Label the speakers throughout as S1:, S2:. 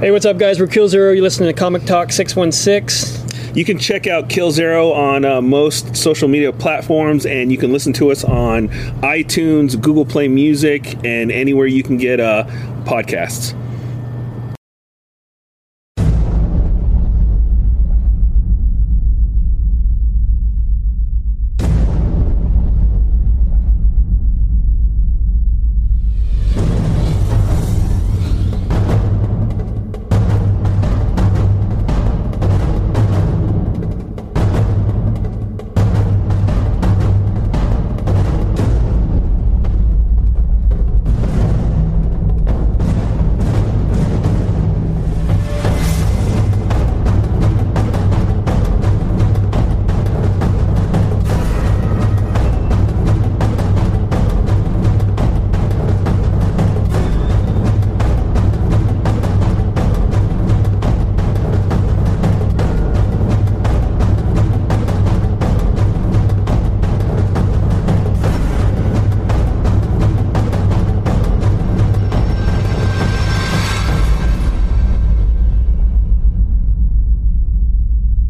S1: Hey, what's up, guys? We're Kill Zero. You're listening to Comic Talk 616.
S2: You can check out Kill Zero on uh, most social media platforms, and you can listen to us on iTunes, Google Play Music, and anywhere you can get uh, podcasts.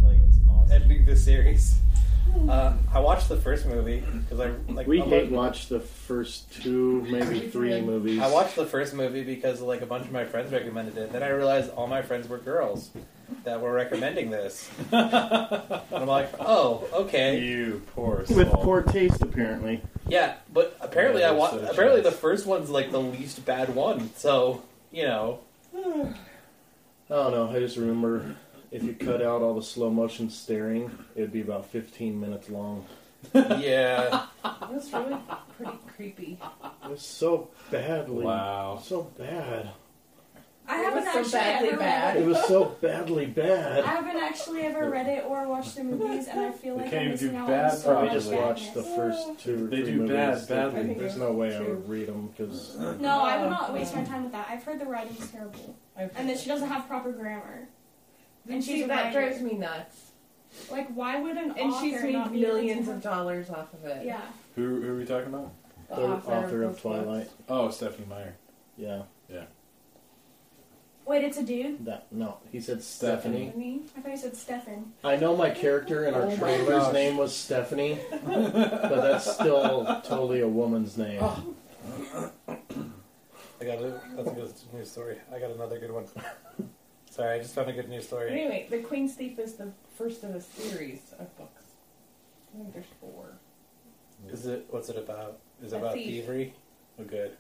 S3: like editing this series. Uh, I watched the first movie because I like
S4: We
S3: a
S4: hate
S3: bunch-
S4: watched the first two, maybe three movies.
S3: I watched the first movie because like a bunch of my friends recommended it. Then I realized all my friends were girls that were recommending this. and I'm like, oh, okay,
S5: You poor soul.
S4: with poor taste, apparently.
S3: yeah. But apparently, I
S5: Yeah,
S3: wa-
S5: so true.
S3: apparently the first one's like the least bad one. So you know,
S4: I don't know. I just remember if you cut out all the slow motion staring, it'd be about 15 minutes long.
S3: yeah.
S6: That's really pretty creepy.
S4: It was so badly,
S5: Wow.
S4: so bad.
S7: I
S6: It
S7: haven't
S6: was so
S7: actually
S6: badly
S7: ever
S6: bad.
S7: Read
S4: It
S7: it.
S4: was so badly
S7: I
S4: bad.
S7: haven't actually ever read it or watched the movies, and I feel
S5: They
S7: like
S5: can't
S7: I'm
S5: even do
S7: missing out
S5: bad
S7: on so
S4: We
S5: properly.
S7: much
S4: just watched the
S7: badness.
S4: first two or
S5: They
S4: three
S5: do bad,
S4: movies.
S5: badly.
S4: There's no way I would read them because
S7: No, I will not waste my time with that. I've heard the writing's terrible, and that she doesn't have proper grammar.
S6: and
S7: she's
S6: she,
S7: a
S6: that
S7: writer.
S6: drives me nuts.
S7: Like, why would an
S6: And
S7: author
S6: she's made
S7: not be able to
S6: millions
S7: have-
S6: of dollars off of it.
S7: Yeah,
S5: Who, who are we talking about?
S4: the author of
S6: those books.
S4: Twilight.
S5: Oh, Stephanie Meyer.
S4: Yeah,
S7: wait, it's a dude.
S4: that no. He said
S5: Stephanie.
S4: Stephanie.
S7: I thought you said Stefan.
S4: I know my character in our
S5: Oh my
S4: trailer's
S5: gosh.
S4: name was Stephanie, but that's still totally a woman's name.
S3: I got a, that's a good news story. I got another good one. Sorry, I just found a good news
S6: But
S3: story.
S6: anyway, The Queen's Thief is the first of a series of books. I think there's four.
S3: Is it what's it about? Is it
S6: A
S3: about
S6: thief.
S3: thievery? Oh, good.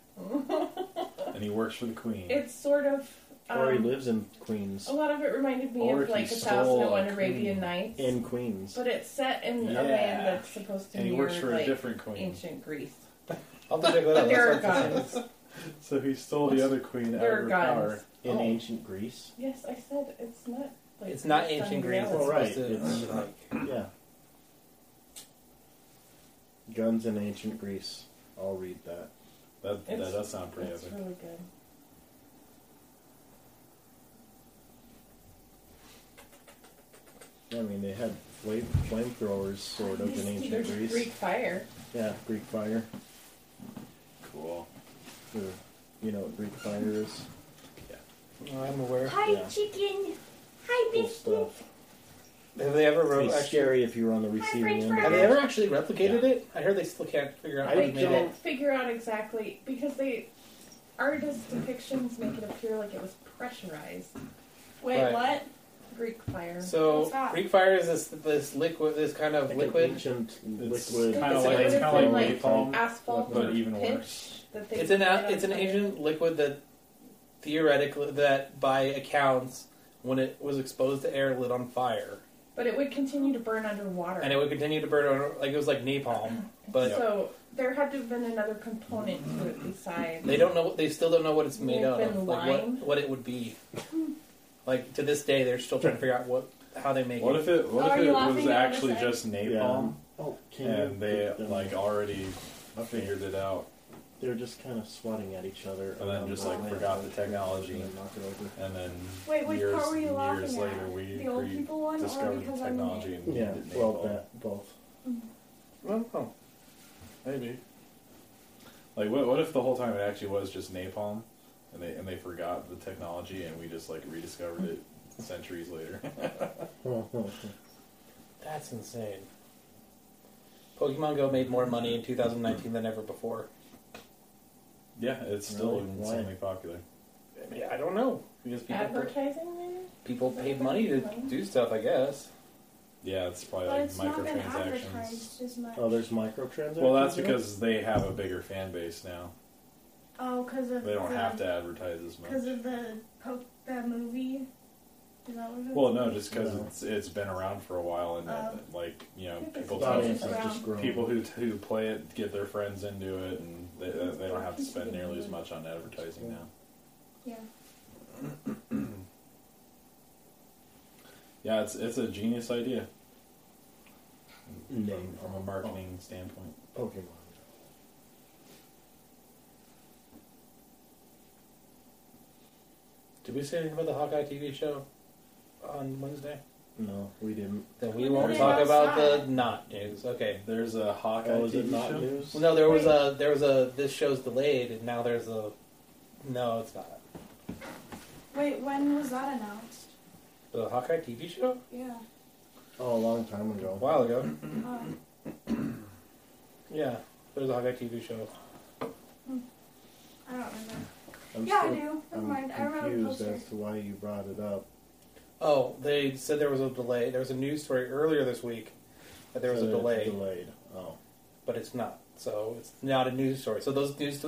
S5: And he works for the Queen.
S6: It's sort of.
S4: or he
S6: Um, oh,
S4: lives in Queens.
S6: a lot of it reminded me
S5: Or
S6: of
S5: he
S6: like A
S5: stole
S6: Thousand and One
S5: a
S6: Arabian
S5: queen.
S6: Nights.
S4: In Queens.
S6: but it's set in a
S5: Yeah.
S6: land that's supposed to
S5: and he
S6: mirror
S5: works for
S6: like
S5: a different queen.
S6: ancient Greece.
S3: I'll
S6: Um,
S3: have to check that
S6: But
S3: out.
S6: there are
S3: That sounds-
S6: guns.
S5: So he stole the other queen out
S6: There are
S5: of her
S6: guns.
S5: power.
S4: In
S6: Oh.
S4: ancient Greece.
S6: Yes, I said it's not. Like,
S3: It's not
S6: based on
S3: ancient Greece. It's
S4: Well,
S6: reality.
S4: right,
S3: supposed to
S4: it's-
S3: be like
S4: Yeah. Guns in ancient Greece. I'll read that.
S5: That, that
S6: It's-
S5: does sound pretty
S6: That's
S5: epic.
S6: really good.
S4: I mean, they had flame flamethrowers sort of in ancient
S6: There's
S4: Greece.
S6: Greek fire.
S4: Yeah, Greek fire.
S5: Cool.
S4: Or, you know what Greek fire is?
S3: Oh, I'm aware.
S7: Hi,
S4: Yeah.
S7: chicken. Hi,
S4: Cool stuff.
S3: Have they ever
S4: It'd
S3: ro-
S4: be
S3: actually,
S4: scary if you were on the receiving end.
S3: Have
S4: of
S3: they
S4: it.
S3: ever actually replicated it? I heard they still can't figure out
S4: I
S3: how to
S4: don't-
S3: make it.
S6: Couldn't figure out exactly because they artist depictions make it appear like it was pressurized.
S7: Wait,
S3: Right.
S7: what?
S6: Greek fire.
S3: So
S7: What's that?
S3: Greek fire is this this liquid, this kind of
S4: Like an
S3: liquid.
S4: ancient
S5: It's
S4: liquid.
S5: kinda
S6: It's
S5: like-
S6: like-
S5: it's kinda
S6: it's like-
S5: like napalm.
S6: Asphalt,
S5: But even
S6: pitch
S5: worse.
S6: That they
S3: It's an
S6: light
S3: a-
S6: on
S3: it's an
S6: fire.
S3: ancient liquid that theoretically that by accounts when it was exposed to air lit on fire
S6: but it would continue to burn underwater.
S3: and it would continue to burn on, like it was like napalm but
S6: so there had to have been another component to it besides.
S3: They don't know. They still don't know what it's made
S6: They've
S3: out of.
S6: been
S3: Like
S6: lying.
S3: what, what it would be. like to this day, they're still trying to figure out what how they make
S5: What
S3: it.
S5: if it
S7: Oh,
S5: what
S7: are
S5: if
S7: you
S5: it
S7: laughing
S5: was
S7: at what I
S5: actually
S7: said?
S5: just
S4: Yeah.
S5: napalm
S4: Oh, can you
S5: and they
S4: put them-
S5: like already figured it out
S4: They're just kind of swatting at each other.
S5: And then
S4: around
S5: just,
S4: the
S5: like,
S4: lamp.
S5: forgot the technology.
S4: And knock it over.
S5: and then
S7: Wait, which
S5: years
S7: part were you
S5: and
S7: laughing
S5: years
S7: at?
S5: later we
S7: the old
S5: we
S7: people one, or
S5: discovered
S7: because
S5: the
S7: I'm
S5: technology and
S4: Yeah,
S5: named it
S4: well,
S5: napalm.
S4: that both.
S3: Oh, oh. maybe.
S5: Like, what, what if the whole time it actually was just napalm and they and they forgot the technology, and we just like rediscovered it centuries later.
S4: Oh,
S3: That's insane. Pokemon Go made more money in 2019 than ever before.
S5: yeah, it's still
S4: Really? Why?
S5: insanely popular.
S3: I, mean, I don't know because people
S6: Advertising, maybe?
S3: people paid money to do stuff. I guess.
S5: Yeah, it's probably
S7: But
S5: like
S7: it's not been
S5: Uh, microtransactions.
S7: advertised as much.
S4: Oh, there's microtransactions.
S5: Well, that's
S4: in it?
S5: because they have a bigger fan base now.
S7: Oh, because of
S5: They don't
S7: the,
S5: have to advertise as much.
S7: Because of the po- the movie. Is that what it
S5: Well, no, just because
S4: No.
S5: it's it's been around for a while, and that,
S7: Um,
S5: like you know,
S6: It's
S5: people
S4: The
S5: tell
S4: audience has
S7: Around.
S4: just grown.
S5: people who who play it get their friends into it, and they they don't have to spend nearly as much on advertising now.
S7: Yeah.
S5: Yeah, it's it's a genius idea
S4: name
S5: from, from a marketing standpoint.
S4: Pokemon.
S3: Did we say anything about the Hawkeye TV show on Wednesday?
S4: No, we didn't.
S3: Then we
S7: We
S3: won't
S7: didn't
S3: talk about the
S7: outside.
S3: not news. Okay.
S5: There's a Hawkeye
S4: Oh, is
S5: TV
S4: it not
S5: show.
S4: news?
S3: Well, no, there was a there was a this show's delayed, and now there's a no, it's not
S7: Wait, when was that announced?
S3: the Hawkeye TV show.
S7: Yeah.
S4: Oh, a long time
S3: A
S4: ago.
S3: while ago.
S7: Oh.
S3: Yeah, there's a Hawkeye TV show.
S7: I don't remember.
S4: I'm
S7: yeah, I
S4: still-
S7: do. Never
S4: I'm
S7: mind. I remember the
S4: confused
S7: poster.
S4: as to why you brought it up.
S3: Oh, they said there was a delay. There was a news story earlier this week that there was
S4: So
S3: a
S4: it's
S3: delay,
S4: Delayed. Oh.
S3: but it's not. So it's not a news story. So those news,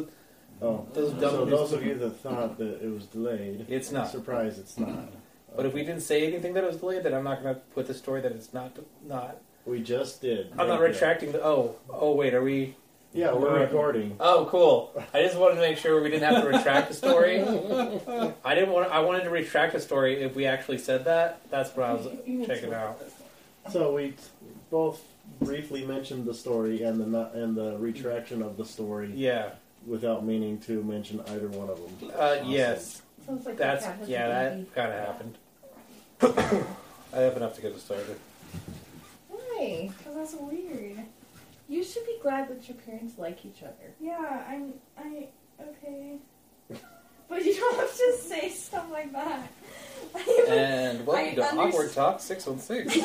S4: Oh.
S3: those dumb
S4: So
S3: news-
S4: those of you that thought that it was delayed,
S3: It's not.
S4: Surprised it's not.
S3: But if we didn't say anything that it was delayed, then I'm not going to put the story that it's not not.
S4: we just did.
S3: I'm not
S4: Right
S3: retracting the. Oh, oh wait, are we?
S4: there. Yeah, we're
S3: We're-
S4: recording.
S3: Oh, cool. I just wanted to make sure we didn't have to retract the story. I didn't want. I wanted to retract the story if we actually said that. That's what I was checking out.
S4: So we t- both briefly mentioned the story and the not, and the retraction of the story
S3: Yeah.
S4: without meaning to mention either one of them.
S3: Uh, yes.
S6: Sounds like
S3: That's
S6: that was
S3: yeah.
S6: a
S3: That
S6: baby.
S3: kind of happened. I have enough to get us started.
S6: Why?
S7: Because that's weird.
S6: You should be glad that your parents like each other.
S7: Yeah, I'm. I. Okay. but you don't have to say stuff like that.
S3: And welcome
S7: I
S3: to
S7: underst-
S3: Awkward Talk 616.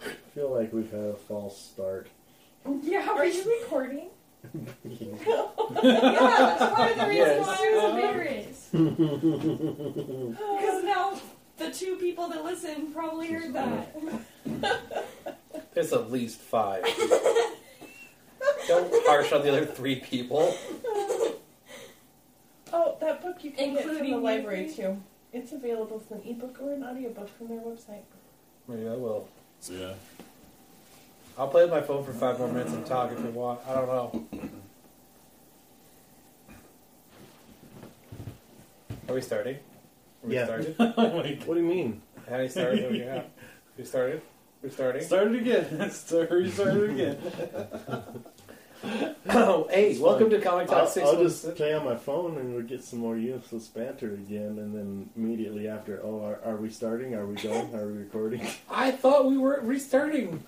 S4: I feel like we've had a false start.
S7: yeah,
S6: Are
S7: but
S6: you recording?
S7: Yeah, that's part of the reason
S3: Yes.
S7: why I was embarrassed. Because now the two people that listen probably heard that.
S3: There's at least five. Don't harsh on the other three people.
S6: Oh, that book you can get from
S7: Including
S6: the
S7: you?
S6: library too. It's available as an ebook or an audiobook from their website.
S3: Maybe I will.
S5: Yeah,
S3: I'll play with my phone for five more minutes and talk if you want. I don't know. Are we starting? Are we
S4: Yeah.
S3: started?
S5: Oh
S4: What do you mean?
S3: How do you start? What do you have? We started? We're starting?
S5: start it again. Start restart it again.
S3: oh, hey, welcome to Comic Talk
S4: I'll,
S3: 6
S4: I'll just play on my phone and we'll get some more useless banter again, and then immediately after, oh, are, are we starting? Are we going? Are we recording?
S3: I thought we were restarting.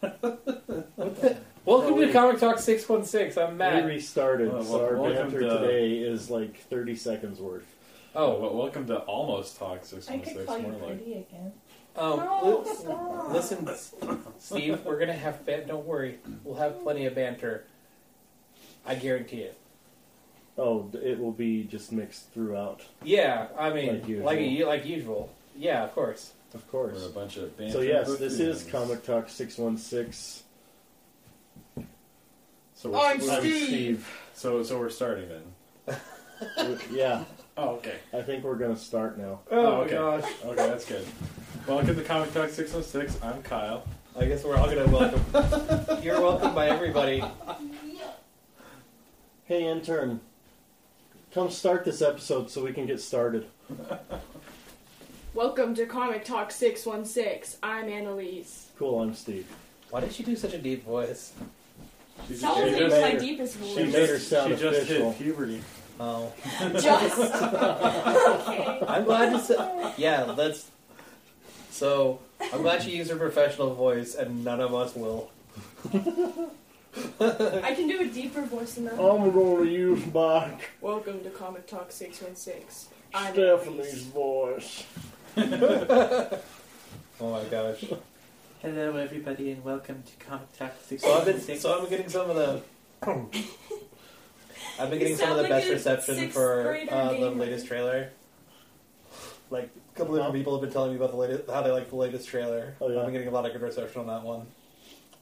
S3: What the- Welcome to Comic Talk 616. I'm
S4: We
S3: Matt.
S4: restarted,
S5: Well,
S4: so our
S5: welcome
S4: banter
S5: to-
S4: today is like 30 seconds worth.
S5: Oh,
S3: oh,
S5: but welcome to Almost Talk
S6: I could
S5: 616.
S6: call you
S5: More like
S6: pretty again.
S4: Oh,
S3: um,
S7: No,
S3: li-
S7: stop.
S3: Listen, Steve, we're gonna have ban- don't worry, we'll have plenty of banter. I guarantee it.
S4: Oh, d- it will be just mixed throughout,
S3: Yeah, I mean,
S4: Like usual.
S3: like u- like usual. Yeah, of course.
S4: of
S5: we're a
S4: course.
S5: bunch of banter
S4: So, yes, this is
S5: enthusiasts.
S4: Comic Talk 616.
S5: So we're,
S3: I'm
S5: we're-
S3: Steve.
S5: So so we're starting then.
S4: We- yeah,
S5: Oh okay.
S4: I think we're going to start now.
S5: Oh, okay.
S3: gosh,
S5: Okay, that's good. Welcome to Comic Talk 616. I'm Kyle.
S3: I guess we're all gonna welcome. You're welcome by everybody.
S4: Hey, intern, come start this episode so we can get started.
S8: Welcome to Comic Talk 616. I'm Annalise.
S4: Cool, I'm Steve.
S3: Why did she do such a deep voice?
S5: She
S7: That was
S5: she
S7: like
S4: just-
S7: my deepest
S5: she
S7: voice.
S4: made her sound
S5: she just
S4: official.
S5: hit puberty.
S3: Oh,
S7: Just. okay.
S3: I'm glad you said. Yeah, that's. So I'm glad she used her professional voice, and none of us will.
S8: I can do a deeper voice than that.
S3: Um,
S4: I'm gonna use my
S8: Welcome to Comic Talk 616. I'm
S4: Stephanie's
S8: Annalise.
S4: voice.
S3: Oh my gosh.
S9: Hello, everybody, and welcome to Comic Talk
S3: So I've been
S9: 616.
S3: so I'm getting some of the. I've been getting
S6: You
S3: some of the
S6: sound like
S3: best
S6: a
S3: reception
S6: sixth
S3: for
S6: grader
S3: uh, the
S6: being-
S3: latest trailer. Like a couple different people have been telling me about the latest, how they like the latest trailer.
S4: Oh, yeah.
S3: I've been getting a lot of good reception on that one.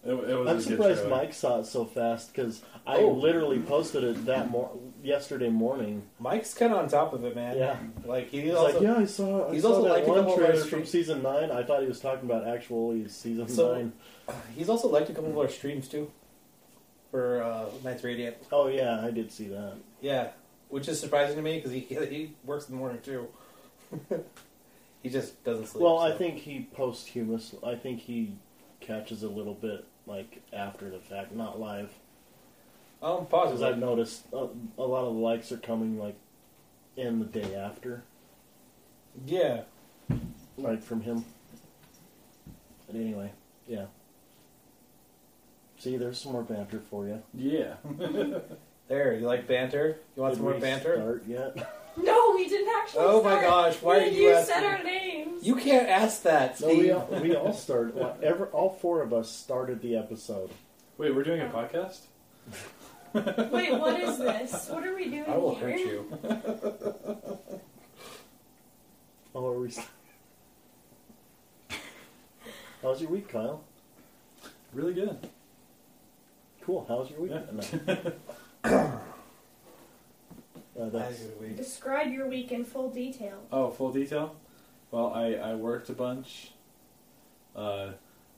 S5: It, it was
S4: I'm
S5: a
S4: surprised
S5: good trailer.
S4: Mike saw it so fast because I
S3: Oh.
S4: literally posted it that mor- yesterday morning.
S3: Mike's kind of on top of it, man.
S4: Yeah.
S3: Like he
S4: He's
S3: also
S4: like, yeah, I saw. I
S3: he's
S4: saw
S3: also
S4: that
S3: liking the
S4: one
S3: whole
S4: trailer
S3: Wall
S4: from
S3: Street-
S4: season nine. I thought he was talking about actually season
S3: So-
S4: nine.
S3: he's also liked a couple of our streams too. For uh, Knights Radiant,
S4: Oh yeah, I did see that.
S3: yeah, which is surprising to me because he he works in the morning too. he just doesn't sleep.
S4: Well, I
S3: so.
S4: think he posthumous. I think he catches a little bit like after the fact, not live.
S3: um,
S4: Because
S3: positive.
S4: I've noticed a, a lot of the likes are coming like in the day after,
S3: Yeah.
S4: like from him. But anyway, yeah. See, there's some more banter for you.
S5: Yeah.
S3: There, you like banter? You want
S4: Did
S3: some more
S4: we
S3: banter?
S4: Start yet?
S6: No, we didn't actually.
S3: Oh my
S6: start.
S3: gosh, why
S6: When
S3: are you
S6: you
S3: asking?
S6: said our names.
S3: You can't ask that,
S4: no, we
S3: Steve.
S4: all, we all started. Well, ever, all four of us started the episode.
S5: Wait, we're doing a podcast?
S6: Wait, what is this? What are we doing
S3: I will
S6: here?
S3: hurt you.
S4: Oh, are we? st- How's your week, Kyle?
S5: Really good.
S4: Cool. How's your week?
S5: Yeah.
S4: No. Uh, that's-
S7: Describe your week in full detail.
S5: Oh, full detail? Well, I, I worked a bunch. Uh,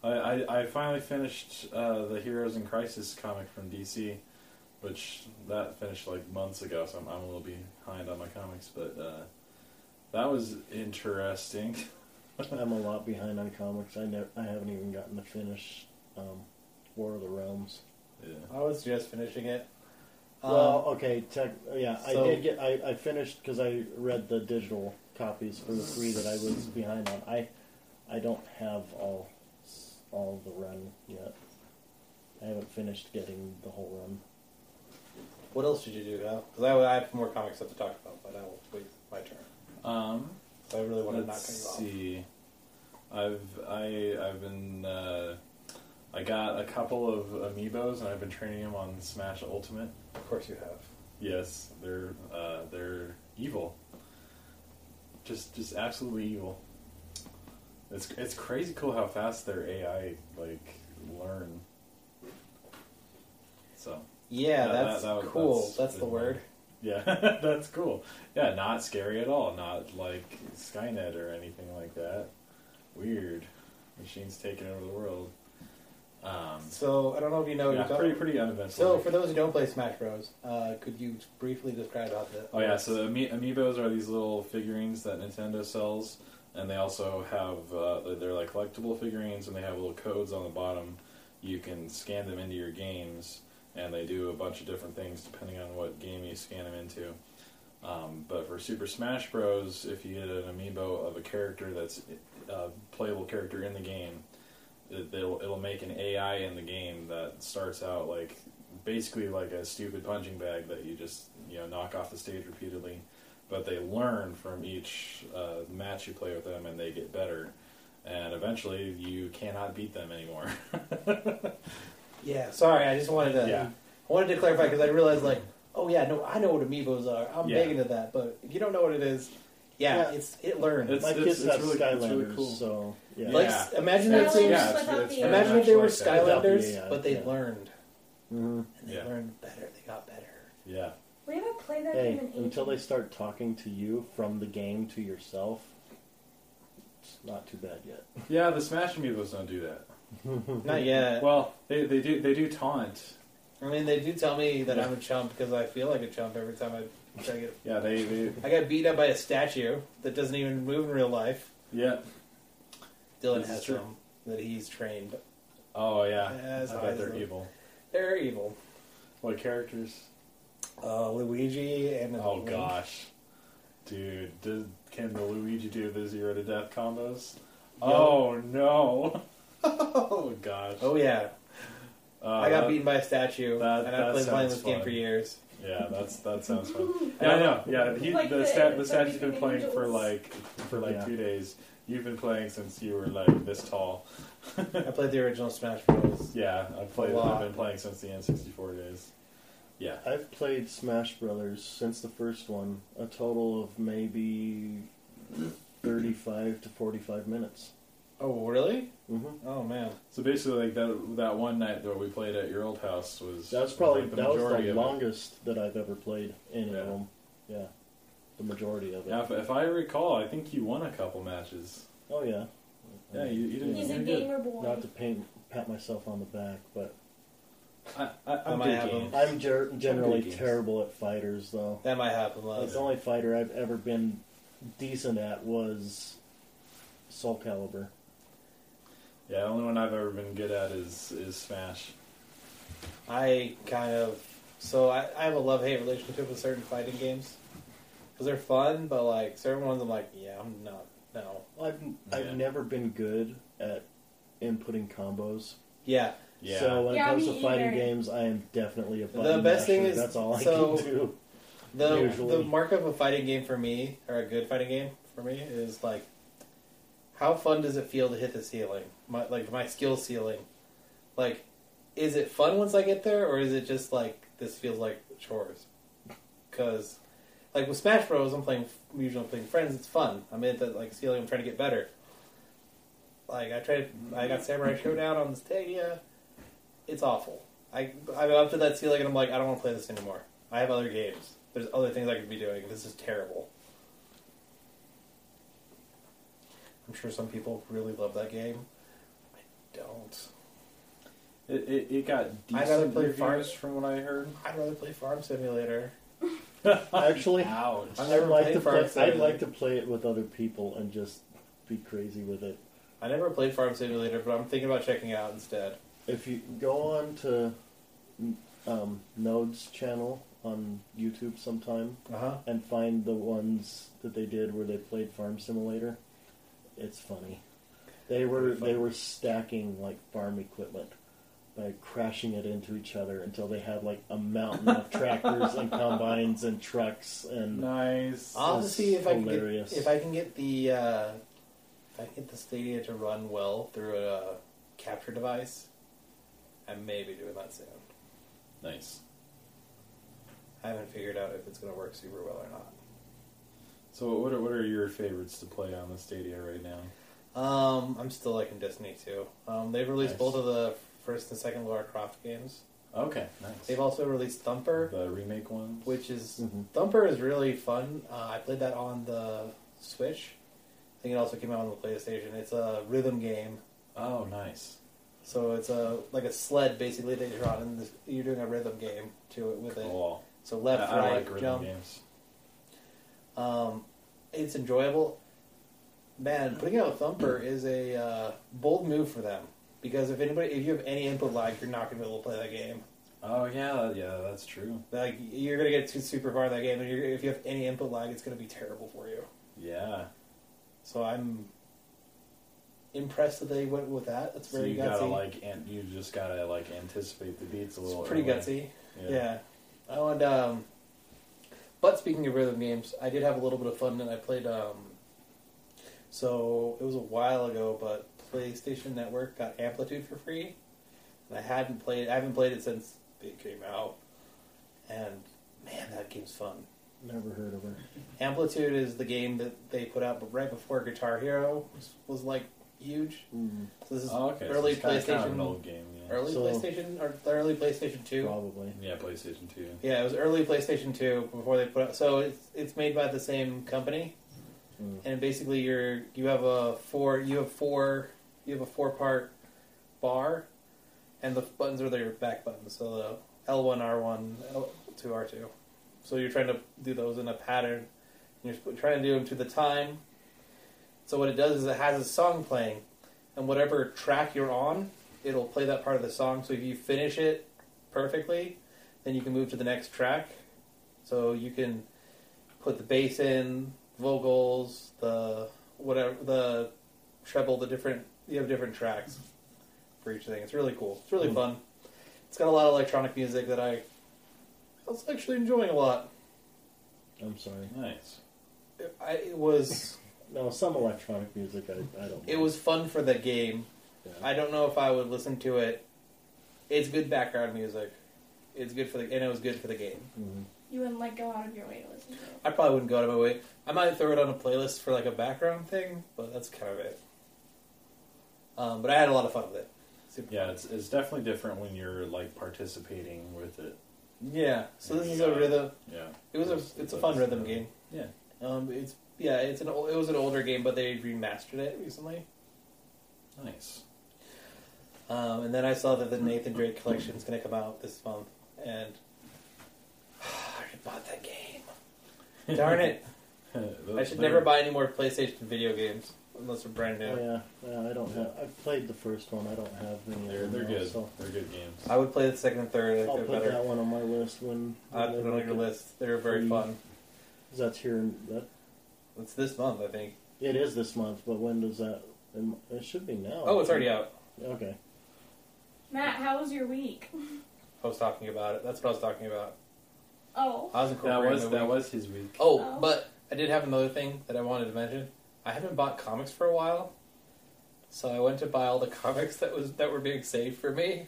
S5: I, I, I finally finished uh, the Heroes in Crisis comic from DC, which that finished like months ago, so I'm, I'm a little behind on my comics, but uh, that was interesting.
S4: I'm a lot behind on comics. I never, I haven't even gotten to finish um, War of the Realms.
S5: Yeah.
S3: I was just finishing it. Um,
S4: well, okay, tech, yeah,
S3: so-
S4: I did get. I, I finished because I read the digital copies for the three that I was behind on. I I don't have all s- all the run yet. I haven't finished getting the whole run.
S3: what else did you do, though? Because I, I have more comic stuff to talk about, but I will wait my turn.
S5: Um,
S3: So I really want to knock things
S5: Let's see. I've I I've been uh, I got a couple of amiibos and I've been training them on Smash Ultimate.
S3: off. Of course you have.
S5: Yes, they're uh, they're evil. Just just absolutely evil. It's it's crazy cool how fast their AI like learn. So
S3: Yeah,
S5: Yeah,
S3: that's
S5: that- that-
S3: cool. That's,
S5: that's
S3: the
S5: been
S3: word.
S5: yeah, that's cool. Yeah, not scary at all. Not like Skynet or anything like that. Weird. Machines taking over the world. Um,
S3: So I don't know if you know.
S5: yeah,
S3: you don't-
S5: pretty pretty uneventful.
S3: so for those who don't play Smash Bros, uh, could you briefly describe how the?
S5: Oh yeah, so the ami- amiibos are these little figurines that Nintendo sells, and they also have uh, they're like collectible figurines, and they have little codes on the bottom. You can scan them into your games, and they do a bunch of different things depending on what game you scan them into. Um, but for Super Smash Bros, if you get an amiibo of a character that's a playable character in the game, it, it'll, it'll make an AI in the game that starts out like basically like a stupid punching bag that you just you know knock off the stage repeatedly. But they learn from each uh, match you play with them, and they get better. And eventually, you cannot beat them anymore.
S3: Yeah. Sorry, I just wanted to.
S5: Yeah.
S3: I wanted to clarify because I realized, like, oh yeah, no, I know what amiibos are. I'm
S5: Yeah.
S3: big into that, but if you don't know what it is, yeah,
S4: Yeah.
S3: it's it learned.
S5: It's-
S4: My kids
S5: it's
S4: have
S5: really- it's
S4: Skylanders,
S5: really cool.
S4: so yeah.
S3: like,
S5: yeah.
S3: imagine
S7: Skylanders
S3: if they,
S7: Yeah.
S5: it's-
S7: without
S5: it's
S7: the
S5: very
S7: AI.
S3: imagine if
S5: much
S3: they were
S5: like that.
S4: Without the
S3: Skylanders,
S4: AI,
S3: but they
S4: yeah.
S3: learned
S4: Mhm.
S3: and they
S5: uh, Yeah.
S3: learned better. They got better.
S5: Yeah,
S7: We haven't played that
S4: Hey,
S7: game in ages.
S4: until they start talking to you from the game to yourself, it's not too bad yet.
S5: yeah. The Smash amiibos don't do that.
S3: Not yet.
S5: Well, they, they do they do taunt.
S3: I mean, they do tell me that I'm a chump because I feel like a chump every time I try to get.
S5: Yeah, they, they
S3: I got beat up by a statue that doesn't even move in real life.
S5: yeah.
S3: Dylan
S5: This is
S3: has
S5: true.
S3: some that he's trained.
S5: Oh yeah.
S3: As
S5: I
S3: high as
S5: bet they're
S3: the-
S5: evil.
S3: They're evil.
S5: What characters?
S3: Uh, Luigi and
S5: Oh gosh, dude, did, can the Luigi do the zero to death combos? Oh no! oh gosh.
S3: Oh yeah.
S5: Uh,
S3: I got
S5: that-
S3: beaten by a statue,
S5: that-
S3: and
S5: that
S3: I've been playing
S5: sounds
S3: this game
S5: fun.
S3: for years.
S5: Yeah, that's that sounds fun. Yeah, I know. Yeah, he,
S7: Like
S5: the,
S7: the-
S5: stat, the
S7: the
S5: statue's been
S7: Weeping
S5: playing for
S7: Angels.
S5: like for like
S4: Yeah.
S5: two days. You've been playing since you were like this tall.
S3: I played the original Smash Bros.
S5: Yeah, I've played.
S3: A
S5: I've
S3: lot.
S5: been playing since the N64 days. Yeah,
S4: I've played Smash Brothers since the first one, a total of maybe 35 to 45 minutes.
S3: Oh, really?
S4: hmm
S5: Mm-hmm.
S3: Oh man.
S5: so basically, like that that one night that we played at your old house was
S4: That was probably
S5: like,
S4: that was
S5: majority
S4: the
S5: of it.
S4: longest that I've ever played any
S5: Yeah.
S4: of them. Yeah, the majority of it.
S5: Yeah, if, if I recall, I think you won a couple matches.
S4: Oh yeah.
S5: Yeah, you, you didn't.
S7: He's
S5: you
S7: a
S5: did.
S7: gamer boy.
S4: Not to paint, pat myself on the back, but
S5: I, I, I'm
S3: I might
S5: good
S3: have
S5: games.
S4: I'm ger- generally
S5: games.
S4: terrible at fighters, though.
S3: That might happen,
S4: Like, the
S3: love.
S4: only fighter I've ever been decent at was Soul Calibur.
S5: Yeah, the only one I've ever been good at is is Smash.
S3: I kind of so I, I have a love hate relationship with certain fighting games because they're fun, but like certain ones I'm like, yeah, I'm not. No.
S4: I've
S5: Yeah.
S4: I've never been good at inputting combos.
S3: Yeah.
S5: Yeah.
S4: So when
S7: Yeah,
S4: it comes
S7: me
S4: to fighting
S7: either.
S4: games, I am definitely a
S3: The
S4: button
S3: best thing
S4: masher.
S3: is-
S4: that's all
S3: so-
S4: I can do.
S3: The
S4: Usually.
S3: the mark of a fighting game for me, or a good fighting game for me, is like how fun does it feel to hit the ceiling? My like my skill ceiling. Like, is it fun once I get there, or is it just like this feels like chores? Because like with Smash Bros, I'm playing I'm usually playing friends. It's fun. I'm at that like ceiling. I'm trying to get better. Like I tried, I got Samurai Showdown on Stadia. It's awful. I I'm up to that ceiling, and I'm like, I don't want to play this anymore. I have other games. There's other things I could be doing. This is terrible. I'm sure some people really love that game. I don't.
S5: It, it, it
S3: I
S5: got
S3: gotta
S5: decent
S3: play
S5: reviews
S3: Farm-
S5: from what I heard.
S3: I'd rather play Farm Simulator.
S4: Actually,
S5: Ouch.
S3: I've
S4: I'd
S3: never
S4: like
S3: played
S4: to
S3: Farm
S4: play. I'd
S3: Simulator.
S4: like to play it with other people and just be crazy with it.
S3: I never played Farm Simulator, but I'm thinking about checking it out instead.
S4: If you go on to um, Node's channel on YouTube sometime
S3: Uh huh.
S4: and find the ones that they did where they played Farm Simulator, it's funny. They were
S5: Pretty funny.
S4: they were stacking like farm equipment by crashing it into each other until they had like a mountain of tractors and combines and trucks and
S5: Nice.
S3: I'll have to
S4: That's
S3: see if
S4: hilarious.
S3: I can get, if I can get the uh, if I can get the Stadia to run well through a uh, capture device. I may be doing that soon.
S5: Nice.
S3: I haven't figured out if it's going to work super well or not.
S5: So what are, what are your favorites to play on the Stadia right now?
S3: Um, I'm still liking Destiny 2. Um, they've released
S5: Nice.
S3: both of the first and second Lara Croft games.
S5: Okay, nice.
S3: They've also released Thumper,
S5: the remake ones.
S3: which is
S5: Mm-hmm.
S4: Mhm.
S3: Thumper is really fun. Uh, I played that on the Switch. I think it also came out on the PlayStation. It's a rhythm game,
S5: Oh, nice.
S3: so it's a like a sled basically that you're on, and this- you're doing a rhythm game to it with it.
S5: Cool.
S3: So left,
S5: I, I
S3: right,
S5: like rhythm
S3: jump.
S5: games.
S3: Um, it's enjoyable. Man, putting out a thumper is a uh, bold move for them because if anybody, if you have any input lag, you're not going to be able to play that game.
S5: Oh yeah, yeah, that's true.
S3: Like you're going to get too super far in that game, and you're, if you have any input lag, it's going to be terrible for you.
S5: Yeah.
S3: So I'm impressed that they went with that. That's
S5: So
S3: very
S5: you
S3: gutsy.
S5: gotta like, an- you just gotta like anticipate the beats a little.
S3: it's pretty
S5: early.
S3: gutsy. Yeah. Oh, and um, but speaking of rhythm games, I did have a little bit of fun, and I played. Um, so it was a while ago, but PlayStation Network got Amplitude for free, and I hadn't played. I haven't played it since it came out, and man, that game's fun.
S4: never heard of her.
S3: Amplitude is the game that they put out right before Guitar Hero was, was like huge.
S4: Mm,
S3: So this is
S5: Oh, okay. so
S3: early
S5: it's kinda-
S3: PlayStation,
S5: Kind of an old game. Yeah.
S3: early
S4: So-
S3: PlayStation, or the early PlayStation Two.
S4: probably.
S5: Yeah, PlayStation Two.
S3: Yeah, it was early PlayStation 2 before they put out. So it's it's made by the same company,
S4: Mm.
S3: and basically you're you have a four you have four you have a four part bar, and the buttons are their back buttons. So the L one R one L two R two. So you're trying to do those in a pattern. And you're sp- trying to do them to the time. So what it does is it has a song playing, and whatever track you're on, it'll play that part of the song. So if you finish it perfectly, then you can move to the next track. So you can put the bass in, vocals, the whatever, the treble, the different. You have different tracks for each thing. It's really cool. It's really
S4: Mm.
S3: fun. It's got a lot of electronic music that I I was actually enjoying a lot.
S4: I'm sorry.
S5: Nice.
S3: It, I, it was
S4: No, some electronic music I, I don't.
S3: it was fun for the game.
S4: Yeah.
S3: I don't know if I would listen to it. It's good background music. It's good for the and it was good for the game.
S4: Mhm.
S7: You wouldn't like go out of your way to listen to it.
S3: I probably wouldn't go out of my way. I might throw it on a playlist for like a background thing, but that's kind of it. Um, but I had a lot of fun with it. Super
S5: Yeah,
S3: fun.
S5: it's, it's definitely different when you're like participating with it.
S3: yeah. So this is a rhythm.
S5: Yeah.
S3: It was a it's a fun rhythm game.
S5: Yeah.
S3: Um, it's yeah, it's an ol- it was an older game, but they remastered it recently.
S5: Nice.
S3: Um, and then I saw that the Nathan Drake collection is going to come out this month, and I already bought that game. Darn it! I should never buy any more PlayStation video games unless they're brand new.
S4: Yeah, yeah. I don't have. I've played the first one. I don't have any.
S5: They're,
S4: of them
S5: they're
S4: now,
S5: good.
S4: So
S5: They're good games.
S3: I would play the second and third. I
S4: I'll
S3: think
S4: put
S3: they're better.
S4: that one on my list when.
S3: I
S4: when
S3: put it
S4: they
S3: on
S4: make
S3: your
S4: it.
S3: list. They're very
S4: free.
S3: fun.
S4: 'Cause That's here. in- That
S3: It's this month, I think.
S4: it is this month, but when does that? in- It should be now.
S3: Oh, it's already out.
S4: Okay.
S7: Matt, how was your week?
S3: I was talking about it. That's what I was talking about.
S7: Oh,
S3: I was
S5: That
S3: incorporating
S5: was
S3: the
S5: that
S3: week.
S5: was his week.
S3: Oh,
S7: Oh.
S3: but I did have another thing that I wanted to mention. I haven't bought comics for a while, so I went to buy all the comics that was that were being saved for me.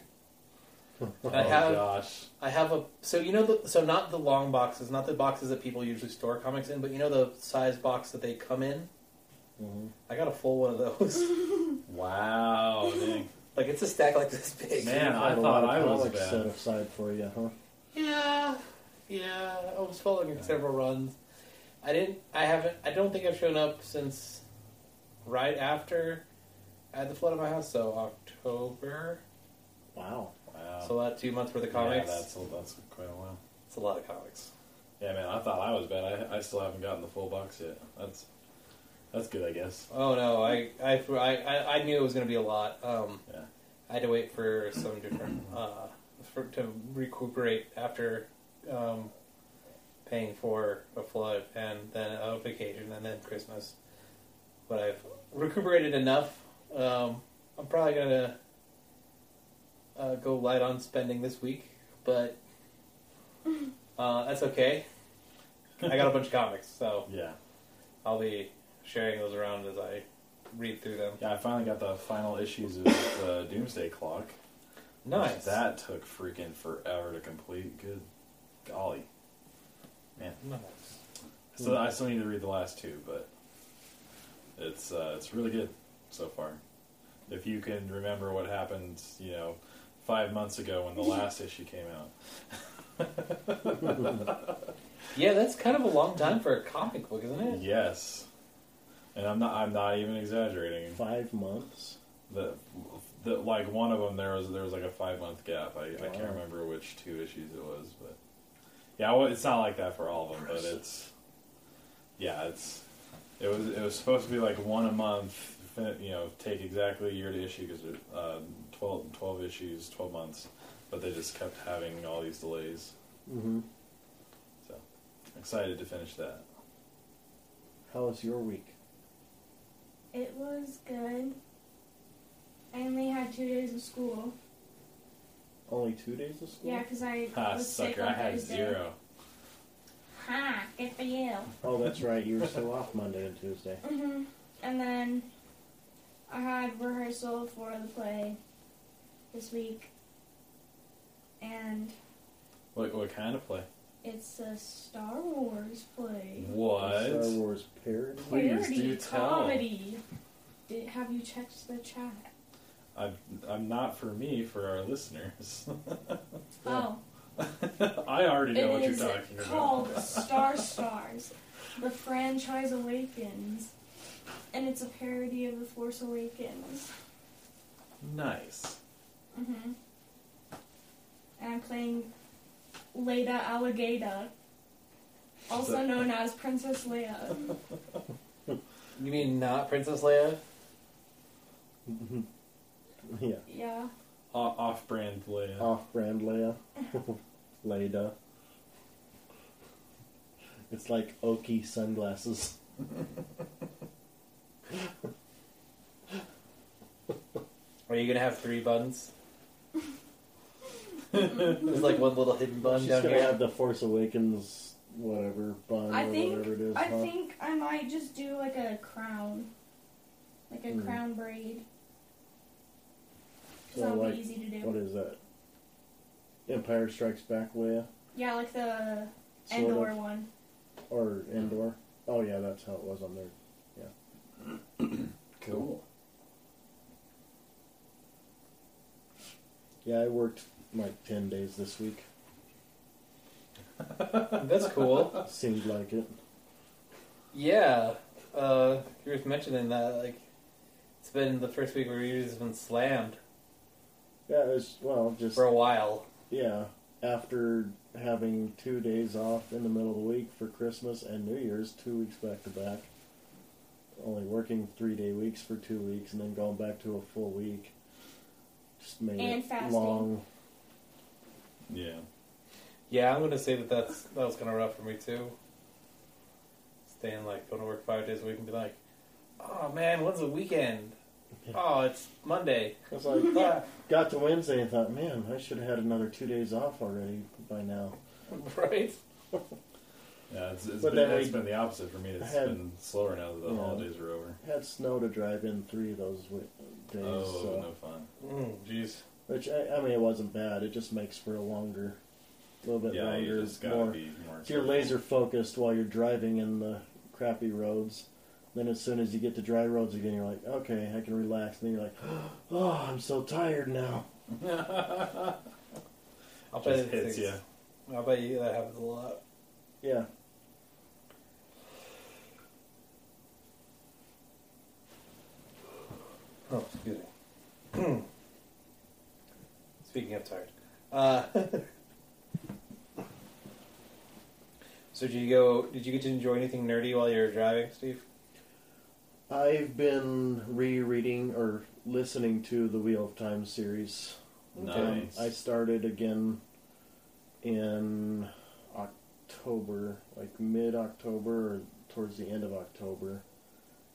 S3: And I
S5: oh
S3: have
S5: gosh.
S3: I have a so you know the, so not the long boxes, not the boxes that people usually store comics in, but you know the size box that they come in.
S4: hmm
S3: I got a full one of those.
S5: Wow. dang.
S3: like it's a stack like this big.
S5: Man, I
S4: a lot
S5: thought
S4: of
S5: I was
S4: comics set
S5: bad.
S4: aside for you, huh?
S3: Yeah, yeah. I was following it several runs. I didn't. I haven't. I don't think I've shown up since right after I had the flood at my house. So October.
S4: Wow.
S5: Wow.
S3: So about two months worth of
S5: Oh. yeah,
S3: comics.
S5: that's that's quite a while.
S3: it's a lot of comics.
S5: Yeah, man, I thought I was bad. I, I still haven't gotten the full box yet. That's that's good, I guess.
S3: Oh no, I I I, I- I knew it was going to be a lot. Um,
S5: Yeah.
S3: I had to wait for some different uh, for, to recuperate after um, paying for a flood and then a vacation and then Christmas. But I've recuperated enough. Um, I'm probably gonna uh, go light on spending this week, but uh, that's okay. I got a bunch of comics, so.
S5: Yeah,
S3: I'll be sharing those around as I read through them.
S5: yeah. I finally got the final issues of the Doomsday Clock.
S3: Nice.
S5: That took freaking forever to complete. Good golly.
S3: Nice.
S5: So I still need to read the last two, but it's uh, it's really good so far. If you can remember what happened, you know, five months ago when the last issue came out.
S3: Yeah, that's kind of a long time for a comic book, isn't it?
S5: Yes, and I'm not I'm not even exaggerating.
S4: Five months.
S5: the, the like one of them there was there was like a five month gap. I, I can't
S4: Wow.
S5: remember which two issues it was, but yeah, well, it's not like that for all of them. But it's yeah, it's it was it was supposed to be like one a month. fin- You know, take exactly a year to issue because uh, 12, 12 issues, twelve months, but they just kept having all these delays.
S4: hmm
S5: So excited to finish that.
S4: How was your week?
S7: it was good. I only had two days of school.
S4: Only two days of school.
S7: Yeah, because I
S5: Ha,
S7: was sick
S5: Ah, sucker!
S7: on
S5: I had
S7: Thursday.
S5: zero.
S7: Ha! Good for you.
S4: Oh, that's right. You were still off Monday and Tuesday.
S7: hmm And then I had rehearsal for the play this week, and
S5: What what kind of play?
S7: it's a Star Wars play.
S5: What?
S4: Star Wars parody.
S5: Please
S7: Parody
S5: do tell.
S7: comedy. Did, have you checked the chat?
S5: I'm, I'm not for me, for our listeners.
S7: Oh,
S5: I already know what
S7: it
S5: you're
S7: is
S5: talking
S7: called
S5: about.
S7: Star Stars. The franchise awakens, and it's a parody of The Force Awakens.
S5: Nice.
S7: hmm And I'm playing Leda Alligator, also known as Princess Leia.
S3: You mean not Princess Leia?
S4: yeah.
S7: Yeah.
S5: O- off-brand Leia.
S4: Off-brand Leia. Leda. It's like Oki sunglasses.
S3: Are you gonna have three buns? There's like one little hidden bun
S4: She's
S3: down
S4: gonna
S3: here.
S4: have the Force Awakens whatever bun
S7: I
S4: or
S7: think-
S4: whatever it is.
S7: I
S4: huh?
S7: think I might just do like a crown, like a
S4: Hmm.
S7: crown braid. Cause
S4: So,
S7: that'll
S4: like,
S7: be easy to do.
S4: What is that? Empire Strikes Back way,
S7: Yeah, like the
S4: sort
S7: Endor
S4: of,
S7: one.
S4: or Endor. Oh yeah, that's how it was on there.
S5: Cool.
S4: Yeah, I worked like ten days this week.
S3: That's cool.
S4: Seemed like it.
S3: Yeah. Uh, you were mentioning that like it's been the first week where you've just been slammed
S4: Yeah, it was well, just
S3: for a while.
S4: yeah. After having two days off in the middle of the week for Christmas and New Year's, two weeks back to back, only working three day weeks for two weeks, and then going back to a full week, just made
S7: And
S4: it
S7: fasting.
S4: long.
S5: Yeah.
S3: Yeah, I'm gonna say that that's that was kind of rough for me too. Staying like going to work five days a week and be like, oh man, when's the weekend? Oh, it's Monday.
S4: I was like, "Ah." got to Wednesday and thought, man, I should have had another two days off already by now.
S3: right?
S5: Yeah, it's, it's,
S4: But
S5: been,
S4: then
S5: it's
S4: we
S5: been the opposite for me. It's
S4: had-
S5: been slower now that the
S4: Yeah.
S5: holidays are over.
S4: Had snow to drive in three of those wi- days,
S5: Oh,
S4: so-
S5: no fun.
S3: Mm, Jeez.
S4: which I, I mean, it wasn't bad. It just makes for a longer, a little bit
S5: Yeah,
S4: longer,
S5: you just gotta
S4: more.
S5: be more.
S4: If you're laser focused while you're driving in the crappy roads, then as soon as you get to dry roads again, you're like, okay, I can relax. And then you're like, oh, I'm so tired now.
S3: I'll bet
S5: Just
S3: it
S5: hits you.
S3: takes- I'll bet you that happens a lot.
S4: Yeah,
S3: Oh, excuse me. Speaking of tired. Uh, so did you go? Did you get to enjoy anything nerdy while you were driving, Steve?
S4: I've been rereading or listening to the Wheel of Time series. Um,
S5: Nice.
S4: I started again in October, like mid October or towards the end of October.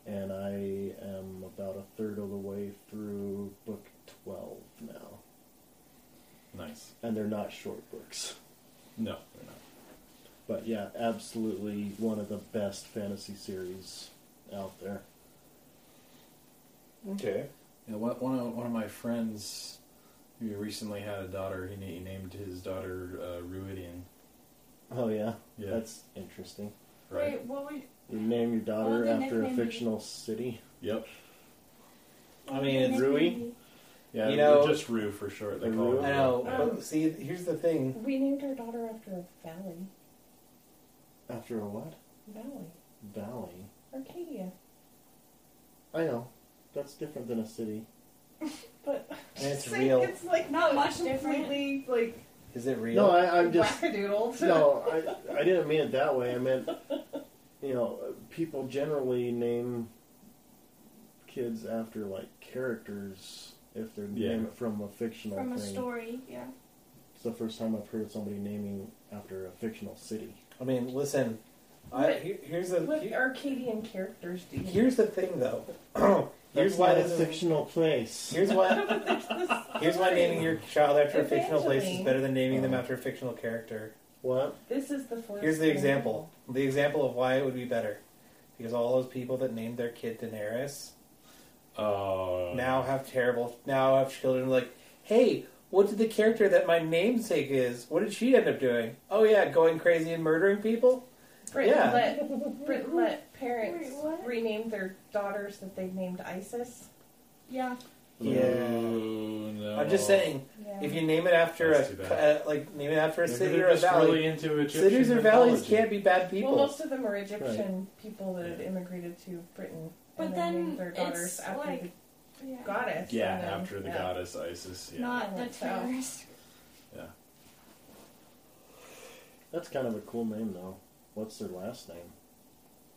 S4: And I am about a third of the way through book 12 now.
S5: Nice.
S4: And they're not short books.
S5: No, they're not.
S4: But yeah, absolutely one of the best fantasy series out there.
S3: Okay.
S5: Yeah, one, one, of, one of my friends who recently had a daughter, he, na- he named his daughter uh, Ruidian.
S4: Oh, yeah?
S5: Yeah,
S4: That's interesting.
S5: right.
S7: Wait, what would?
S4: You name your daughter
S7: they
S4: after a
S7: nicknamed it-
S4: fictional city.
S5: Yep.
S3: I mean, it's
S4: Rui?
S5: Yeah,
S3: You know-
S5: just Rue for short. They
S4: Rue?
S5: call her.
S3: I know.
S5: Yeah.
S3: But see, here's the thing.
S6: We named our daughter after a valley.
S4: After a what?
S6: Valley.
S4: Valley.
S6: Arcadia.
S4: I know. That's different than a city.
S6: But
S3: And it's
S6: it's like,
S3: real.
S6: It's like not much
S7: Different.
S6: completely like
S3: Is it real?
S4: No, I, I'm just.
S6: wackadoodle.
S4: No, I, I didn't mean it that way. I meant, you know, people generally name kids after like characters if they're
S5: Yeah.
S4: named from a fictional
S7: From a
S4: thing.
S7: story, yeah.
S4: It's the first time I've heard of somebody naming after a fictional city.
S3: I mean, listen. I, here- here's the
S6: What
S3: here-
S6: Arcadian characters do you
S3: here's the thing though. here's
S4: That's
S3: why
S4: not
S3: this
S4: a
S3: is.
S4: fictional place.
S3: Here's why. Here's why naming your child after a fictional place is
S6: Evangeline.
S3: better than naming
S5: Oh.
S3: them after a fictional character.
S4: What?
S6: This is the first.
S3: Here's the example. The example of why it would be better. Because all those people that named their kid Daenerys
S5: Oh.
S3: now have terrible, now have children like, hey, what did the character that my namesake is, what did she end up doing? Oh yeah, going crazy and murdering people?
S6: Brit
S3: Yeah.
S6: let Brit let parents
S7: Wait, what?
S6: rename their daughters that they've named ISIS.
S7: Yeah.
S5: Ooh, no.
S3: I'm just saying,
S6: Yeah.
S3: if you name it after
S5: That's too
S3: a,
S5: bad.
S3: uh, like, name it after a
S5: Maybe
S3: city
S5: they're
S3: or a
S5: just
S3: valley.
S5: really into Egyptian
S3: Cities or valleys
S5: mythology.
S3: can't be bad people.
S6: Well, most of them are Egyptian people that had immigrated to Britain.
S7: But
S6: and they
S7: then
S6: named their daughters
S7: it's
S6: after
S7: like-
S6: the
S7: Yeah.
S6: goddess.
S5: Yeah,
S6: and then-
S5: after the
S6: yeah.
S5: goddess Isis. Yeah.
S7: Not the
S6: That's how-
S7: terrorist.
S4: That's kind of a cool name, though. What's their last name?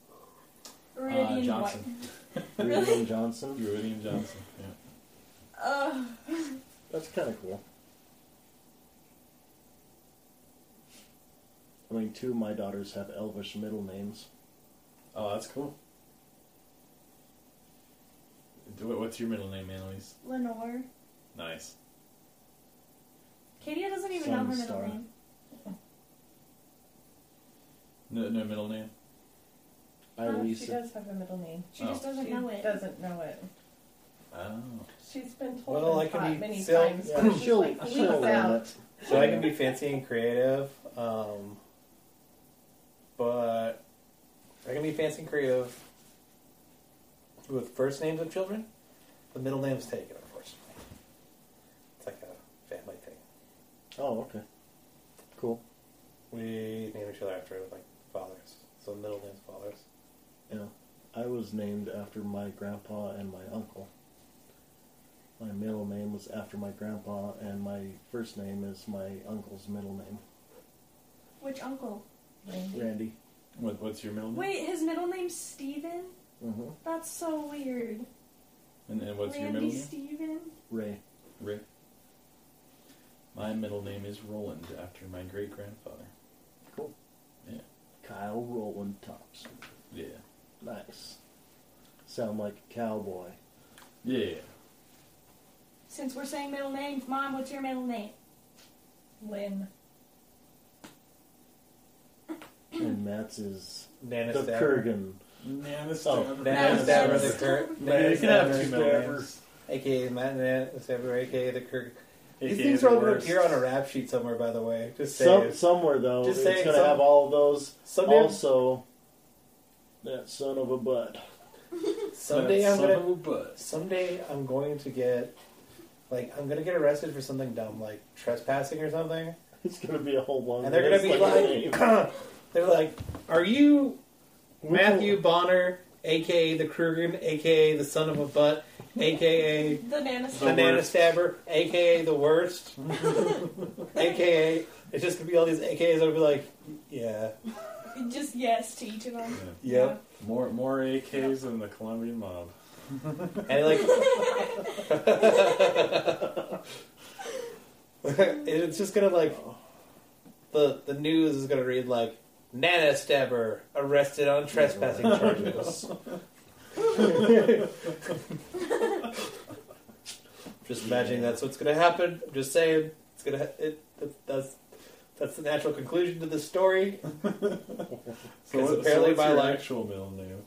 S7: Iridian
S5: Uh, Johnson.
S7: White.
S4: Ruben Johnson.
S5: Ruidian Johnson. Yeah.
S7: Ugh.
S4: That's kind of cool. I mean, two of my daughters have Elvish middle names.
S5: Oh, that's cool. Do it. What's your middle name, Annalise?
S7: Lenore.
S5: Nice.
S7: Kadia doesn't even know her middle
S4: Sunstar.
S7: name.
S5: No, no middle name.
S6: Huh?
S4: Eileen.
S6: she does have a middle name.
S7: She just doesn't
S6: she
S7: know it.
S6: doesn't know it.
S5: Oh,
S6: She's been told
S3: Well, I
S6: and
S3: can
S6: taught
S3: be
S6: many
S3: Phil.
S6: times. but it's
S4: she'll,
S6: like leaks
S4: she'll learn
S6: out.
S4: it.
S3: So I can be fancy and creative, um, but I can be fancy and creative with first names of children. The middle name's taken, unfortunately. It's like a family thing.
S4: Oh, okay. Cool.
S3: We name each other after like fathers, so the middle name's fathers.
S4: Yeah. I was named after my grandpa and my uncle. My middle name was after my grandpa, and my first name is my uncle's middle name,
S7: Which uncle?
S4: Randy.
S5: what, what's your middle name?
S7: Wait, his middle name's Steven?
S4: Mm-hmm.
S7: That's so weird.
S5: And, and what's your
S7: Randy
S5: middle name?
S7: Steven?
S4: Ray.
S5: Rick. My middle name is Roland, after my great grandfather.
S4: Cool.
S5: Yeah.
S4: Kyle Roland Thompson.
S5: Yeah.
S4: Nice. Sound like a cowboy.
S5: Yeah.
S7: Since we're saying middle names, Mom, what's your middle name?
S6: Lynn.
S4: and Matt's is the
S3: Nanistabber.
S4: Kurgan.
S5: Yeah, this
S4: Oh,
S3: Nanistabber the
S7: Nanistabber.
S3: Kirk.
S4: Yeah, you can have two middle names.
S3: AKA Matt Nanistabber, AKA the Kirk. These
S5: AKA
S3: things
S5: the
S3: are all going to
S5: worst.
S3: appear on a rap sheet somewhere, by the way. Just say
S4: Some,
S3: it.
S4: somewhere though,
S3: Just
S4: it's
S3: say
S4: gonna
S3: some-
S4: have all of those.
S3: Someday,
S4: Also, that son of a butt.
S3: someday
S5: That
S3: I'm
S5: son
S3: going to
S5: of a butt.
S3: someday I'm going to get like I'm gonna get arrested for something dumb, like trespassing or something.
S4: It's gonna be a whole long.
S3: And they're gonna be
S4: list, name.
S3: like they're like, Are you Matthew
S4: Ooh.
S3: Bonner, aka the Krugen, aka the son of a butt, aka
S7: The Nana
S3: the banana stabber, aka the worst, aka it's just gonna be all these AKAs that'll be like, yeah,
S7: Just yes to each of them.
S5: Yeah.
S3: yep.
S5: More more AKs than the Colombian mob.
S3: And like it's just gonna like the the news is gonna read like Nana Stabber arrested on trespassing charges. just imagining that's what's gonna happen. I'm just saying it's gonna ha- it that- that's that's the natural conclusion to this story.
S5: So
S3: 'Cause
S5: what,
S3: apparently
S5: so what's
S3: my
S5: your
S3: life-
S5: actual middle name?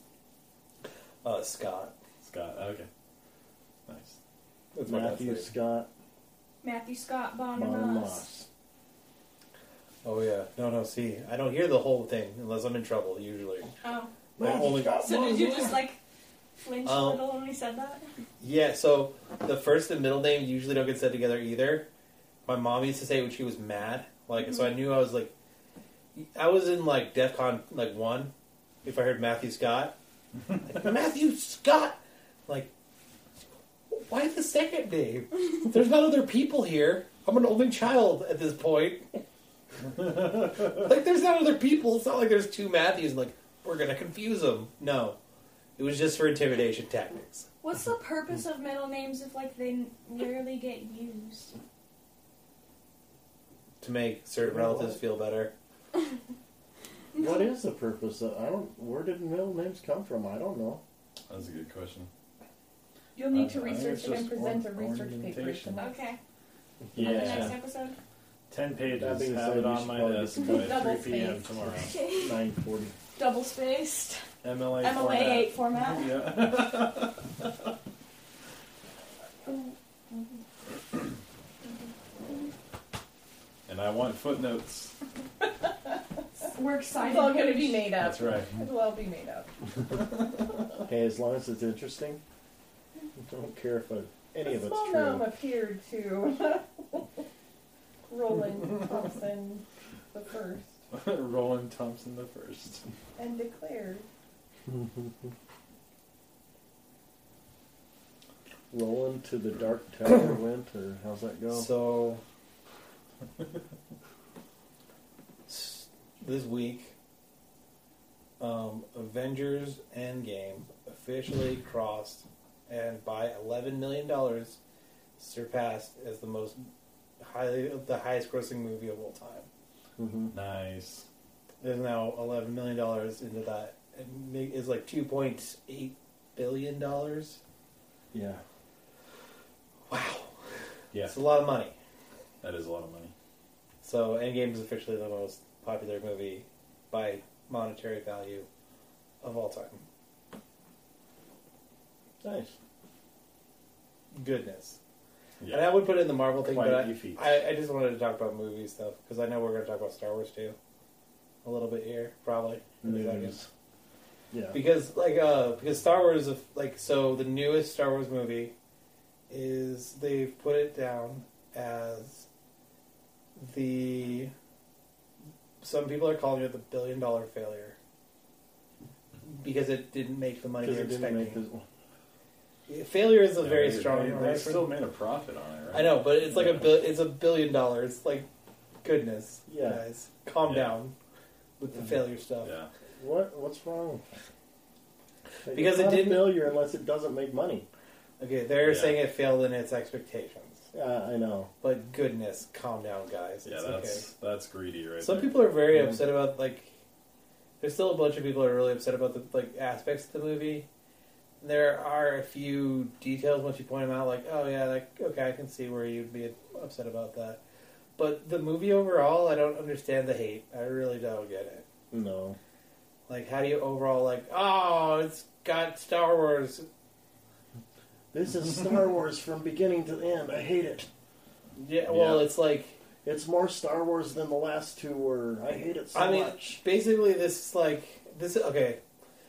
S3: Uh, Scott,
S5: Scott. Okay. Nice.
S3: that's my last
S4: Matthew
S3: name.
S4: Scott
S7: Matthew Scott Bonner
S4: Bonner
S7: Moss.
S4: Moss.
S3: Oh yeah, no, no. See, I don't hear the whole thing unless I'm in trouble. Usually,
S7: Oh.
S3: I only
S7: So did you just like flinch a
S3: Um,
S7: little when we said that?
S3: Yeah, so the first and middle name usually don't get said together either. My mom used to say when she was mad, like so I knew I was like, I was in like DEF CON like one, if I heard Matthew Scott, like, Matthew Scott, like, why the second name? There's not other people here. I'm an only child at this point. like, there's not other people. It's not like there's two Matthews. Like, we're gonna confuse them. No, it was just for intimidation tactics.
S7: What's the purpose of middle names if like they n- rarely get used?
S3: to make certain relatives feel better.
S4: What is the purpose? Of, I don't. Where did middle names come from? I don't know.
S5: That's a good question.
S6: You'll need
S5: Uh, I-
S6: to
S5: I think
S6: research
S5: it's
S6: it and
S5: just
S6: present a
S5: or-
S6: research paper
S5: orientation.
S6: tonight.
S7: Okay. On the next
S5: Yeah.
S7: episode.
S5: Ten pages.
S4: That being
S5: Have
S4: said,
S5: it
S4: you
S5: on
S4: should
S5: my
S4: probably
S5: desk
S4: just
S5: by
S4: go
S6: double
S5: 3 p.m.
S6: spaced.
S5: tomorrow.
S7: Okay.
S4: Nine forty.
S7: Double spaced.
S5: MLA.
S7: MLA eight format.
S5: format. Yeah. and I want footnotes.
S7: We're excited.
S6: It's all going to be made up.
S5: That's right.
S6: It'll all be made up.
S4: Hey, as long as it's interesting, I don't care if uh any of it's
S6: a small gnome
S4: true.
S6: appeared to Roland Thompson the first
S5: Roland Thompson the first.
S6: and declared
S4: Rolling to the dark tower went, or how's that go?
S3: So, s- this week, um, Avengers Endgame officially crossed and by $11 million surpassed as the most highly the highest grossing movie of all time.
S4: hmm
S5: Nice.
S3: There's now $11 million into that. It ma- It's like $2.8 billion. Wow.
S5: Yeah.
S3: It's a lot of money.
S5: That is a lot of money.
S3: So Endgame is officially the most popular movie by monetary value of all time.
S4: Nice.
S3: Goodness.
S5: Yeah.
S3: And I would put it in the Marvel thing,
S5: Quite
S3: but
S5: a
S3: I,
S5: few feats.
S3: I, I just wanted to talk about movie stuff because I know we're going to talk about Star Wars too, a little bit here probably. in a second.
S4: News. Yeah.
S3: Because like uh, because Star Wars is like so the newest Star Wars movie is they've put it down as the some people are calling it the billion dollar failure because it didn't make the money
S4: Because
S3: they're
S4: it didn't make
S3: expecting.
S4: this.
S3: Failure is a
S5: Yeah,
S3: very
S5: they-
S3: strong.
S5: They, they
S3: reference.
S5: still made a profit on it, right?
S3: I know, but it's like a
S5: Yeah.
S3: bill. It's a billion dollars. Like, goodness,
S4: Yeah.
S3: guys, calm
S5: Yeah.
S3: down with the
S4: Yeah.
S3: failure stuff.
S5: Yeah.
S4: What? What's wrong? It's
S3: Because it
S4: not
S3: didn't-
S4: a failure unless it doesn't make money.
S3: Okay, they're
S5: Yeah.
S3: saying it failed in its expectations,
S4: Yeah, I know.
S3: but goodness, calm down, guys.
S5: Yeah,
S3: it's
S5: that's that's greedy, right?
S3: okay. Some
S5: there.
S3: people are very
S4: Yeah.
S3: upset about like. There's still a bunch of people who are really upset about the like aspects of the movie. There are a few details once you point them out, like, oh yeah, like okay, I can see where you'd be upset about that. But the movie overall, I don't understand the hate. I really don't get it.
S4: No.
S3: Like, how do you overall like? Oh, it's got Star Wars.
S4: This is Star Wars from beginning to end. I hate it.
S3: Yeah, well,
S5: Yeah.
S3: it's like
S4: It's more Star Wars than the last two were. I hate it so
S3: I mean,
S4: much.
S3: basically this is like this. is- Okay,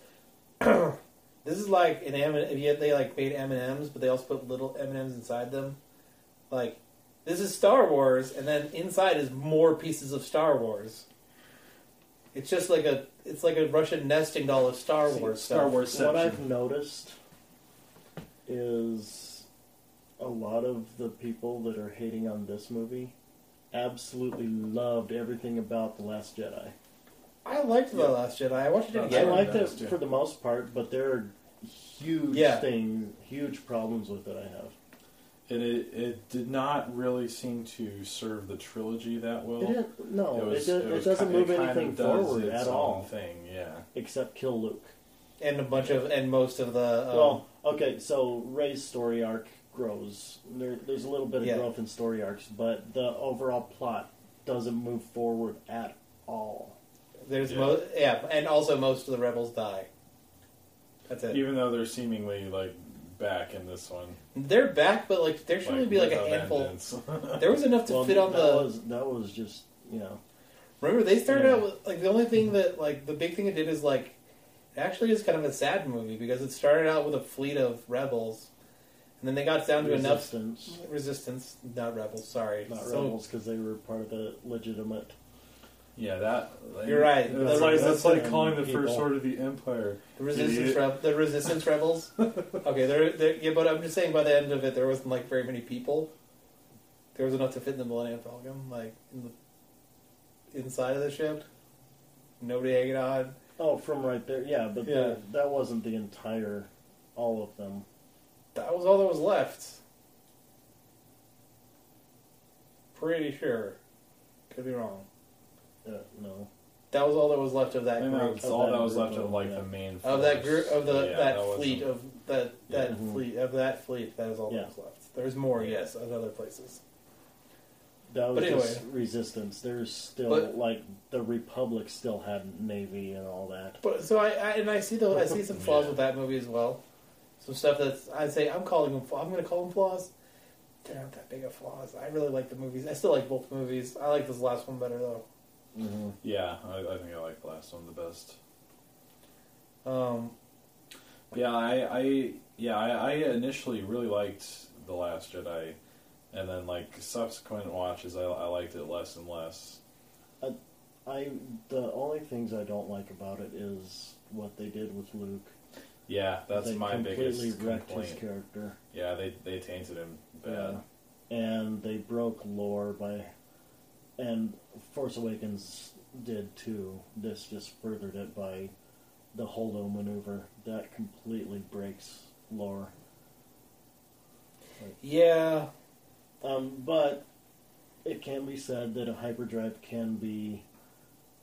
S3: this is like an M. If yet they like made M and M's, but they also put little M and M's inside them. Like, this is Star Wars, and then inside is more pieces of Star Wars. It's just like a it's like a Russian nesting doll of Star
S5: See,
S3: Wars.
S5: Star
S3: stuff.
S5: Wars.
S4: What I've noticed is a lot of the people that are hating on this movie absolutely loved everything about The Last Jedi.
S3: I liked the Last Jedi. I watched it
S5: I
S3: again.
S4: I liked it
S5: noticed, yeah.
S4: for the most part, but there are huge
S3: Yeah.
S4: things, huge problems with it I have.
S5: It, it it did not really seem to serve the trilogy that well.
S4: It didn't, no, it,
S5: was-
S4: does,
S5: was
S4: it doesn't
S5: ki-
S4: move
S5: it kind of
S4: anything
S5: does
S4: forward
S5: its
S4: at
S5: own
S4: all,
S5: Thing, yeah.
S4: except kill Luke.
S3: and a bunch of and most of the um,
S4: Well, okay, so Ray's story arc grows. There, there's a little bit of
S3: Yeah.
S4: growth in story arcs, but the overall plot doesn't move forward at all.
S3: There's
S5: Yeah.
S3: mo- yeah, and also most of the rebels die. That's it.
S5: Even though they're seemingly like back in this one,
S3: They're back, but like there should only be like a
S5: without
S3: handful.
S5: vengeance.
S3: There was enough to
S4: Well,
S3: fit on
S4: that
S3: the.
S4: was that was just you know
S3: Remember, they started
S4: Yeah.
S3: out with like the only thing that like the big thing it did is like it actually is kind of a sad movie because it started out with a fleet of rebels, and then they got down to enough
S4: resistance,
S3: resistance, not rebels. Sorry,
S4: not
S3: So-
S4: rebels, because they were part of the legitimate.
S5: yeah, that. like,
S3: You're right.
S5: That's,
S3: That's
S5: like,
S3: like-
S5: that's
S4: that's
S5: like
S4: like
S5: calling the
S4: people.
S5: first order the empire.
S3: The resistance,
S5: Idiot.
S3: reb- the resistance rebels. Okay, there, there. Yeah, but I'm just saying. By the end of it, there wasn't like very many people. There was enough to fit in the Millennium Falcon, like in the inside of the ship. Nobody hanging on.
S4: Oh, from right there, yeah, but the-
S3: Yeah.
S4: that wasn't the entire, all of them.
S3: That was all that was left. Pretty sure. Could be wrong.
S4: Uh, no,
S3: That was all that was left of
S5: I
S3: that
S5: think
S3: group
S5: that's all that was
S4: group
S5: left of
S4: of,
S5: like
S4: yeah.
S5: the main.
S3: of that
S5: force.
S3: group of the
S5: Yeah,
S3: that,
S5: wasn't-
S3: fleet of that that
S4: Yeah. Mhm.
S3: fleet of that fleet. That is all
S4: Yeah.
S3: that was left. There's more,
S5: Yeah.
S3: yes, at other places.
S4: that was
S3: But
S4: just resistance. There's still
S3: But-
S4: like the Republic still had navy and all that.
S3: But so I, I and I see the I see some flaws
S5: Yeah.
S3: with that movie as well. Some stuff that's I say I'm calling them. flaw- I'm going to call them flaws. They're not that big of flaws. I really like the movies. I still like both movies. I like this last one better though.
S4: Mm-hmm.
S5: Yeah, I, I think I like the last one the best.
S3: Um,
S5: Yeah, I, I yeah, I, I initially really liked The Last Jedi, and then like subsequent watches, I, I liked it less and less.
S4: I the only things I don't like about it is what they did with Luke.
S5: Yeah, that's
S4: they
S5: my
S4: completely
S5: biggest
S4: wrecked his
S5: complaint.
S4: character.
S5: Yeah, they they tainted him bad.
S4: and they broke lore by, and Force Awakens did too. This just furthered it by the Holdo maneuver that completely breaks lore.
S3: yeah,
S4: Um, but it can be said that a hyperdrive can be,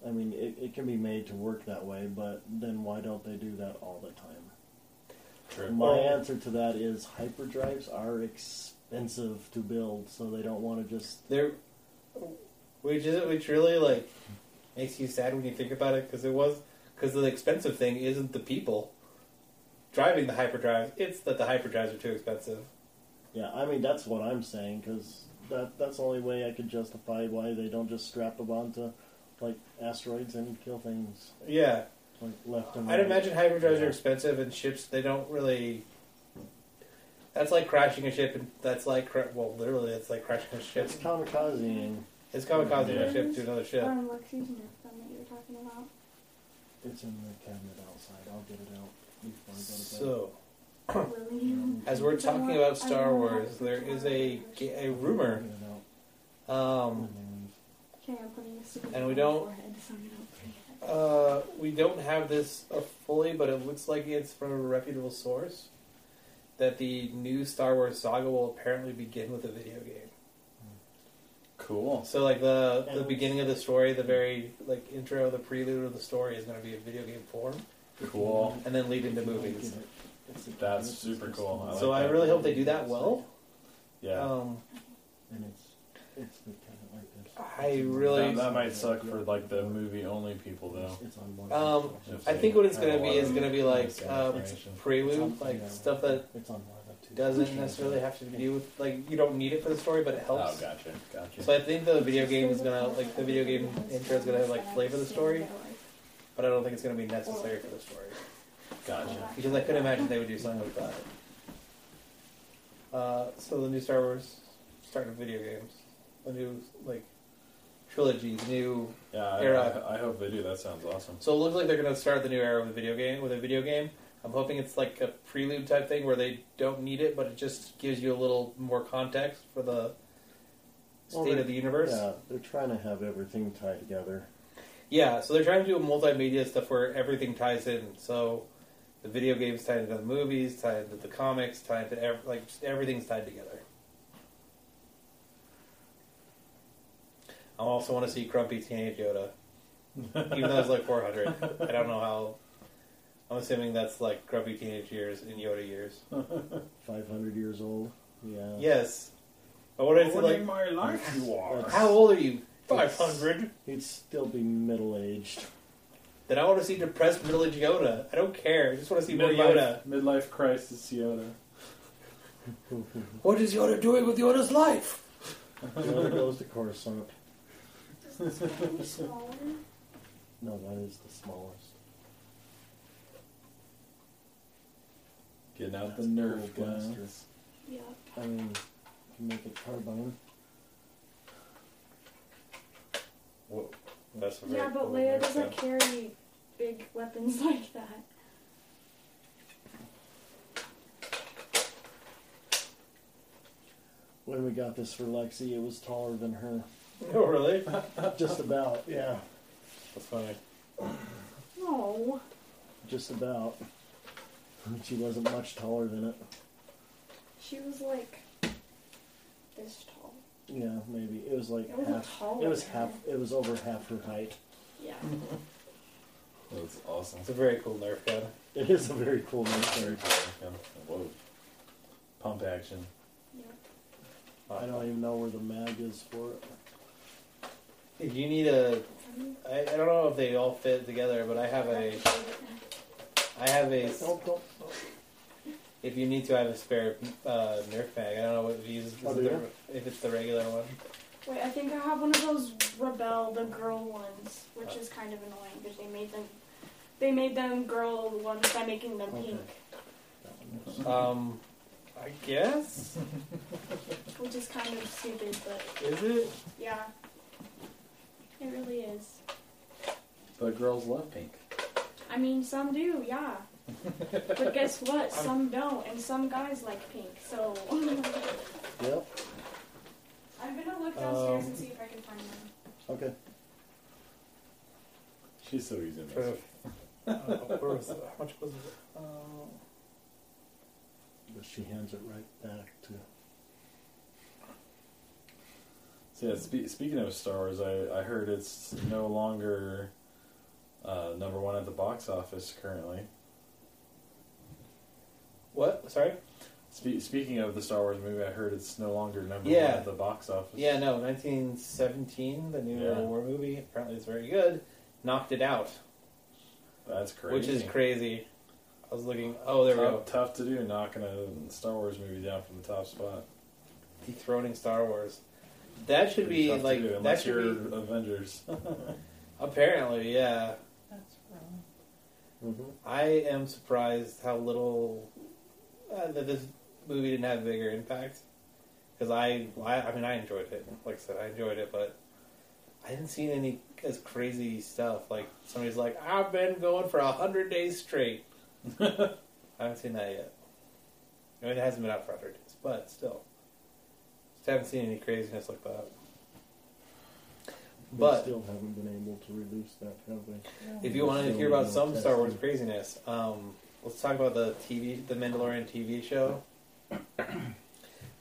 S4: I mean, it, it can be made to work that way. But then why don't they do that all the time?
S5: True.
S4: My answer to that is hyperdrives are expensive. expensive to build, so they don't want to just.
S3: There, which is which really like makes you sad when you think about it because it was because the expensive thing isn't the people driving the hyperdrives; it's that the hyperdrives are too expensive.
S4: Yeah, I mean that's what I'm saying because that that's the only way I could justify why they don't just strap them onto like asteroids and kill things
S3: Yeah,
S4: like left and right.
S3: I'd imagine hyperdrives are
S4: Mm-hmm. Yeah.
S3: expensive and ships they don't really. That's like crashing a ship, and that's like cra- well, literally, it's like crashing a ship.
S4: It's kamikazeing.
S3: It's kamikaze
S5: Yeah.
S3: a ship to another ship.
S7: Um, Lexington that you were talking about.
S4: It's in the cabinet outside. I'll get it out before I go to bed.
S3: So.
S7: William.
S3: As we're talking about Star Wars, there is a ga- a rumor,
S4: Get it out when
S3: um,
S4: they leave.
S7: Okay, I'm putting this
S3: And we don't-
S7: Forehead, so I'm gonna forget.
S3: Uh, we don't have this uh, fully, but it looks like it's from a reputable source that the new Star Wars saga will apparently begin with a video game.
S5: Cool.
S3: So, like the the
S4: And-
S3: beginning of the story, the very like intro, the prelude of the story is going to be a video game form,
S5: Cool.
S3: and then lead into
S4: Get
S3: movies.
S4: it. It's a-
S5: That's
S4: it's
S5: super
S4: just
S5: cool. I
S4: nice.
S5: like
S3: So I
S5: that.
S3: really hope they do that well.
S5: Yeah.
S3: Um,
S4: and it's it's the kind of like this.
S3: I really-
S5: that, that might suck for like the movie only people though.
S4: It's on one
S3: Um,
S4: of the-
S5: if
S3: I
S5: they
S3: think what it's
S5: have a
S3: going to be
S5: lot
S3: is
S5: of
S3: going to be like
S5: nice
S3: um,
S5: information.
S4: it's on-
S3: prelude, like
S4: yeah,
S3: stuff that
S4: it's on one of the two.
S3: doesn't necessarily have to do with like you don't need it for the story, but it helps.
S5: Oh, gotcha, gotcha.
S3: So I think the video game is gonna like the video game intro is gonna like flavor the story, but I don't think it's gonna be necessary for the story
S5: Gotcha.
S3: because I couldn't imagine they would do something like that. Uh, so the new Star Wars starting with video games, the new like trilogies, new.
S5: Yeah, I,
S3: Era.
S5: I, I hope they do. That sounds awesome.
S3: So it looks like they're gonna start the new era with a video game with a video game. I'm hoping it's like a prelude type thing where they don't need it, but it just gives you a little more context for the
S4: Well,
S3: state
S4: they-
S3: of the universe.
S4: Yeah, they're trying to have everything tied together.
S3: Yeah, so they're trying to do multimedia stuff where everything ties in. So the video games tied into the movies, tied into the comics, tied into ev- like just everything's tied together. I also want to see Grumpy Teenage Yoda, even though it's like 400. I don't know how. I'm assuming that's like Grumpy Teenage years and Yoda years.
S4: Five hundred years old. Yeah.
S3: Yes, but what is it like?
S5: my life you are.
S3: How old are you? 500.
S4: He'd still be middle aged.
S3: Then I want to see depressed middle-aged Yoda. I don't care. I just want to see more Yoda.
S5: Midlife, midlife crisis Yoda.
S3: What is Yoda doing with Yoda's life?
S4: Yoda goes to Coruscant.
S7: Does this one be smaller?
S4: No, that is the smallest.
S5: Getting out the Nerf
S4: Cool
S5: gun.
S4: blaster.
S7: Yup.
S4: I mean, you make it carbine.
S3: That's a very
S7: Yeah, but
S3: cool
S7: Leia
S3: name.
S7: doesn't carry big weapons like that.
S4: When we got this for Lexi, it was taller than her.
S3: Oh, really?
S4: Just about. Yeah.
S3: That's funny.
S7: No.
S4: Just about. She wasn't much taller than it.
S7: She was like this tall.
S4: Yeah, maybe it was like
S7: It wasn't
S4: half.
S7: taller
S4: It was
S7: than
S4: half. It was over half her height.
S7: Yeah.
S5: That's awesome.
S3: It's a very cool Nerf gun.
S4: It is a very cool mystery.
S5: Whoa. Pump action.
S7: Yep.
S4: I don't even know where the mag is for it.
S3: If you need a, I, I don't know if they all fit together, but I have a, I have a.
S4: Don't, don't.
S3: If you need to, I have a spare uh, Nerf mag. I don't know what these.
S4: Oh, do you?
S3: If it's the regular one.
S7: Wait, I think I have one of those Rebel, the girl ones, which is kind of annoying because they made them, they made them girl ones by making them
S4: Okay.
S7: pink,
S3: Um, I guess
S7: which is kind of stupid, but
S3: is it?
S7: yeah, it really is.
S5: The girls love pink.
S7: I mean, some do, yeah, but guess what? Some don't, and some guys like pink. So
S4: Yep.
S7: I'm gonna look downstairs
S3: Um.
S7: and see if I can find them.
S4: Okay.
S5: She's so easy. to
S3: Sort
S5: miss.
S3: of. Uh, where was it? How much was it? Uh,
S4: But she hands it right back to.
S5: So yeah, spe- speaking of Star Wars, I, I heard it's no longer uh, number one at the box office currently.
S3: what? Sorry.
S5: Spe- speaking of the Star Wars movie, I heard it's no longer number
S3: Yeah.
S5: one at the box office.
S3: Yeah, no, 1917, the new
S5: Yeah.
S3: World War movie, apparently it's very good, knocked it out,
S5: that's crazy.
S3: which is crazy. I was looking, oh, there we
S5: tough,
S3: go.
S5: tough to do, knocking a Star Wars movie down from the top spot.
S3: Dethroning Star Wars. That should be,
S5: Pretty tough to do,
S3: like, that
S5: unless
S3: should
S5: you're
S3: be,
S5: Avengers.
S3: apparently, yeah.
S10: That's wrong.
S4: Mm-hmm.
S3: I am surprised how little uh, that this movie didn't have a bigger impact. Because I, I, I mean, I enjoyed it. Like I said, I enjoyed it, but I didn't see any as crazy stuff. Like somebody's like, "I've been going for a hundred days straight." I haven't seen that yet. I mean, it hasn't been out for hundred days, but still, just haven't seen any craziness like that.
S4: we
S3: But-
S4: still haven't been able to reduce that, have we?
S3: If you want to hear about some Star Wars craziness, um, let's talk about the TV, the Mandalorian TV show,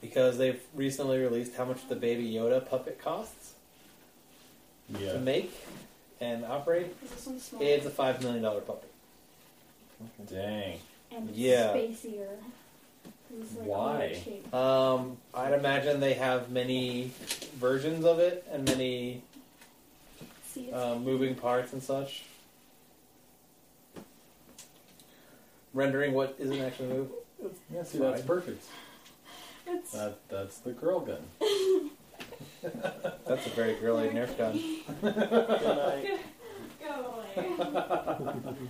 S3: because they've recently released how much the Baby Yoda puppet costs to
S5: yeah.
S3: make and operate.
S7: Is this one small?
S3: It's a five million dollar puppet.
S5: Dang.
S7: and it's
S3: yeah.
S7: spacier. 'Cause it's, like,
S5: Why?
S7: weird shape.
S3: Um, I'd imagine they have many versions of it and many
S7: See, it's
S3: uh, moving parts and such, rendering what isn't actually moved.
S5: Yeah, see, that's perfect.
S7: It's-
S5: That, that's the girl gun.
S3: That's a very girly Nerf gun.
S7: go away.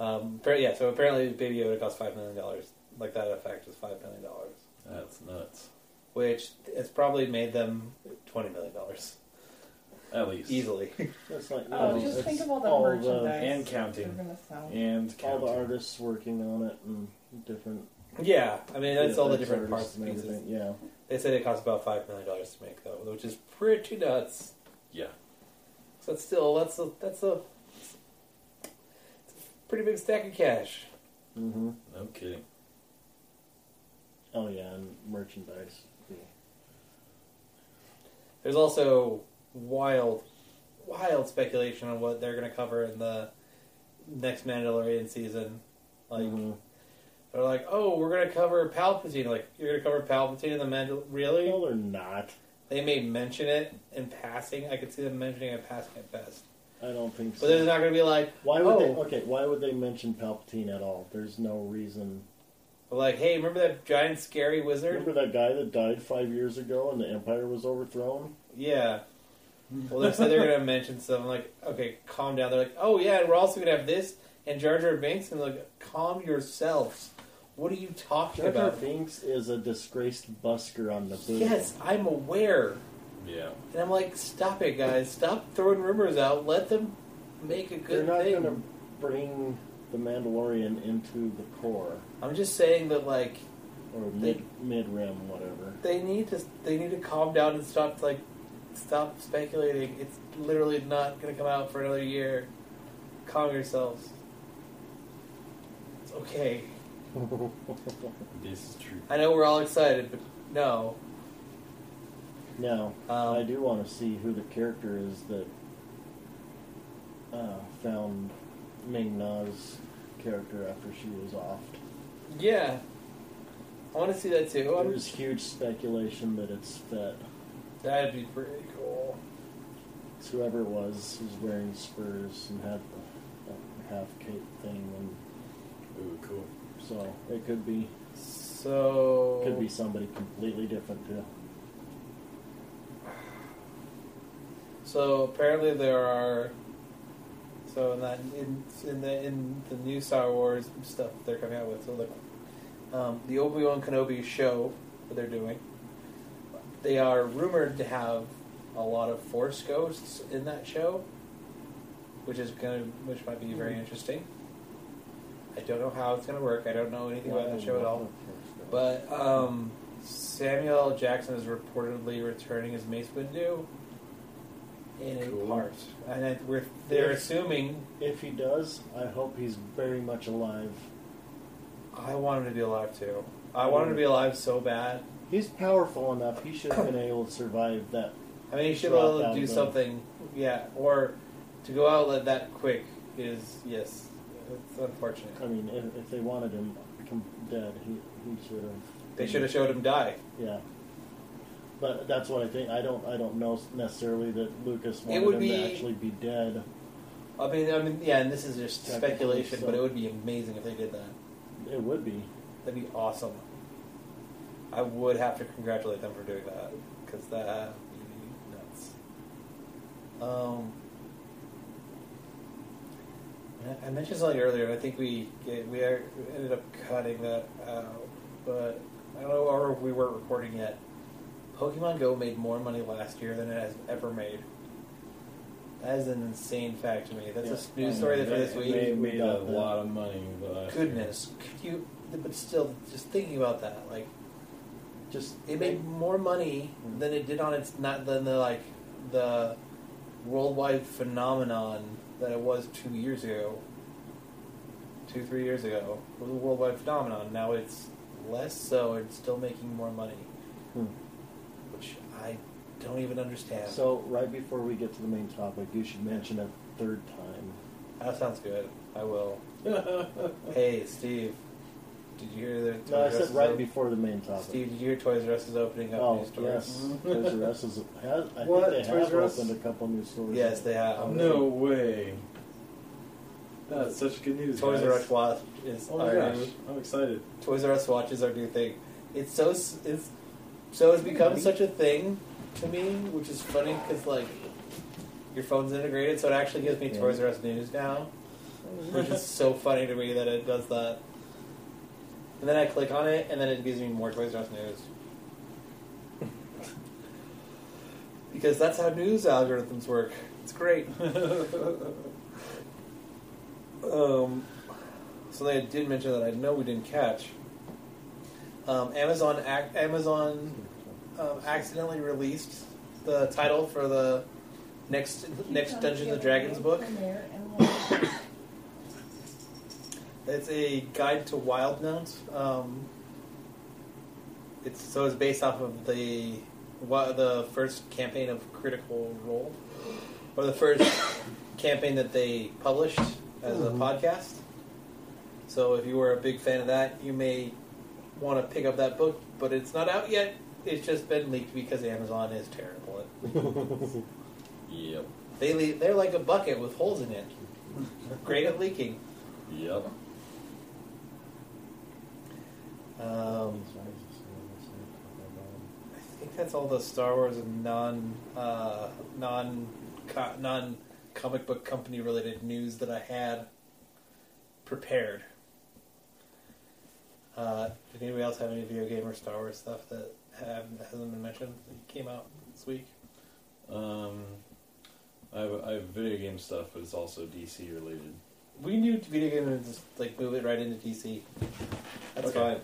S3: Um, appar- yeah, so apparently Baby Yoda cost five million dollars. Like that effect is five million dollars,
S5: That's nuts.
S3: which has probably made them twenty million dollars
S5: At least.
S3: easily.
S4: That's like,
S10: Oh,
S4: no,
S10: just
S4: it's
S10: think of all the
S4: all the-
S10: merchandise.
S5: And
S10: They're
S5: counting.
S10: gonna sell.
S5: And
S4: all
S5: counting.
S4: the artists working on it and different.
S3: yeah, I mean that's all the
S4: VFX
S3: different parts
S4: artists
S3: and pieces.
S4: everything, Yeah.
S3: They said it cost about five million dollars to make though, which is pretty nuts.
S5: Yeah.
S3: So it's still that's a that's a, it's a pretty big stack of cash.
S4: Mm-hmm.
S5: No kidding.
S4: Oh yeah, and merchandise. Yeah.
S3: There's also wild, wild speculation on what they're going to cover in the next Mandalorian season. Like
S4: Mhm.
S3: They're like, oh, we're gonna cover Palpatine. Like, you're gonna cover Palpatine in the Mandal? Really?
S4: no, they're not.
S3: They may mention it in passing. I could see them mentioning it in passing at best,
S4: I don't think so.
S3: but they're not gonna be like,
S4: why would they?
S3: oh.
S4: Okay, why would they mention Palpatine at all? There's no reason.
S3: "Oh," like, hey, remember that giant scary wizard?
S4: Remember that guy that died five years ago and the Empire was overthrown?
S3: Yeah. Well, they said they're gonna mention some. Like, okay, calm down. They're like, oh yeah, and we're also gonna have this and Jar Jar Binks, and like, calm yourselves. What are you talking
S4: Jar Jar
S3: about?
S4: Binks is a disgraced busker on the boot.
S3: Yes, I'm aware.
S5: Yeah.
S3: And I'm like, stop it, guys. Stop throwing rumors out. Let them make a
S4: they're
S3: good
S4: not
S3: thing.
S4: going to bring the Mandalorian into the core
S3: I'm just saying that, like,
S4: or
S3: They-
S4: mid mid rim, whatever.
S3: they need to they need to calm down and stop like stop speculating. It's literally not going to come out for another year. Calm yourselves. It's okay.
S5: This is true.
S3: I know we're all excited, but no.
S4: now,
S3: Um,
S4: I do want to see who the character is that uh, found Ming Na's character after she was offed.
S3: Yeah. I want to see that too. I'm-
S4: There's huge speculation that it's Fett.
S3: that'd be pretty cool.
S4: It's whoever it was who's wearing spurs and had the half cape thing,
S5: Ooh, cool.
S4: and so it could be
S3: So
S4: could be somebody completely different too.
S3: So apparently there are. So in that in in the in the new Star Wars stuff they're coming out with, so the um, the Obi Wan Kenobi show that they're doing, they are rumored to have a lot of Force ghosts in that show, which is gonna which might be very interesting. I don't know how it's gonna work. I don't know anything about that show at all. But um, Samuel L. Jackson is reportedly returning as Mace Windu in a
S5: Cool.
S3: part, and I, we're they're
S4: Yes.
S3: assuming
S4: if he does, I hope he's very much alive.
S3: I want him to be alive too. I want him
S4: Mm.
S3: to be alive so bad.
S4: He's powerful enough. He should have been able to survive that.
S3: I mean, he should be
S4: Drop
S3: able to
S4: down
S3: do
S4: the-
S3: something, yeah, or to go out like that quick is yes, It's unfortunate.
S4: I mean, if, if they wanted him com- dead, he, he should have.
S3: They should have showed him die.
S4: Yeah. But that's what I think. I don't. I don't know necessarily that Lucas wanted
S3: would
S4: him
S3: be-
S4: to actually be dead.
S3: I mean, I mean, yeah, and this is just
S4: Technically
S3: speculation,
S4: so.
S3: but it would be amazing if they did that.
S4: It would be.
S3: That'd be awesome. I would have to congratulate them for doing that because that would be nuts. Um, I- I mentioned something earlier, and I think we get, we are- we ended up cutting that out, but I don't know, or if we weren't recording yet. Pokemon Go made more money last year than it has ever made. That is an insane fact to me. That's a
S4: Yeah.
S3: news story that for this
S5: They-
S3: week.
S5: They
S4: We
S5: made a
S4: got that.
S5: lot of money, but
S3: Goodness, could you? But still, just thinking about that, like
S4: Just
S3: it made more money than it did on its not than the like the worldwide phenomenon that it was two years ago, two three years ago. It was a worldwide phenomenon. Now it's less so and still making more money,
S4: Hmm.
S3: which I don't even understand.
S4: So right before we get to the main topic, you should mention a third time.
S3: that sounds good. I will. hey, Steve, did you hear the?
S4: No, I said
S3: Toys R Us is
S4: right
S3: op-
S4: before the main topic.
S3: Steve, did you hear Toys R Us is opening up
S4: oh
S3: new stores?
S4: yes, Toys R Us is, has. I
S5: What?
S4: think they
S5: Toys
S4: have
S5: R Us?
S4: opened a couple new stores.
S3: Yes, they have.
S5: no way. That's such good news.
S3: Toys
S5: guys.
S3: R Us watch is
S5: Oh my
S3: our
S5: gosh,
S3: new.
S5: I'm excited.
S3: Toys R Us watches our new thing. It's so s- it's so it's become such a thing to me, which is funny because like your phone's integrated, so it actually gives me
S4: Yeah.
S3: Toys R Us news now, which is so funny to me that it does that. And then I click on it, and then it gives me more Toys R Us news. Because that's how news algorithms work. It's great. Um, so they did mention that I know we didn't catch. Um, Amazon ac- Amazon um, accidentally released the title for the next next Dungeons and Dragons book. It's a guide to wild notes. Um, it's so it's based off of the what the first campaign of Critical Role, or the first campaign that they published as a podcast. So if you were a big fan of that, you may want to pick up that book, but it's not out yet. It's just been leaked because Amazon is terrible. at
S5: Yep.
S3: They le- they're like a bucket with holes in it. Great at leaking.
S5: Yep.
S3: Um, I think that's all the Star Wars and non uh, non co- non comic book company related news that I had prepared. Uh, did anybody else have any video game or Star Wars stuff that have, hasn't been mentioned that came out this week?
S5: Um, I have, I have video game stuff, but it's also DC related.
S3: We can do video game and just like move it right into DC. That's
S5: Okay.
S3: fine.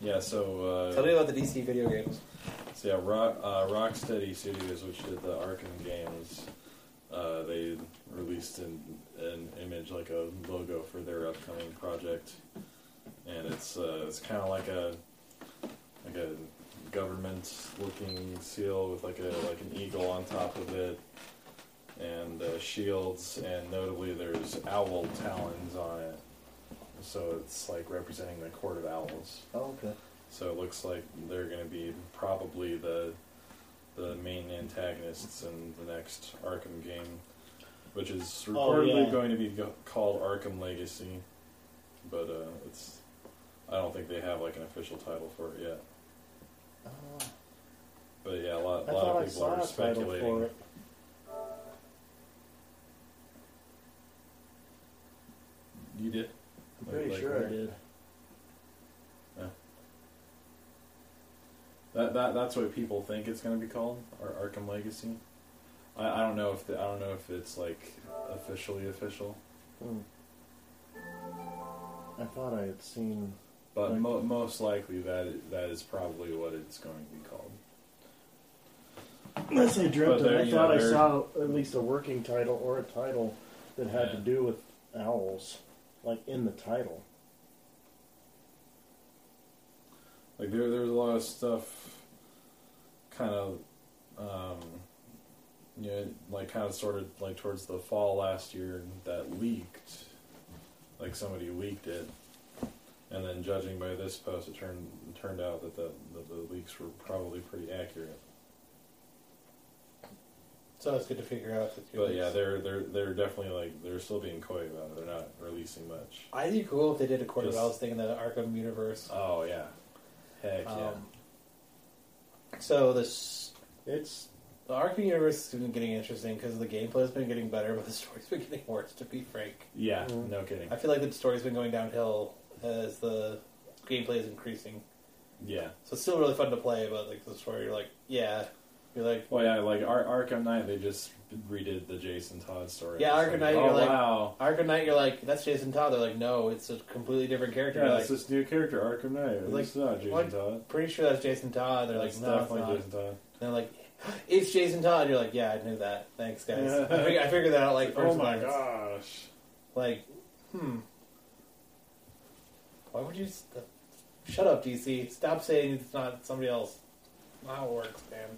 S5: Yeah. So. Uh,
S3: Tell me about the DC video games.
S5: So yeah, Rock, uh, Rocksteady Studios, which did the Arkham games, uh, they released an, an image like a logo for their upcoming project, and it's uh, it's kind of like a like a government looking seal with like a like an eagle on top of it, and uh, shields, and notably there's owl talons on it, so it's like representing the court of owls.
S4: Oh, okay.
S5: So it looks like they're going to be probably the the main antagonists in the next Arkham game, which is reportedly
S4: Oh, yeah.
S5: going to be go- called Arkham Legacy, but uh, it's I don't think they have like an official title for it yet.
S4: Oh,
S5: But yeah, a lot,
S4: I
S5: a lot
S4: thought
S5: of
S4: I
S5: people
S4: saw
S5: are
S4: a title for
S5: speculating.
S4: it.
S5: You did?
S4: I'm
S5: Like-
S4: pretty
S5: like uh,
S4: sure
S5: where?
S4: I did.
S5: That, that that's what people think it's going to be called, Ar- Arkham Legacy. I, I don't know if the, I don't know if it's like officially official.
S4: Hmm. I thought I had seen.
S5: But
S4: Like-
S5: mo- most likely that that is probably what it's going to be called.
S4: Unless I dreamt
S5: But
S4: it,
S5: there-
S4: I
S5: yeah,
S4: thought I
S5: there-
S4: saw at least a working title or a title that had to
S5: Yeah.
S4: do with owls, like in the title.
S5: Like there, there's a lot of stuff, kind of, um, you know, like kind of sort of like towards the fall last year that leaked, like somebody leaked it. And then judging by this post, it turned it turned out that the, the, the leaks were probably pretty accurate.
S3: So it's good to figure out that
S5: But yeah, they're they're they're definitely like they're still being coy about it. They're not releasing much.
S3: I'd be cool if they did a Court
S5: Just-
S3: of Owls thing in the Arkham universe.
S5: Oh yeah, heck yeah.
S3: Um, so this
S4: It's
S3: the Arkham universe has been getting interesting because the gameplay has been getting better, but the story's been getting worse. To be frank,
S5: Yeah, no kidding.
S3: I feel like the story's been going downhill as the gameplay is increasing.
S5: Yeah.
S3: So it's still really fun to play, but like the story, you're like, yeah, you're like,
S5: Well, yeah, like Ar- Arkham Knight, they just redid the Jason Todd story.
S3: Yeah,
S5: It's
S3: Arkham Knight,
S5: Oh
S3: you're like-
S5: wow,
S3: Arkham Knight, you're like, that's Jason Todd. They're like, no, it's a completely different character.
S5: yeah,
S3: You're
S5: it's
S3: like,
S5: this new character, Arkham Knight.
S3: Like,
S5: it's not Jason
S3: what?
S5: Todd.
S3: pretty sure that's Jason Todd. They're like,
S5: It's
S3: no, it's
S5: definitely
S3: not.
S5: Jason Todd.
S3: And they're like, it's Jason Todd. You're like, yeah, I knew that. Thanks, guys. I, fig- I figured that out like first
S5: oh my
S3: glance.
S5: gosh.
S3: Like, hmm. Why would you? St- Shut up, DC. Stop saying it's not somebody else. Not how it works, man.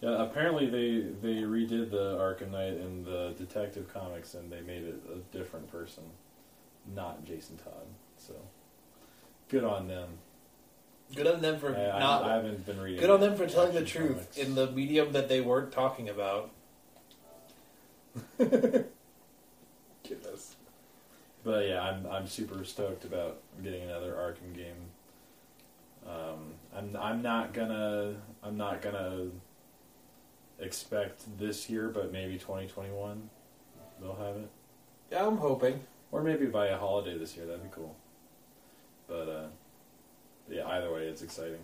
S5: Yeah, apparently they they redid the Arkham Knight in the Detective Comics, and they made it a different person, not Jason Todd. So good on them.
S3: Good on them for
S5: I, I-
S3: not.
S5: I, haven't been reading.
S3: good on them for telling the
S5: action
S3: truth
S5: comics.
S3: in the medium that they weren't talking about. Goodness.
S5: But yeah, I'm I'm super stoked about getting another Arkham game. Um, I'm I'm not gonna I'm not gonna expect this year, but maybe 2021 they'll have it,
S3: Yeah, I'm hoping.
S5: or maybe by a holiday this year. That'd be cool. But uh, yeah, either way, it's exciting.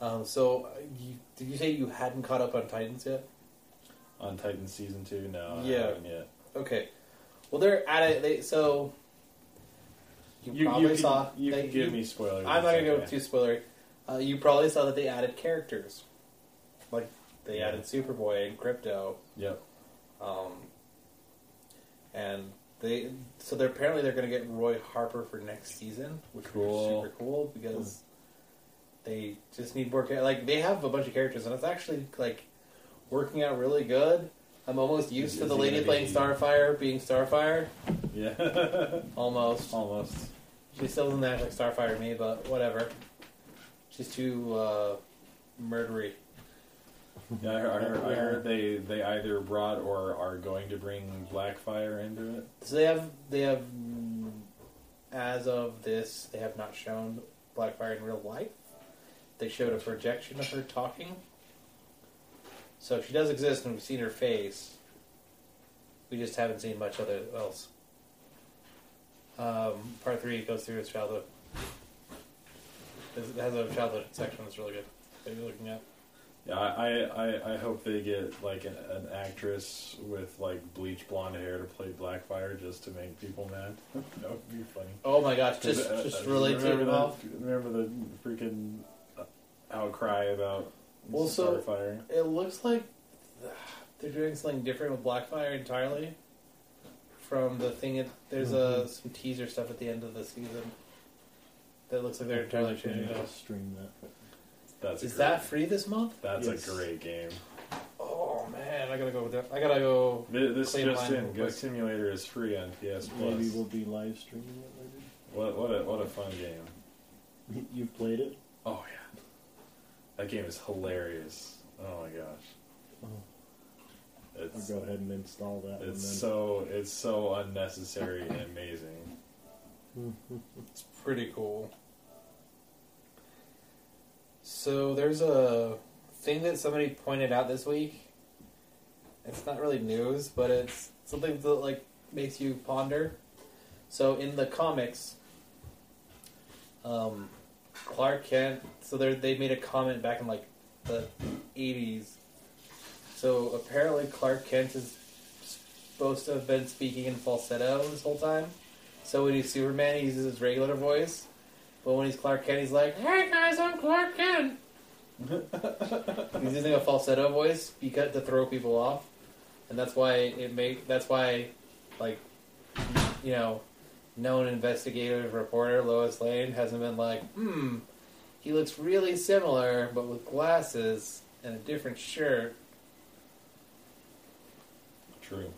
S3: Um, so, uh, you, did you say you hadn't caught up on Titans yet?
S5: On Titan season two, no, I
S3: Yeah.
S5: haven't yet.
S3: Okay. Well, they're at it. They, so you,
S5: You,
S3: probably
S5: you can,
S3: saw.
S5: you
S3: they-
S5: can give
S3: you-
S5: me spoilers.
S3: I'm not gonna go
S5: okay.
S3: too spoilery. Uh, you probably saw that they added characters, like they
S5: Yeah.
S3: added Superboy and Crypto,
S5: Yep.
S3: um, and they. So they're apparently they're gonna get Roy Harper for next season, which
S5: Cool. Hmm.
S3: is super cool because they just need more. char- Like they have a bunch of characters, and it's actually like working out really good. I'm almost used to
S5: Is
S3: the
S5: he
S3: lady
S5: gonna
S3: playing
S5: be-
S3: Starfire being Starfire.
S5: Yeah.
S3: Almost.
S5: Almost.
S3: She still doesn't act like Starfire to me, but whatever. She's too uh, murdery.
S5: Yeah, I I heard, I heard they, they either brought or are going to bring Blackfire into it.
S3: So they have they have mm, as of this they have not shown Blackfire in real life. They showed a projection of her talking. So if she does exist and we've seen her face, we just haven't seen much other else. Um, part three goes through his childhood. It has a childhood section that's really good. That you're looking at.
S5: Yeah, I, I, I- I hope they get like an, an actress with like bleach blonde hair to play Blackfire just to make people mad. that would be funny.
S3: Oh my gosh! Just,
S5: Uh,
S3: just
S5: uh,
S3: really take
S5: remember
S3: it off.
S5: the, remember the freaking uh, outcry about
S3: Well, so-
S5: Starfire?
S3: It looks like they're doing something different with Blackfire entirely from the thing. It, there's uh some teaser stuff at the end of the season that looks like they're entirely changing.
S4: I'll
S3: it.
S4: stream that.
S5: That's a
S3: Is
S5: great,
S3: that free this month?
S5: that's
S4: Yes.
S5: a great game.
S3: Oh man, I gotta go with that. I gotta go.
S5: Th- This
S3: Clean
S5: just
S3: line
S5: in,
S3: real
S5: Ghost
S3: quick.
S5: Simulator is free on PS
S4: Maybe
S5: Plus.
S4: we'll be live streaming it
S5: What what a what a fun game.
S4: later. You've played it?
S5: Oh yeah, that game is hilarious. Oh my gosh,
S4: Oh, I'll
S5: it's
S4: go ahead and install that.
S5: it's so it's so unnecessary and amazing.
S4: and then.
S3: It's pretty cool. So there's a thing that somebody pointed out this week. It's not really news, but it's something that like makes you ponder. So in the comics, um, Clark Kent. So they they made a comment back in like the '80s. So apparently Clark Kent is supposed to have been speaking in falsetto this whole time. So when he's Superman, he uses his regular voice. But when he's Clark Kent, he's like, "Hey guys, I'm Clark Kent." he's using a falsetto voice because to throw people off, and that's why it make that's why, like, you know, known investigative reporter Lois Lane hasn't been like, "Hmm, he looks really similar, but with glasses and a different shirt."
S5: True.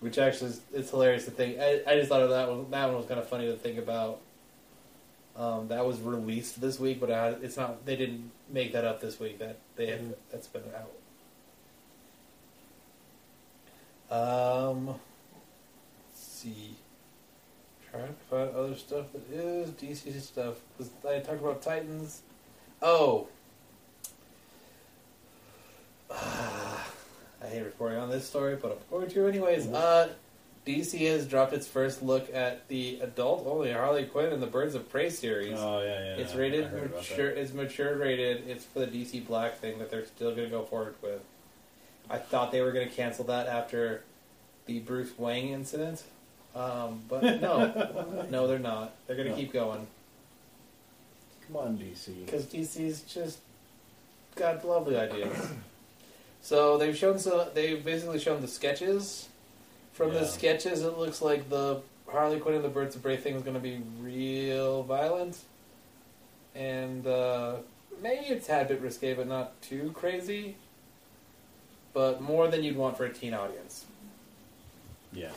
S3: which actually is it's hilarious to think. I, I just thought of that one. That one was kind of funny to think about. Um, that was released this week, but I, it's not. They didn't make that up this week. That they have, that's been out. Um, let's see. Trying to find other stuff that is DC stuff. 'Cause I talked about Titans. Oh. I hate reporting on this story, but I'm going to anyways. Uh, DC has dropped its first look at the adult-only Harley Quinn and the Birds of Prey series.
S5: Oh yeah, yeah.
S3: it's
S5: yeah, I
S3: rated
S5: heard about
S3: mature. It's mature rated. It's for the DC Black thing that they're still going to go forward with. I thought they were going to cancel that after the Bruce Wayne incident, um, but no, no, they're not. They're going to
S5: No.
S3: keep going
S4: Come on, DC.
S3: because DC's just got lovely ideas. so they've shown so they've basically shown the sketches. From
S5: Yeah.
S3: the sketches, it looks like the Harley Quinn and the Birds of Prey thing is going to be real violent, and uh, maybe a tad bit risque, but not too crazy. But more than you'd want for a teen audience.
S5: that. Yeah.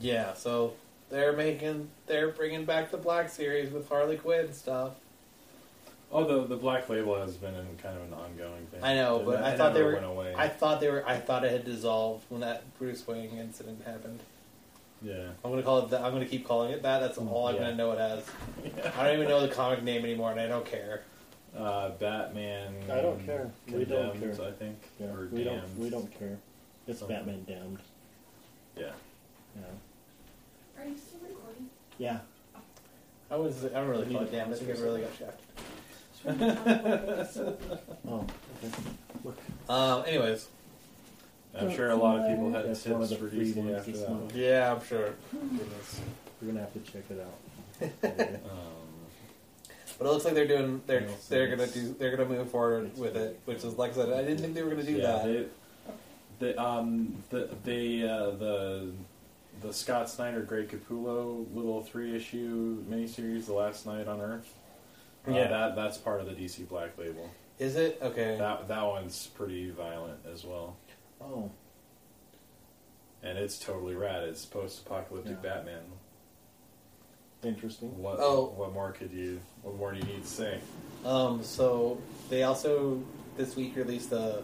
S3: Yeah, so they're making they're bringing back the Black series with Harley Quinn stuff.
S5: Oh, the the black label has been in kind of an ongoing thing.
S3: I know,
S5: It
S3: but
S5: ne-
S3: I
S5: it
S3: thought they
S5: never
S3: were.
S5: Went away.
S3: I thought they were. I thought it had dissolved when that Bruce Wayne incident happened.
S5: yeah.
S3: I'm gonna call it. That, I'm gonna keep calling it that. That's all I'm
S5: Mm, yeah.
S3: gonna know it as. I don't even know the comic name anymore, and I don't care.
S5: Uh, Batman.
S4: I don't care. We don't
S5: Condemned,
S4: care.
S5: I think.
S4: Yeah,
S5: or
S4: we
S5: damned. Oh.
S4: don't. We don't care. It's
S5: Something.
S4: Batman damned.
S5: Yeah.
S4: Yeah.
S6: Are you still recording?
S4: Yeah.
S3: I was. I don't really
S4: You
S3: call
S4: need
S3: it
S4: to
S3: damn. I think it
S4: answer
S3: really got shafted.
S4: Oh. Okay.
S3: Um. Anyways.
S5: I'm sure a lot of people had
S4: That's
S5: tips
S4: one of the
S5: for
S4: free
S5: DC
S4: ones
S5: after
S4: this
S5: that.
S4: month.
S3: Yeah, I'm sure.
S4: Goodness. We're gonna have to check it out.
S5: Um,
S3: But it looks like they're doing. They're
S5: Yes,
S3: they're gonna
S5: it's-
S3: do. They're gonna move forward with it, which is like I said. I didn't think they were gonna do
S5: yeah,
S3: that.
S5: they, they, um, the, they, uh, the, the Scott Snyder, Greg Capullo little three issue miniseries, The Last Night on Earth. Uh,
S3: Yeah.
S5: that that's part of the DC Black Label.
S3: Is it okay?
S5: That that one's pretty violent as well,
S4: oh.
S5: and it's totally rad. It's post-apocalyptic
S4: Yeah.
S5: Batman.
S4: Interesting.
S5: What
S3: Oh.
S5: what more could you? What more do you need to say?
S3: Um, so they also this week released the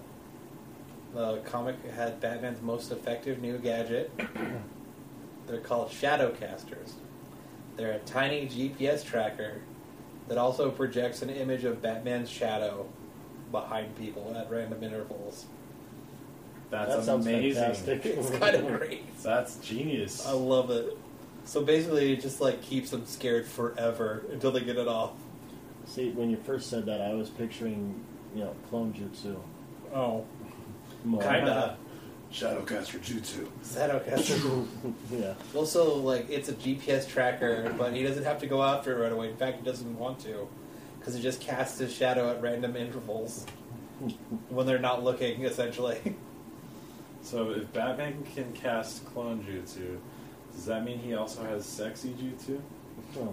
S3: the comic had Batman's most effective new gadget. They're called Shadowcasters. They're a tiny GPS tracker that also projects an image of Batman's shadow behind people at random intervals.
S5: That's
S4: that sounds
S5: amazing.
S4: fantastic.
S3: It's kind of great.
S5: That's genius.
S3: I love it. So basically, it just like keeps them scared forever until they get it off.
S4: See, when you first said that, I was picturing, you know, clone jutsu.
S3: Oh,
S4: More.
S3: kinda.
S5: Shadowcaster Jutsu.
S3: Shadowcaster.
S4: yeah.
S3: Also, like it's a GPS tracker, but he doesn't have to go after it right away. In fact, he doesn't want to, because he just casts his shadow at random intervals when they're not looking. Essentially,
S5: So if Batman can cast clone jutsu, does that mean he also has sexy jutsu?
S4: Oh.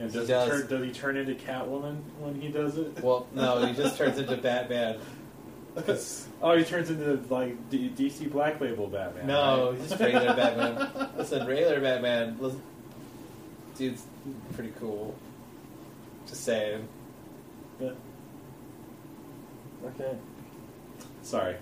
S5: And
S3: He
S5: does,
S3: does.
S5: He turn, does he turn into Catwoman when he does it?
S3: well, no, he just turns into Batman. 'Cause-
S5: oh, he turns into like D- DC Black Label Batman.
S3: No,
S5: right?
S3: he's just regular Batman. Listen, regular Batman, listen, dude's pretty cool. Just saying.
S4: Okay.
S5: Sorry,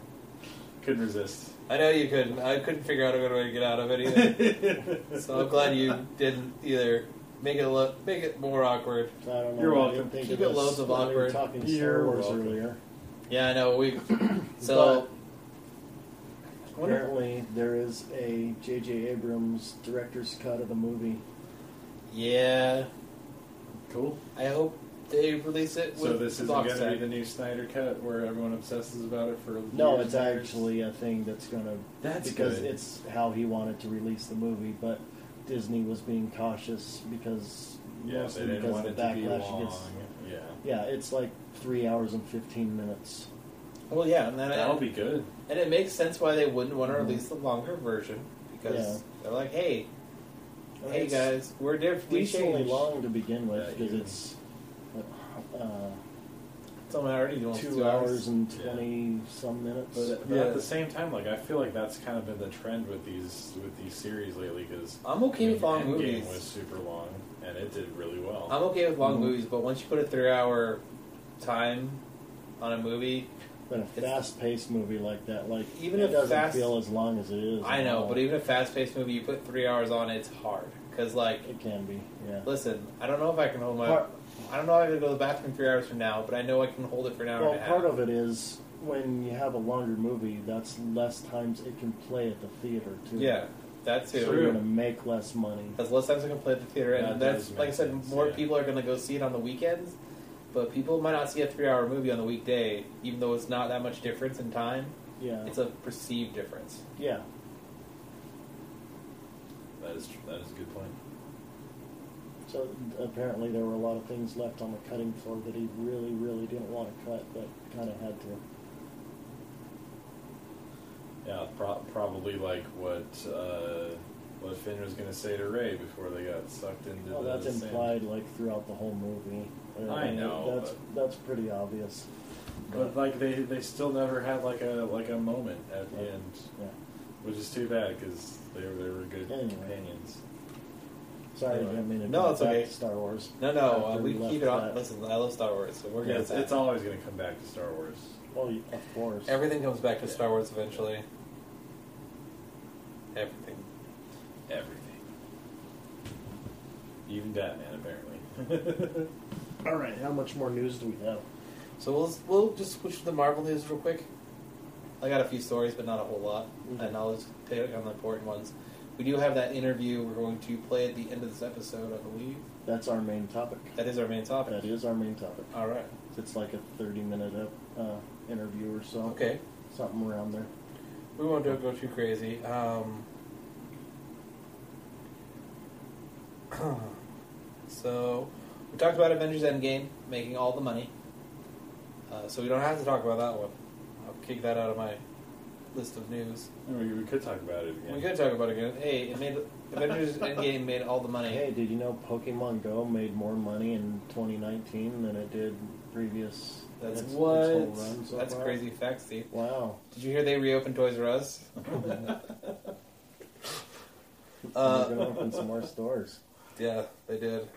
S5: couldn't resist.
S3: I know you couldn't. I couldn't figure out a good way to get out of it either. so I'm glad you didn't either. Make it look, make it more awkward.
S4: I don't know.
S5: You're
S4: I
S5: welcome.
S4: didn't think
S3: Keep
S4: of
S3: it
S4: this
S3: loads of
S4: when We were
S3: awkward.
S4: talking
S5: You're
S4: Star Wars
S5: welcome.
S4: earlier.
S3: Yeah, I know. We so I wonder-
S4: Apparently, there is a J.J. Abrams director's cut of the movie.
S3: yeah,
S5: Cool.
S3: I hope they release it. With
S5: So this isn't
S3: box
S5: going to
S3: set.
S5: be the new Snyder cut where everyone obsesses about it for
S4: No,
S5: years
S4: it's
S5: and years?
S4: actually a thing that's gonna.
S5: That's
S4: because
S5: good.
S4: it's how he wanted to release the movie, but Disney was being cautious because
S5: yeah, they
S4: mostly
S5: didn't
S4: because
S5: want
S4: of
S5: it
S4: the
S5: to be
S4: backlash
S5: long.
S4: against.
S5: Yeah,
S4: Yeah, it's like three hours and fifteen minutes.
S3: Well, yeah, and then
S5: that'll
S3: it,
S5: be Mm-hmm. good.
S3: and it makes sense why they wouldn't want to release the longer version because
S4: Yeah.
S3: they're like, hey,
S4: And
S3: hey
S4: it's
S3: guys, we're different. We
S4: decently
S3: changed.
S4: long to begin with
S5: Yeah,
S4: because
S5: you-
S4: it's uh,
S3: It's something I already do. in
S4: two hours and
S5: Yeah.
S4: twenty some minutes.
S5: But, but
S3: Yeah.
S5: at the same time, like I feel like that's kind of been the trend with these with these series lately because
S3: I'm okay with long movies.
S5: was super long and it did really well.
S3: I'm okay with long
S4: Mhm.
S3: movies, but once you put a three-hour time on a movie,
S4: But a
S3: It's-
S4: fast-paced movie like that, like
S3: Even
S4: it
S3: if
S4: doesn't
S3: fast-
S4: feel as long as it is.
S3: I
S4: at
S3: know,
S4: all.
S3: but even a fast-paced movie, you put three hours on, it's hard. Cause like,
S4: it can be. Yeah.
S3: listen, I don't know if I can hold my.
S4: Part-
S3: I don't know if I can go to the bathroom three hours from now, but I know I can hold it for an hour
S4: Well,
S3: and a half.
S4: part of it is when you have a longer movie, that's less times it can play at the theater too.
S3: yeah, that
S4: So
S3: too.
S4: you're gonna make less money.
S3: Because less times I can play at the theater, and
S5: That
S3: that's
S5: does make
S3: like I said,
S5: sense,
S3: more
S5: yeah.
S3: people are going to go see it on the weekends. But people might not see a three-hour movie on the weekday, even though it's not that much difference in time.
S4: Yeah.
S3: It's a perceived difference.
S4: Yeah.
S5: That is tr- that is a good point.
S4: So apparently there were a lot of things left on the cutting floor that he really, really didn't want to cut, but kind of had to.
S5: Yeah, pro- probably like what uh, what Finn was gonna say to Ray before they got sucked into
S4: Well,
S5: the.
S4: Oh, that's
S5: sand.
S4: implied like throughout the whole movie. Uh,
S5: I know,
S4: That's that's pretty obvious.
S5: But like they, they still never had like a like a moment at the
S4: Right.
S5: end,
S4: Yeah.
S5: which is too bad because they were they were good
S4: Anyway.
S5: companions.
S4: Sorry,
S5: Anyway.
S4: I didn't mean to
S3: No,
S4: go
S3: it's
S4: back
S3: okay.
S4: to Star Wars.
S3: No, no, uh,
S4: After
S3: we
S4: left
S3: keep it on.
S4: that.
S3: Listen, I love Star Wars, so we're
S5: Yeah,
S3: good
S5: it's,
S3: at that.
S5: it's always gonna come back to Star Wars.
S4: Well, you- of course.
S3: Everything comes back to
S5: Yeah.
S3: Star Wars eventually. Everything.
S5: Everything. Even Batman, apparently.
S4: All right. How much more news do we have?
S3: So we'll we'll just switch to the Marvel news real quick. I got a few stories, but not a whole lot,
S4: Okay.
S3: and I'll just pick on the important ones. We do have that interview we're going to play at the end of this episode, I believe.
S4: That's our main topic.
S3: That is our main topic.
S4: That is our main topic.
S3: All right.
S4: It's like a thirty-minute uh, interview or so.
S3: Okay.
S4: Something around there.
S3: We won't do go too crazy. Um, so, we talked about Avengers Endgame making all the money. Uh, so, we don't have to talk about that one. I'll kick that out of my list of news.
S5: we, we could talk about it again.
S3: We could talk about it again. Hey, it made Avengers Endgame made all the money.
S4: Hey, did you know Pokemon Go made more money in 2019 than it did previous?
S3: That's
S4: its- its
S3: what?
S4: whole run so
S3: That's
S4: far?
S3: crazy facts, Steve.
S4: Wow.
S3: Did you hear they reopened Toys R Us? Uh,
S4: They're gonna open some more stores.
S3: Yeah, they did.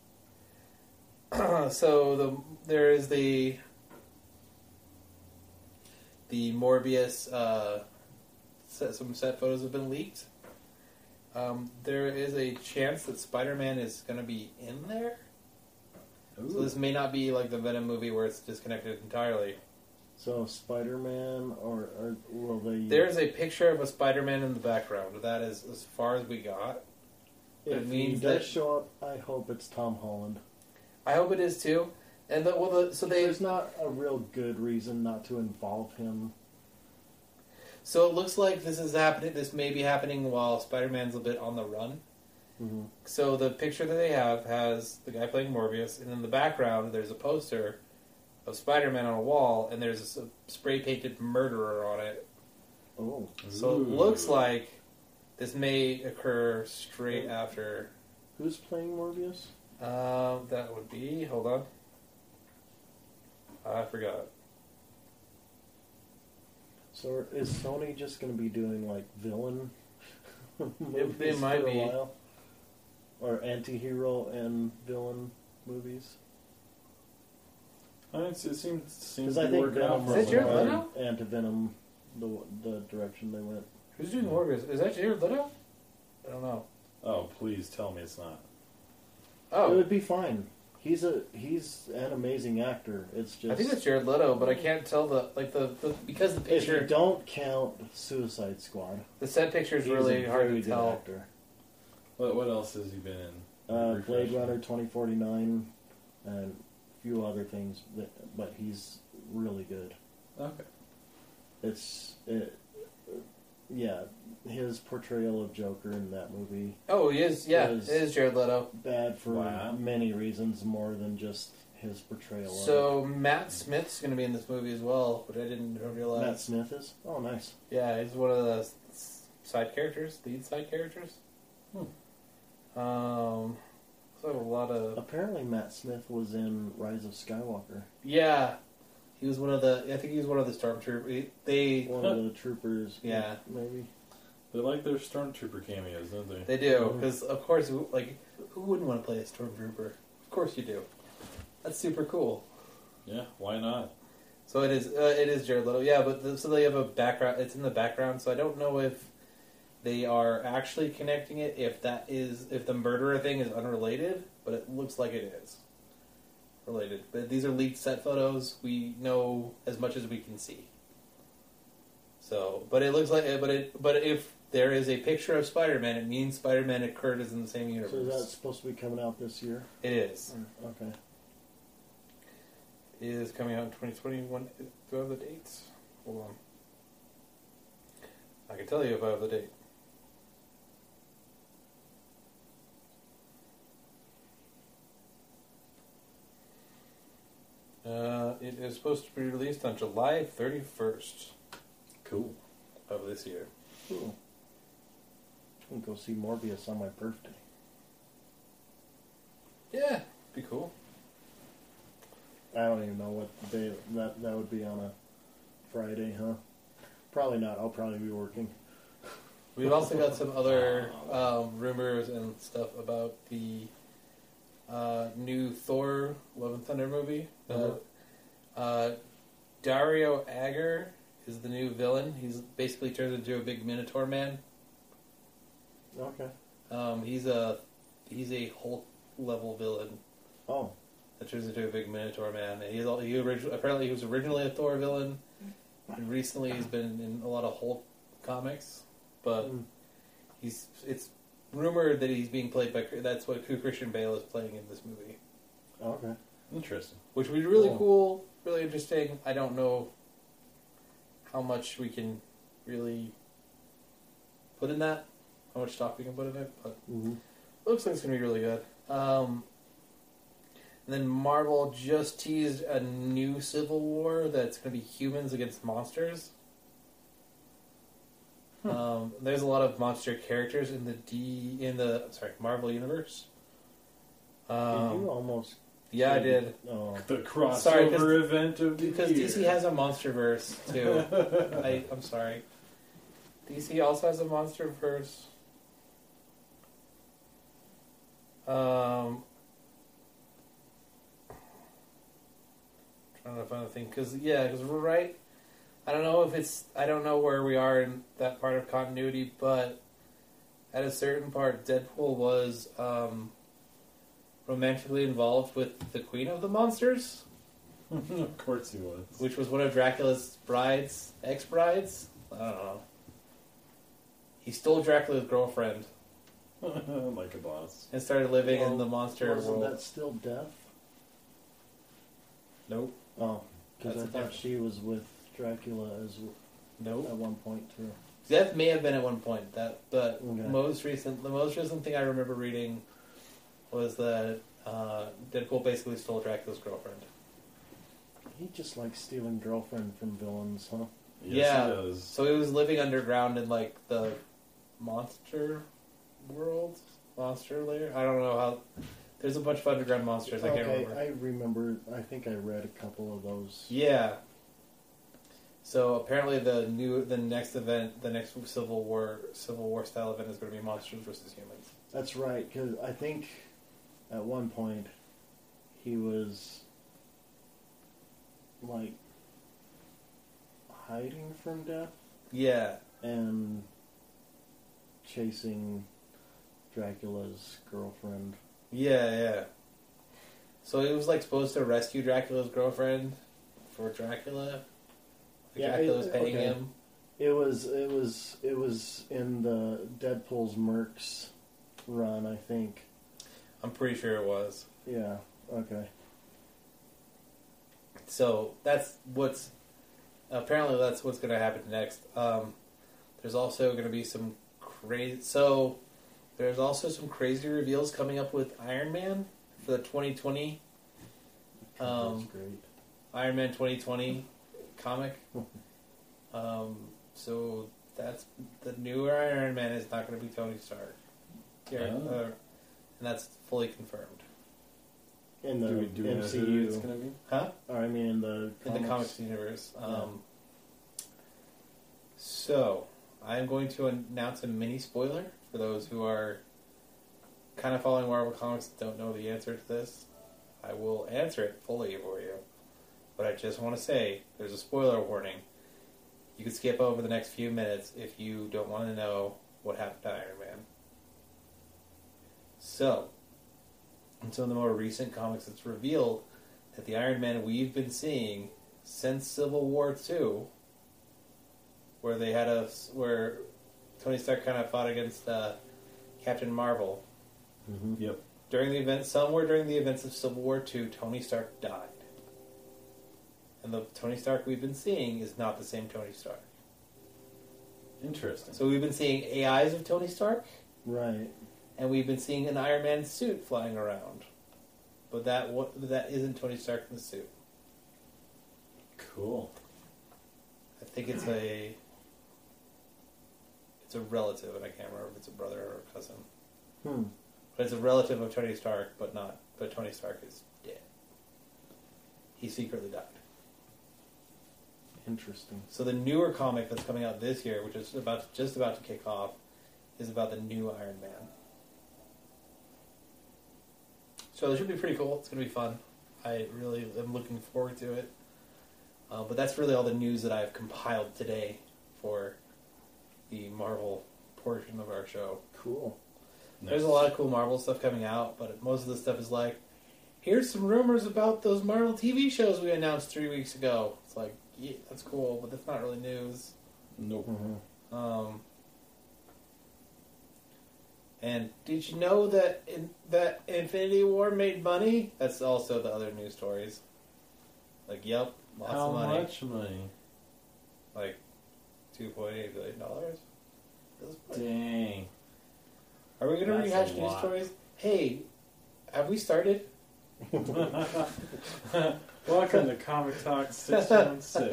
S3: so the there is the the Morbius uh, set, some set photos have been leaked. Um, there is a chance that Spider Man is going to be in there. So this may not be like the Venom movie where it's disconnected entirely.
S4: So Spider-Man, or, or will they?
S3: There's a picture of a Spider Man in the background. That is as far as we got.
S4: if
S3: it means
S4: he does
S3: that-
S4: show up, I hope it's Tom Holland.
S3: I hope it is too. And the, well, the, so they
S4: There's not a real good reason not to involve him.
S3: So it looks like this is happening. This may be happening while Spider-Man's a bit on the run.
S4: Mm-hmm.
S3: So the picture that they have has the guy playing Morbius, and in the background there's a poster of Spider-Man on a wall, and there's a s- spray-painted murderer on it.
S4: Oh,
S3: So it
S5: Ooh.
S3: looks like this may occur straight after.
S4: who's playing Morbius?
S3: Um, that would be. Hold on. I forgot.
S4: So is Sony just going to be doing like villain?
S3: they
S4: movies
S3: might
S4: for a
S3: be.
S4: while? Or anti-hero and villain movies?
S5: I mean, Uh, it's, it seems
S4: Because
S5: seems to
S4: I
S5: be
S4: think
S5: working out
S4: Venom
S5: for
S3: Is
S4: was
S3: it Jared
S5: them.
S3: Leto?
S4: anti Venom, the the direction they went.
S3: Who's doing Morbius? Is that Jared Leto? I don't know.
S5: Oh, please tell me it's not.
S4: It
S3: Oh,
S4: would be fine. He's a he's an amazing actor. It's just
S3: I think that's Jared Leto, but I can't tell the like the, the because the
S4: if
S3: picture
S4: you don't count Suicide Squad,
S3: The set picture is
S4: he's
S3: really
S4: a
S3: hard
S4: very
S3: to
S4: good
S3: tell.
S4: actor.
S5: What what else has he been in?
S4: Uh,
S5: Refresh
S4: Blade
S5: me.
S4: Runner twenty forty nine, and a few other things, but, but he's really good.
S5: Okay.
S4: It's it, yeah, his portrayal of Joker in that movie
S3: Oh, he is. Yeah,
S4: Is-
S3: it is Jared Leto.
S4: bad for
S5: Wow.
S4: many reasons more than just his portrayal.
S3: So Matt Smith's going to be in this movie as well, which I didn't
S4: of
S3: realize.
S4: it. Matt Smith is oh nice.
S3: Yeah, he's one of the
S4: Hmm.
S3: s- side characters, lead side characters. Um, So I have a lot of
S4: Apparently, Matt Smith was in Rise of Skywalker.
S3: yeah. He was one of the. I think he was one of the stormtroopers. They
S4: One of the troopers.
S3: Yeah.
S4: Maybe.
S5: They like their stormtrooper cameos, don't they?
S3: they do because of course like who wouldn't want to play a stormtrooper? Of course you do. That's super cool.
S5: Yeah, why not?
S3: So it is. Uh, it is Jared Leto. Yeah, but the, so they have a background. It's in the background. So I don't know if they are actually connecting it. If that is, if the murderer thing is unrelated, but it looks like it is related. But these are leaked set photos. We know as much as we can see. So, but it looks like. But it. But if there is a picture of Spider-Man, it means Spider-Man and Kurt is in the same universe.
S4: So is that supposed to be coming out this year?
S3: it is.
S4: Mm, Okay.
S3: It is coming out in 2021. Do I have the dates? Hold on. I can tell you if I have the date. Uh, it is supposed to be released on July 31st
S5: Cool.
S3: of this year.
S4: Cool. I'm gonna go see Morbius on my birthday.
S3: Yeah, be cool.
S4: I don't even know what day that that would be on a Friday, huh? Probably not. I'll probably be working.
S3: We've also got some other um, rumors and stuff about the uh, new Thor Love and Thunder movie. Uh, uh, Dario Agger is the new villain. He's basically turned into a big Minotaur man.
S4: Okay.
S3: Um, he's a he's a Hulk level villain
S4: Oh,
S3: that turns into a big Minotaur man. And He's all, he origi- apparently he was originally a Thor villain, and recently he's been in a lot of Hulk comics. But
S4: Hmm.
S3: he's it's rumored that he's being played by that's what who Christian Bale is playing in this movie,
S4: okay.
S5: Interesting.
S3: which would be really
S4: Cool.
S3: cool, really interesting. I don't know how much we can really put in that, how much stock we can put in it, but
S4: Mm-hmm.
S3: looks like it's gonna be really good. Um, and then Marvel just teased a new Civil War that's gonna be humans against monsters. Um, there's a lot of monster characters in the D in the sorry Marvel universe.
S4: Did you
S3: Um,
S4: almost?
S3: yeah, I did
S4: Oh,
S5: The crossover
S3: Sorry, 'cause-
S5: event of the
S3: because
S5: year.
S3: DC has a MonsterVerse too. I, I'm sorry. DC also has a MonsterVerse. Um, trying to find the thing because yeah, because we're right. I don't know if it's I don't know where we are in that part of continuity, but at a certain part, Deadpool was um, romantically involved with the Queen of the Monsters
S5: of course he was.
S3: which was one of Dracula's brides, ex brides. I don't know. He stole Dracula's girlfriend
S5: like a boss.
S3: and started living in the monster
S4: wasn't
S3: world.
S4: that still death?
S3: Nope.
S4: Oh, because
S3: That's
S4: I
S3: a
S4: thought
S3: different-
S4: she was with Dracula as w-
S3: Nope.
S4: at one point too.
S3: Death may have been at one point. That, but
S4: Okay.
S3: most recent, the most recent thing I remember reading was that uh, Deadpool basically stole Dracula's girlfriend.
S4: He just likes stealing girlfriend from villains, huh?
S5: Yes,
S3: Yeah.
S5: he does.
S3: So he was living underground in like the monster world, monster layer. I don't know how. There's a bunch of underground monsters. I can't
S4: okay,
S3: remember.
S4: I remember. I think I read a couple of those.
S3: Yeah. So apparently the new the next event the next Civil War Civil War style event is going to be monsters versus humans.
S4: That's right, because I think at one point he was like hiding from death
S3: Yeah,
S4: and chasing Dracula's girlfriend.
S3: yeah, yeah. So he was like supposed to rescue Dracula's girlfriend for Dracula.
S4: Yeah,
S3: Dracula's
S4: I-
S3: paying
S4: okay.
S3: him.
S4: It was it was it was in the Deadpool's Mercs run, I think.
S3: I'm pretty sure it was.
S4: Yeah. Okay.
S3: So that's what's apparently that's what's going to happen next. Um, there's also going to be some crazy. So there's also some crazy reveals coming up with Iron Man for the 2020
S4: That's
S3: um,
S4: great.
S3: Iron Man 2020 comic. Um, so that's the newer Iron Man is not going to be Tony Stark. Yeah,
S5: Oh.
S3: uh, and that's fully confirmed.
S4: in the
S5: do we, do we know who it's
S4: MCU,
S5: going to be?
S3: Huh?
S4: or I mean in the
S3: In
S4: comics.
S3: the comics universe. Um, So, I'm going to announce a mini spoiler for those who are kind of following Marvel Comics and don't know the answer to this. I will answer it fully for you. But I just want to say there's a spoiler warning. You can skip over the next few minutes if you don't want to know what happened to Iron Man. So, in some of the more recent comics, it's revealed that the Iron Man we've been seeing since Civil War Two, where they had a where Tony Stark kind of fought against uh, Captain Marvel
S5: Mm-hmm. Yep.
S3: during the event. Somewhere during the events of Civil War Two, Tony Stark died, and the Tony Stark we've been seeing is not the same Tony Stark.
S5: Interesting.
S3: So we've been seeing AIs of Tony Stark,
S4: Right.
S3: and we've been seeing an Iron Man suit flying around, but that wa- that isn't Tony Stark in the suit.
S5: Cool.
S3: I think it's a it's a relative, and I can't remember if it's a brother or a cousin.
S4: Hmm.
S3: But it's a relative of Tony Stark, but not. But Tony Stark is dead. He secretly died.
S4: Interesting.
S3: So the newer comic that's coming out this year, which is about just about to kick off, is about the new Iron Man. So it should be pretty cool. It's gonna be fun. I really am looking forward to it. Uh, but that's really all the news that I've compiled today for the Marvel portion of our show.
S4: Cool.
S3: There's a lot of cool Marvel stuff coming out, but most of the stuff is like, here's some rumors about those Marvel TV shows we announced three weeks ago. It's like, yeah, that's cool, but that's not really news.
S5: Nope.
S3: Um, and did you know that in, that Infinity War made money? That's also the other news stories. Like, yep, lots
S5: How
S3: of money.
S5: much money?
S3: Like, two point eight billion dollars.
S5: Dang.
S3: Are we going to
S5: That's a
S3: rehash news
S5: lot.
S3: stories? Hey, have we started?
S5: Welcome to Comic Talk 616.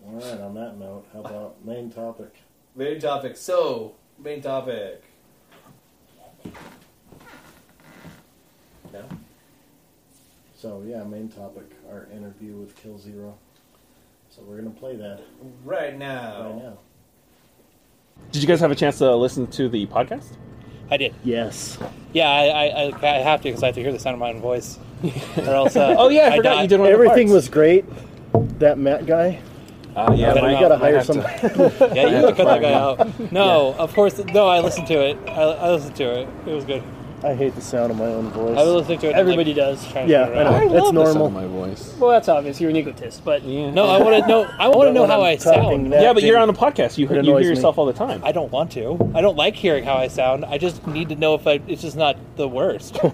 S4: All right. On that note, how about main topic?
S3: Main topic. So, main topic. No?
S4: So yeah, main topic: our interview with Kill Zero. So we're gonna play that
S3: Right now.
S2: Oh.
S4: right now.
S2: Did you guys have a chance to listen to the podcast?
S9: I did.
S4: Yes.
S9: Yeah, I, I, I I have to because I have to hear the sound of my own voice. or else, uh,
S2: Oh yeah, I,
S9: I
S2: forgot
S9: die.
S2: you did one.
S4: Everything
S2: of
S4: was great. That Matt guy.
S2: the parts. Uh, yeah,
S9: Cut him
S4: we
S9: out. Might
S4: gotta hire
S9: have to-
S4: somebody.
S9: Yeah, you have to cut
S2: have to
S9: that
S2: fire
S9: guy
S2: him.
S9: out. Oh, No, of course. No, I listened to it. I, I listened to it. It was good.
S4: I hate the sound of my own voice.
S9: I was listening to it. and,
S1: Everybody
S9: like,
S1: does.
S9: trying to
S4: yeah,
S9: figure it out.
S4: I
S2: I
S4: know.
S2: love
S4: It's
S2: the sound of
S4: normal.
S2: my voice.
S1: Well, that's obvious. You're an egotist, but
S2: Yeah.
S9: No, I want to know. I want to know
S4: when
S9: how
S4: I'm
S9: I
S4: talking,
S9: sound.
S4: that
S2: yeah, but you're on
S4: didn't-
S2: a podcast. You, you
S4: It
S2: hear
S4: annoys me.
S2: yourself all the time.
S9: I don't want to. I don't like hearing how I sound. I just need to know if I, it's just not the worst. I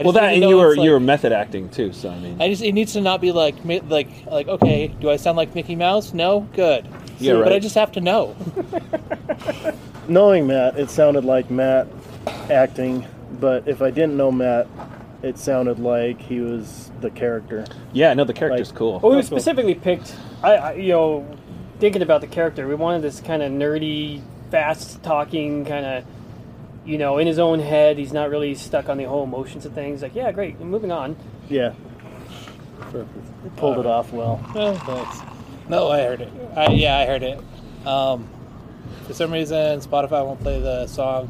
S9: just
S2: well, that
S9: need
S2: and
S9: to
S2: you
S9: know
S2: were
S9: it's like-
S2: you were method acting too. So I mean,
S9: I just it needs to not be like mi- like like okay, do I sound like Mickey Mouse? No, good.
S2: Yeah,
S9: But I
S2: right.
S9: just have to know.
S4: Knowing Matt, it sounded like Matt acting, but if I didn't know Matt, it sounded like he was the character.
S2: yeah, no, the character's
S4: Like-
S2: cool.
S1: Well, we
S4: That's cool.
S1: specifically picked, I, I you know, thinking about the character, we wanted this kind of nerdy, fast talking kind of, you know, in his own head. He's not really stuck on the whole emotions of things. Like, yeah, great, moving on.
S4: Yeah.
S2: Uh,
S4: Pulled it off well.
S9: Oh, thanks. No, I heard it. I, yeah, I heard it. Um, for some reason, Spotify won't play the song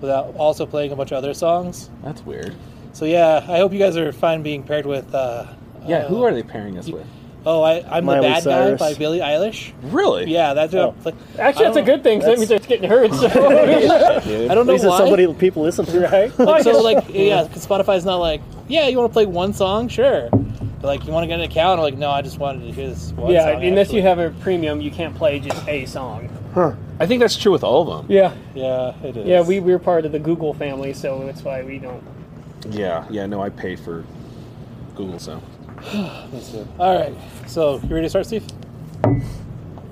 S9: without also playing a bunch of other songs.
S2: That's weird.
S9: So yeah, I hope you guys are fine being paired with. Uh,
S2: Yeah,
S9: uh,
S2: who are they pairing us with?
S9: Oh, I, I'm
S4: Miley
S9: the bad
S4: Cyrus.
S9: guy by Billie Eilish.
S2: Really?
S9: Yeah, that's what
S4: Oh.
S9: I'm playing.
S1: Actually,
S9: I
S1: that's a
S9: don't-
S1: good thing. 'cause that means it's getting heard. So.
S2: Dude.
S9: I don't
S4: At
S9: know
S4: least
S9: why.
S4: it's somebody people listen to, right?
S9: so like yeah, 'cause Spotify's not like yeah, you want to play one song, sure. But like you want to get an account, I'm like no, I just wanted to hear this one.
S1: yeah,
S9: song,
S1: unless you
S9: actually.
S1: have a premium, you can't play just a song.
S2: I think that's true with all of them.
S1: Yeah,
S9: Yeah, it is.
S1: yeah, we we're part of the Google family, so that's why we don't.
S2: Yeah, yeah. No, I pay for Google so.
S9: All right, so you ready to start, Steve?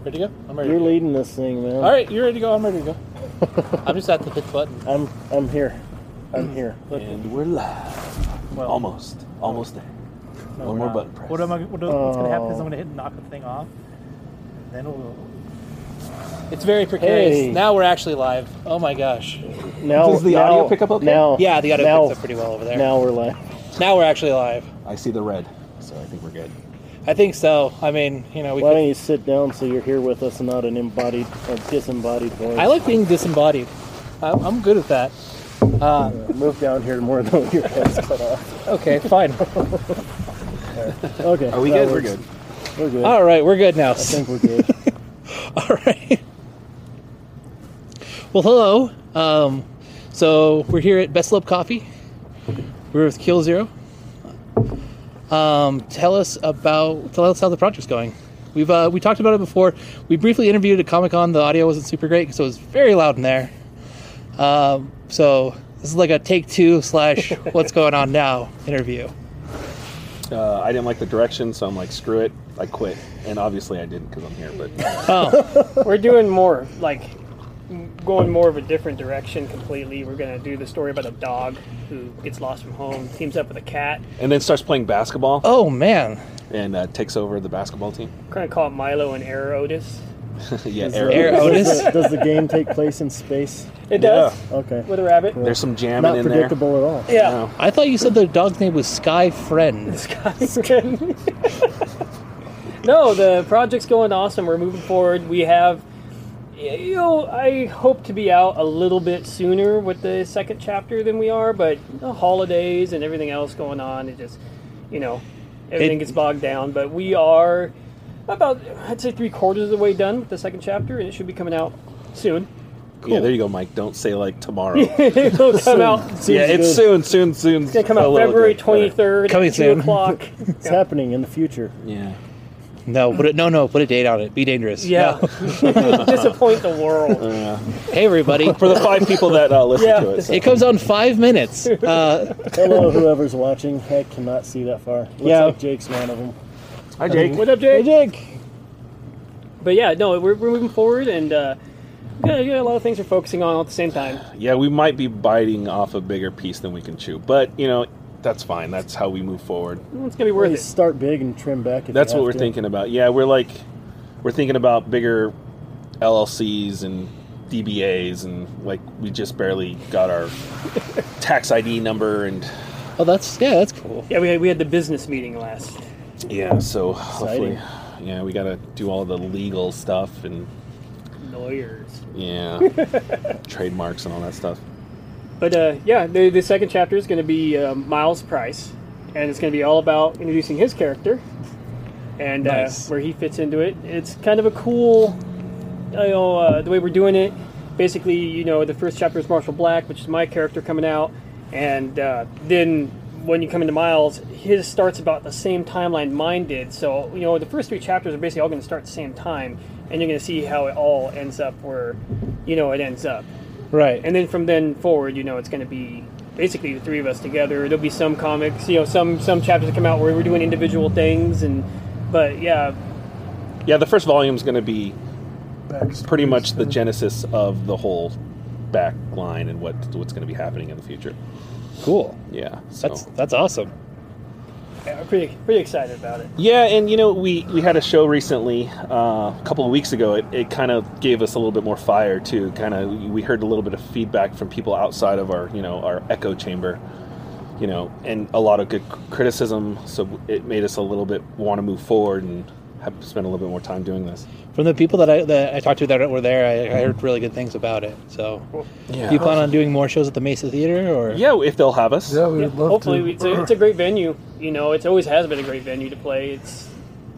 S9: Ready to go? I'm ready.
S4: You're leading this thing, man.
S9: All right, you're ready to go. I'm ready to go. I'm just at the fifth button.
S4: I'm I'm here.
S9: Mm.
S4: I'm here.
S2: And we're live.
S10: Well-
S2: almost, almost there.
S10: No,
S2: One
S10: we're
S2: more
S10: not.
S2: button press.
S9: Uh.
S10: What am I? What, what's going to happen is I'm
S4: Oh.
S10: going to hit knock the thing off. Then we'll.
S9: It's very precarious.
S4: Hey.
S9: Now we're actually live. Oh my gosh.
S4: Now,
S9: Does the
S4: now,
S9: audio pick up okay?
S4: Now,
S9: Yeah, the audio
S4: now,
S9: picks up pretty well over there.
S4: Now we're live.
S9: Now we're actually live.
S2: I see the red, so I think we're good.
S9: I think so. I mean, you know, we.
S4: Why
S9: could-
S4: don't you sit down so you're here with us and not an embodied, a disembodied voice?
S9: I like being disembodied. I'm, I'm good with that. Uh,
S4: move down here more than your head's cut off.
S9: okay, fine.
S4: Okay.
S2: Are we good?
S4: that
S2: We're
S4: works.
S2: good.
S4: We're good.
S9: All right, we're good now.
S4: I think we're good.
S9: All right. Well, hello. Um, so we're here at Best Love Coffee. We're with Kill Zero. Um, tell us about tell us how the project's going. We've uh, we talked about it before. We briefly interviewed at Comic Con. The audio wasn't super great, so it was very loud in there. Um, so this is like a take two slash what's going on now interview.
S2: Uh, I didn't like the direction, so I'm like, screw it. I quit. And obviously I didn't because I'm here, but
S9: Oh,
S1: We're doing more, like going more of a different direction completely. We're gonna do the story about a dog who gets lost from home, teams up with a cat.
S2: and then starts playing basketball
S9: oh man,
S2: and uh, takes over the basketball team.
S1: We're gonna call it Milo and Error Otis.
S2: yeah,
S4: Is
S2: Arrow.
S4: it-
S9: Air
S4: does
S9: Otis?
S4: the- Does the game take place in space?
S1: It does
S4: Okay.
S1: with a rabbit.
S2: There's some jamming
S4: Not
S2: in
S4: predictable at all.
S2: there.
S1: Yeah.
S2: No.
S9: I thought you said the dog's name was Sky Friend.
S1: no, the project's going awesome. We're moving forward. We have, you know, I hope to be out a little bit sooner with the second chapter than we are, but the holidays and everything else going on, it just, you know, everything
S9: It-
S1: gets bogged down. But we are about, I'd say, three quarters of the way done with the second chapter, and it should be coming out soon.
S2: Yeah, there you go, Mike. Don't say like tomorrow.
S1: It'll come out.
S2: yeah,
S4: Seems
S2: it's
S4: good.
S2: soon, soon, soon.
S1: It's gonna come out February twenty third,
S9: Coming
S1: two
S9: soon.
S1: o'clock.
S4: It's happening in the future.
S2: Yeah.
S9: No, put it no no, put a date on it. Be dangerous.
S1: Yeah, disappoint the world.
S2: Yeah.
S9: No. Hey everybody.
S2: For the five people that uh, listen
S1: Yeah.
S2: to it. So.
S9: It comes on five minutes. Uh,
S4: Hello, whoever's watching. I cannot see that far. Looks
S1: Yeah.
S4: like Jake's one of them.
S2: Hi, Jake.
S1: What up, Jake?
S4: Jake.
S1: But yeah, no, we're, we're moving forward, and uh, we got, we got a lot of things we're focusing on all at the same time.
S2: Yeah, we might be biting off a bigger piece than we can chew, but you know, that's fine. That's how we move forward.
S1: It's gonna be worth
S4: Really
S1: it.
S4: start big and trim back. If
S2: That's
S4: you
S2: what
S4: have
S2: we're
S4: to.
S2: thinking about. Yeah, we're like, we're thinking about bigger LLCs and DBAs, and like we just barely got our tax ID number, and
S9: oh, that's yeah, that's cool.
S1: Yeah, we had, we had the business meeting last.
S2: yeah, so hopefully, yeah, we got to do all the legal stuff and
S1: Lawyers.
S2: yeah, trademarks and all that stuff.
S1: But uh, yeah, the, the second chapter is gonna be uh, Miles Price, and it's gonna be all about introducing his character and
S9: Nice.
S1: uh, where he fits into it. It's kind of a cool, you know, uh, the way we're doing it. Basically, you know, the first chapter is Marshall Black, which is my character coming out, and uh, then when you come into Miles, his starts about the same timeline mine did. So you know, the first three chapters are basically all going to start at the same time, and you're going to see how it all ends up where, you know, it ends up.
S9: Right.
S1: And then from then forward, you know, it's going to be basically the three of us together. There'll be some comics, you know, some some chapters that come out where we're doing individual things, and but yeah,
S2: Yeah, the first volume is going to be pretty much the genesis of the whole back line and what what's going to be happening in the future.
S9: Cool.
S2: Yeah, so.
S9: That's that's awesome.
S1: yeah, we're pretty pretty excited about it.
S2: Yeah, and you know, we we had a show recently, uh, a couple of weeks ago. It, it kind of gave us a little bit more fire too. Kind of, we heard a little bit of feedback from people outside of our you know our echo chamber, you know, and a lot of good criticism. So it made us a little bit want to move forward and have spent a little bit more time doing this.
S9: From the people that I that I talked to that were there, I, I heard really good things about it. So,
S2: Yeah,
S9: do you plan on doing more shows at the Mesa Theater or?
S2: yeah, if they'll have us.
S4: Yeah, we
S1: Yeah, hopefully, we- it's a, it's a great venue. You know, it's always has been a great venue to play. It's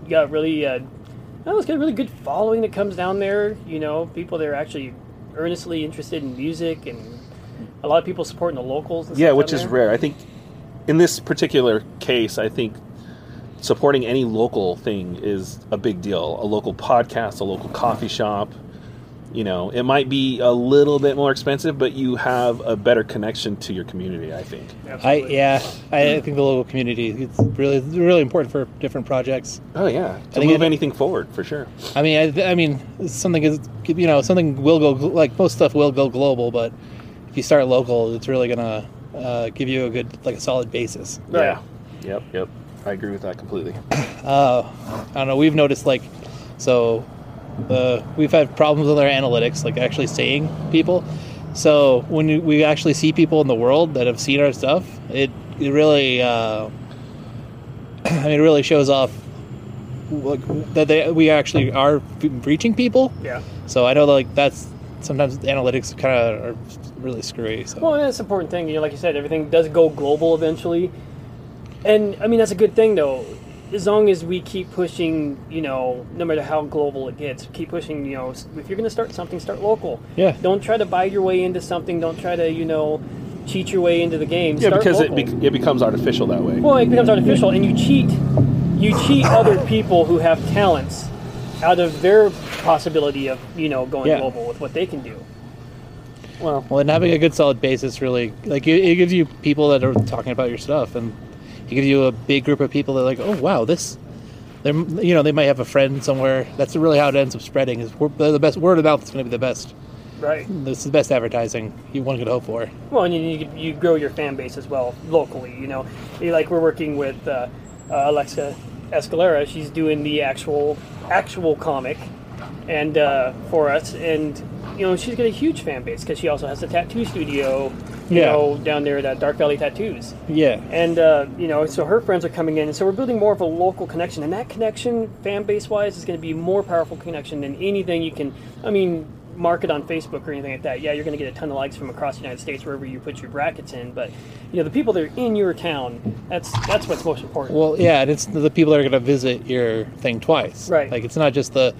S1: got really, uh, oh, it's got a really good following that comes down there. You know, people that are actually earnestly interested in music, and a lot of people supporting the locals. And
S2: Yeah,
S1: stuff
S2: which
S1: down
S2: is
S1: there.
S2: rare. I think in this particular case, I think supporting any local thing is a big deal. A local podcast, a local coffee shop. You know, it might be a little bit more expensive, but you have a better connection to your community. I think.
S9: I
S1: Absolutely.
S9: yeah, I, I think the local community it's really really important for different projects.
S2: Oh yeah, to
S9: think
S2: move
S9: it-
S2: anything forward for sure.
S9: I mean, I, I mean, something is you know something will go gl- like most stuff will go global, but if you start local, it's really gonna uh, give you a good like a solid basis.
S2: Yeah. Yep. Yep. I agree with that completely.
S9: Uh, I don't know. We've noticed like so Uh, we've had problems with our analytics, like actually seeing people. So when you- we actually see people in the world that have seen our stuff, it it really, uh, I mean, it really shows off like, that they we actually are reaching people.
S1: Yeah.
S9: So I know like that's sometimes analytics kind of are really screwy. So.
S1: Well, that's an important thing. You know, like you said, everything does go global eventually, and I mean that's a good thing though. As long as we keep pushing, you know, no matter how global it gets, keep pushing. You know, s- if you're going to start something, start local.
S9: Yeah.
S1: Don't try to buy your way into something. Don't try to, you know, cheat your way into the game.
S2: Yeah,
S1: Start
S2: because it,
S1: local.
S2: bec it becomes artificial that way.
S1: Well, it becomes artificial, and you cheat. You cheat other people who have talents out of their possibility of you know going
S9: Yeah.
S1: global with what they can do.
S9: Well, and having a good solid basis really like it, it gives you people that are talking about your stuff, and it gives you a big group of people that are like, oh wow, this. They're, you know, they might have a friend somewhere. That's really how it ends up spreading. Is wor- the best word of mouth is going to be the best.
S1: Right.
S9: This is the best advertising you one could hope for.
S1: Well, and you, you, you grow your fan base as well locally. You know, You- like we're working with uh, uh, Alexa Escalera. She's doing the actual actual comic, and uh, for us, and you know she's got a huge fan base because she also has a tattoo studio. You
S9: Yeah.
S1: know, down there at Dark Valley Tattoos.
S9: Yeah.
S1: And uh, you know, so her friends are coming in, and so we're building more of a local connection, and that connection, fan base wise, is going to be more powerful connection than anything you can. I mean, market on Facebook or anything like that. Yeah, you're going to get a ton of likes from across the United States wherever you put your brackets in, but you know, the people that are in your town, that's that's what's most important.
S9: Well, yeah, and it's the people that are going to visit your thing twice.
S1: Right.
S9: Like it's not just the,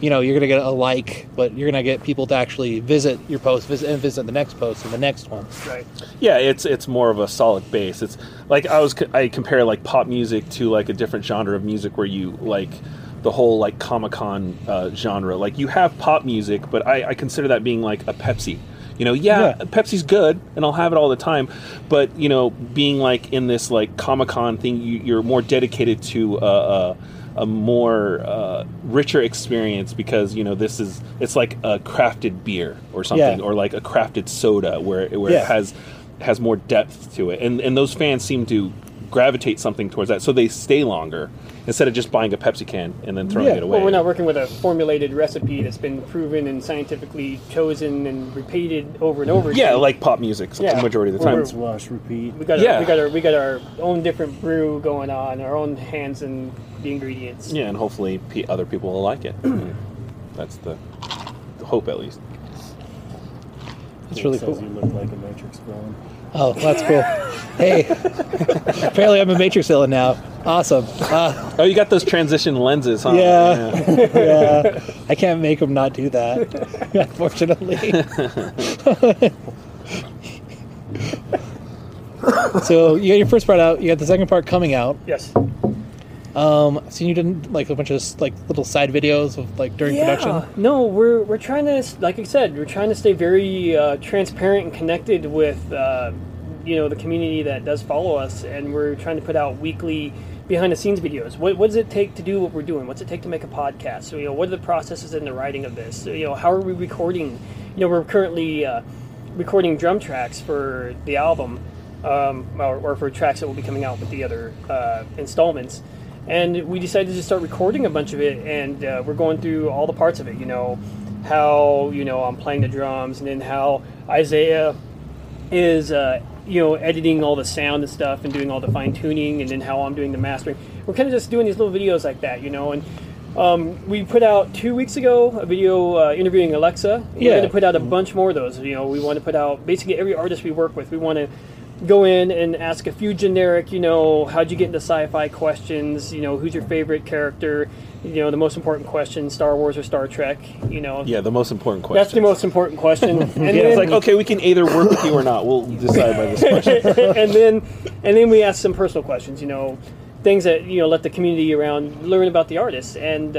S9: you know, you're going to get a like, but you're going to get people to actually visit your post, visit and visit the next post and the next one.
S1: Right.
S2: Yeah, it's it's more of a solid base. It's like I was I compare like pop music to like a different genre of music where you like the whole like Comic Con uh, genre. Like you have pop music, but I, I consider that being like a Pepsi. You know, yeah, Pepsi's good, and I'll have it all the time. But you know, being like in this like Comic Con thing, you, you're more dedicated to. Uh, uh, a more uh, richer experience because you know this is it's like a crafted beer or something
S9: Yeah.
S2: or like a crafted soda where it, where
S9: Yeah.
S2: it has has more depth to it, and and those fans seem to gravitate something towards that, so they stay longer instead of just buying a Pepsi can and then throwing it away.
S1: Well, we're not working with a formulated recipe that's been proven and scientifically chosen and repeated over and over.
S2: yeah,
S1: again.
S2: like pop music,
S1: Yeah.
S2: the majority of the time.
S1: Rinse,
S2: wash, repeat.
S1: We got,
S2: yeah,
S1: our, we got our we got our own different brew going on, our own hands and the ingredients.
S2: yeah, and hopefully pe other people will like it. That's the, the hope, at least.
S9: It's really
S10: It says
S9: cool.
S10: You look like a Matrix villain.
S9: Oh, that's cool. hey, apparently I'm a matrix villain now. Awesome. Uh,
S2: Oh, you got those transition lenses, huh?
S9: yeah, yeah. I can't make him not do that, unfortunately. so you got your first part out. You got the second part coming out.
S1: Yes.
S9: Um, I've seen you did like a bunch of like little side videos of like during production.
S1: No, we're we're trying to, like I said, we're trying to stay very uh, transparent and connected with, uh, you know, the community that does follow us, and we're trying to put out weekly behind the scenes videos. What, what does it take to do what we're doing? What's it take to make a podcast? So you know, what are the processes in the writing of this? So, you know, how are we recording? You know, we're currently uh, recording drum tracks for the album, um, or, or for tracks that will be coming out with the other uh, installments and we decided to just start recording a bunch of it and uh, we're going through all the parts of it you know how you know i'm playing the drums and then how isaiah is uh, you know editing all the sound and stuff and doing all the fine tuning and then how i'm doing the mastering we're kind of just doing these little videos like that you know and um, we put out two weeks ago a video uh, interviewing alexa we're
S9: Yeah.
S1: going to put out a
S2: Mm-hmm.
S1: bunch more of those you know we want to put out basically every artist we work with we want to go in and ask a few generic, you know, how'd you get into sci-fi questions? You know, who's your favorite character? You know, the most important question: Star Wars or Star Trek? You know,
S2: Yeah, the most important question.
S1: that's the most important question. And
S2: yeah, it's like okay, we can either work with you or not. We'll decide by this question.
S1: and then, and then we ask some personal questions. You know, things that you know let the community around learn about the artists. And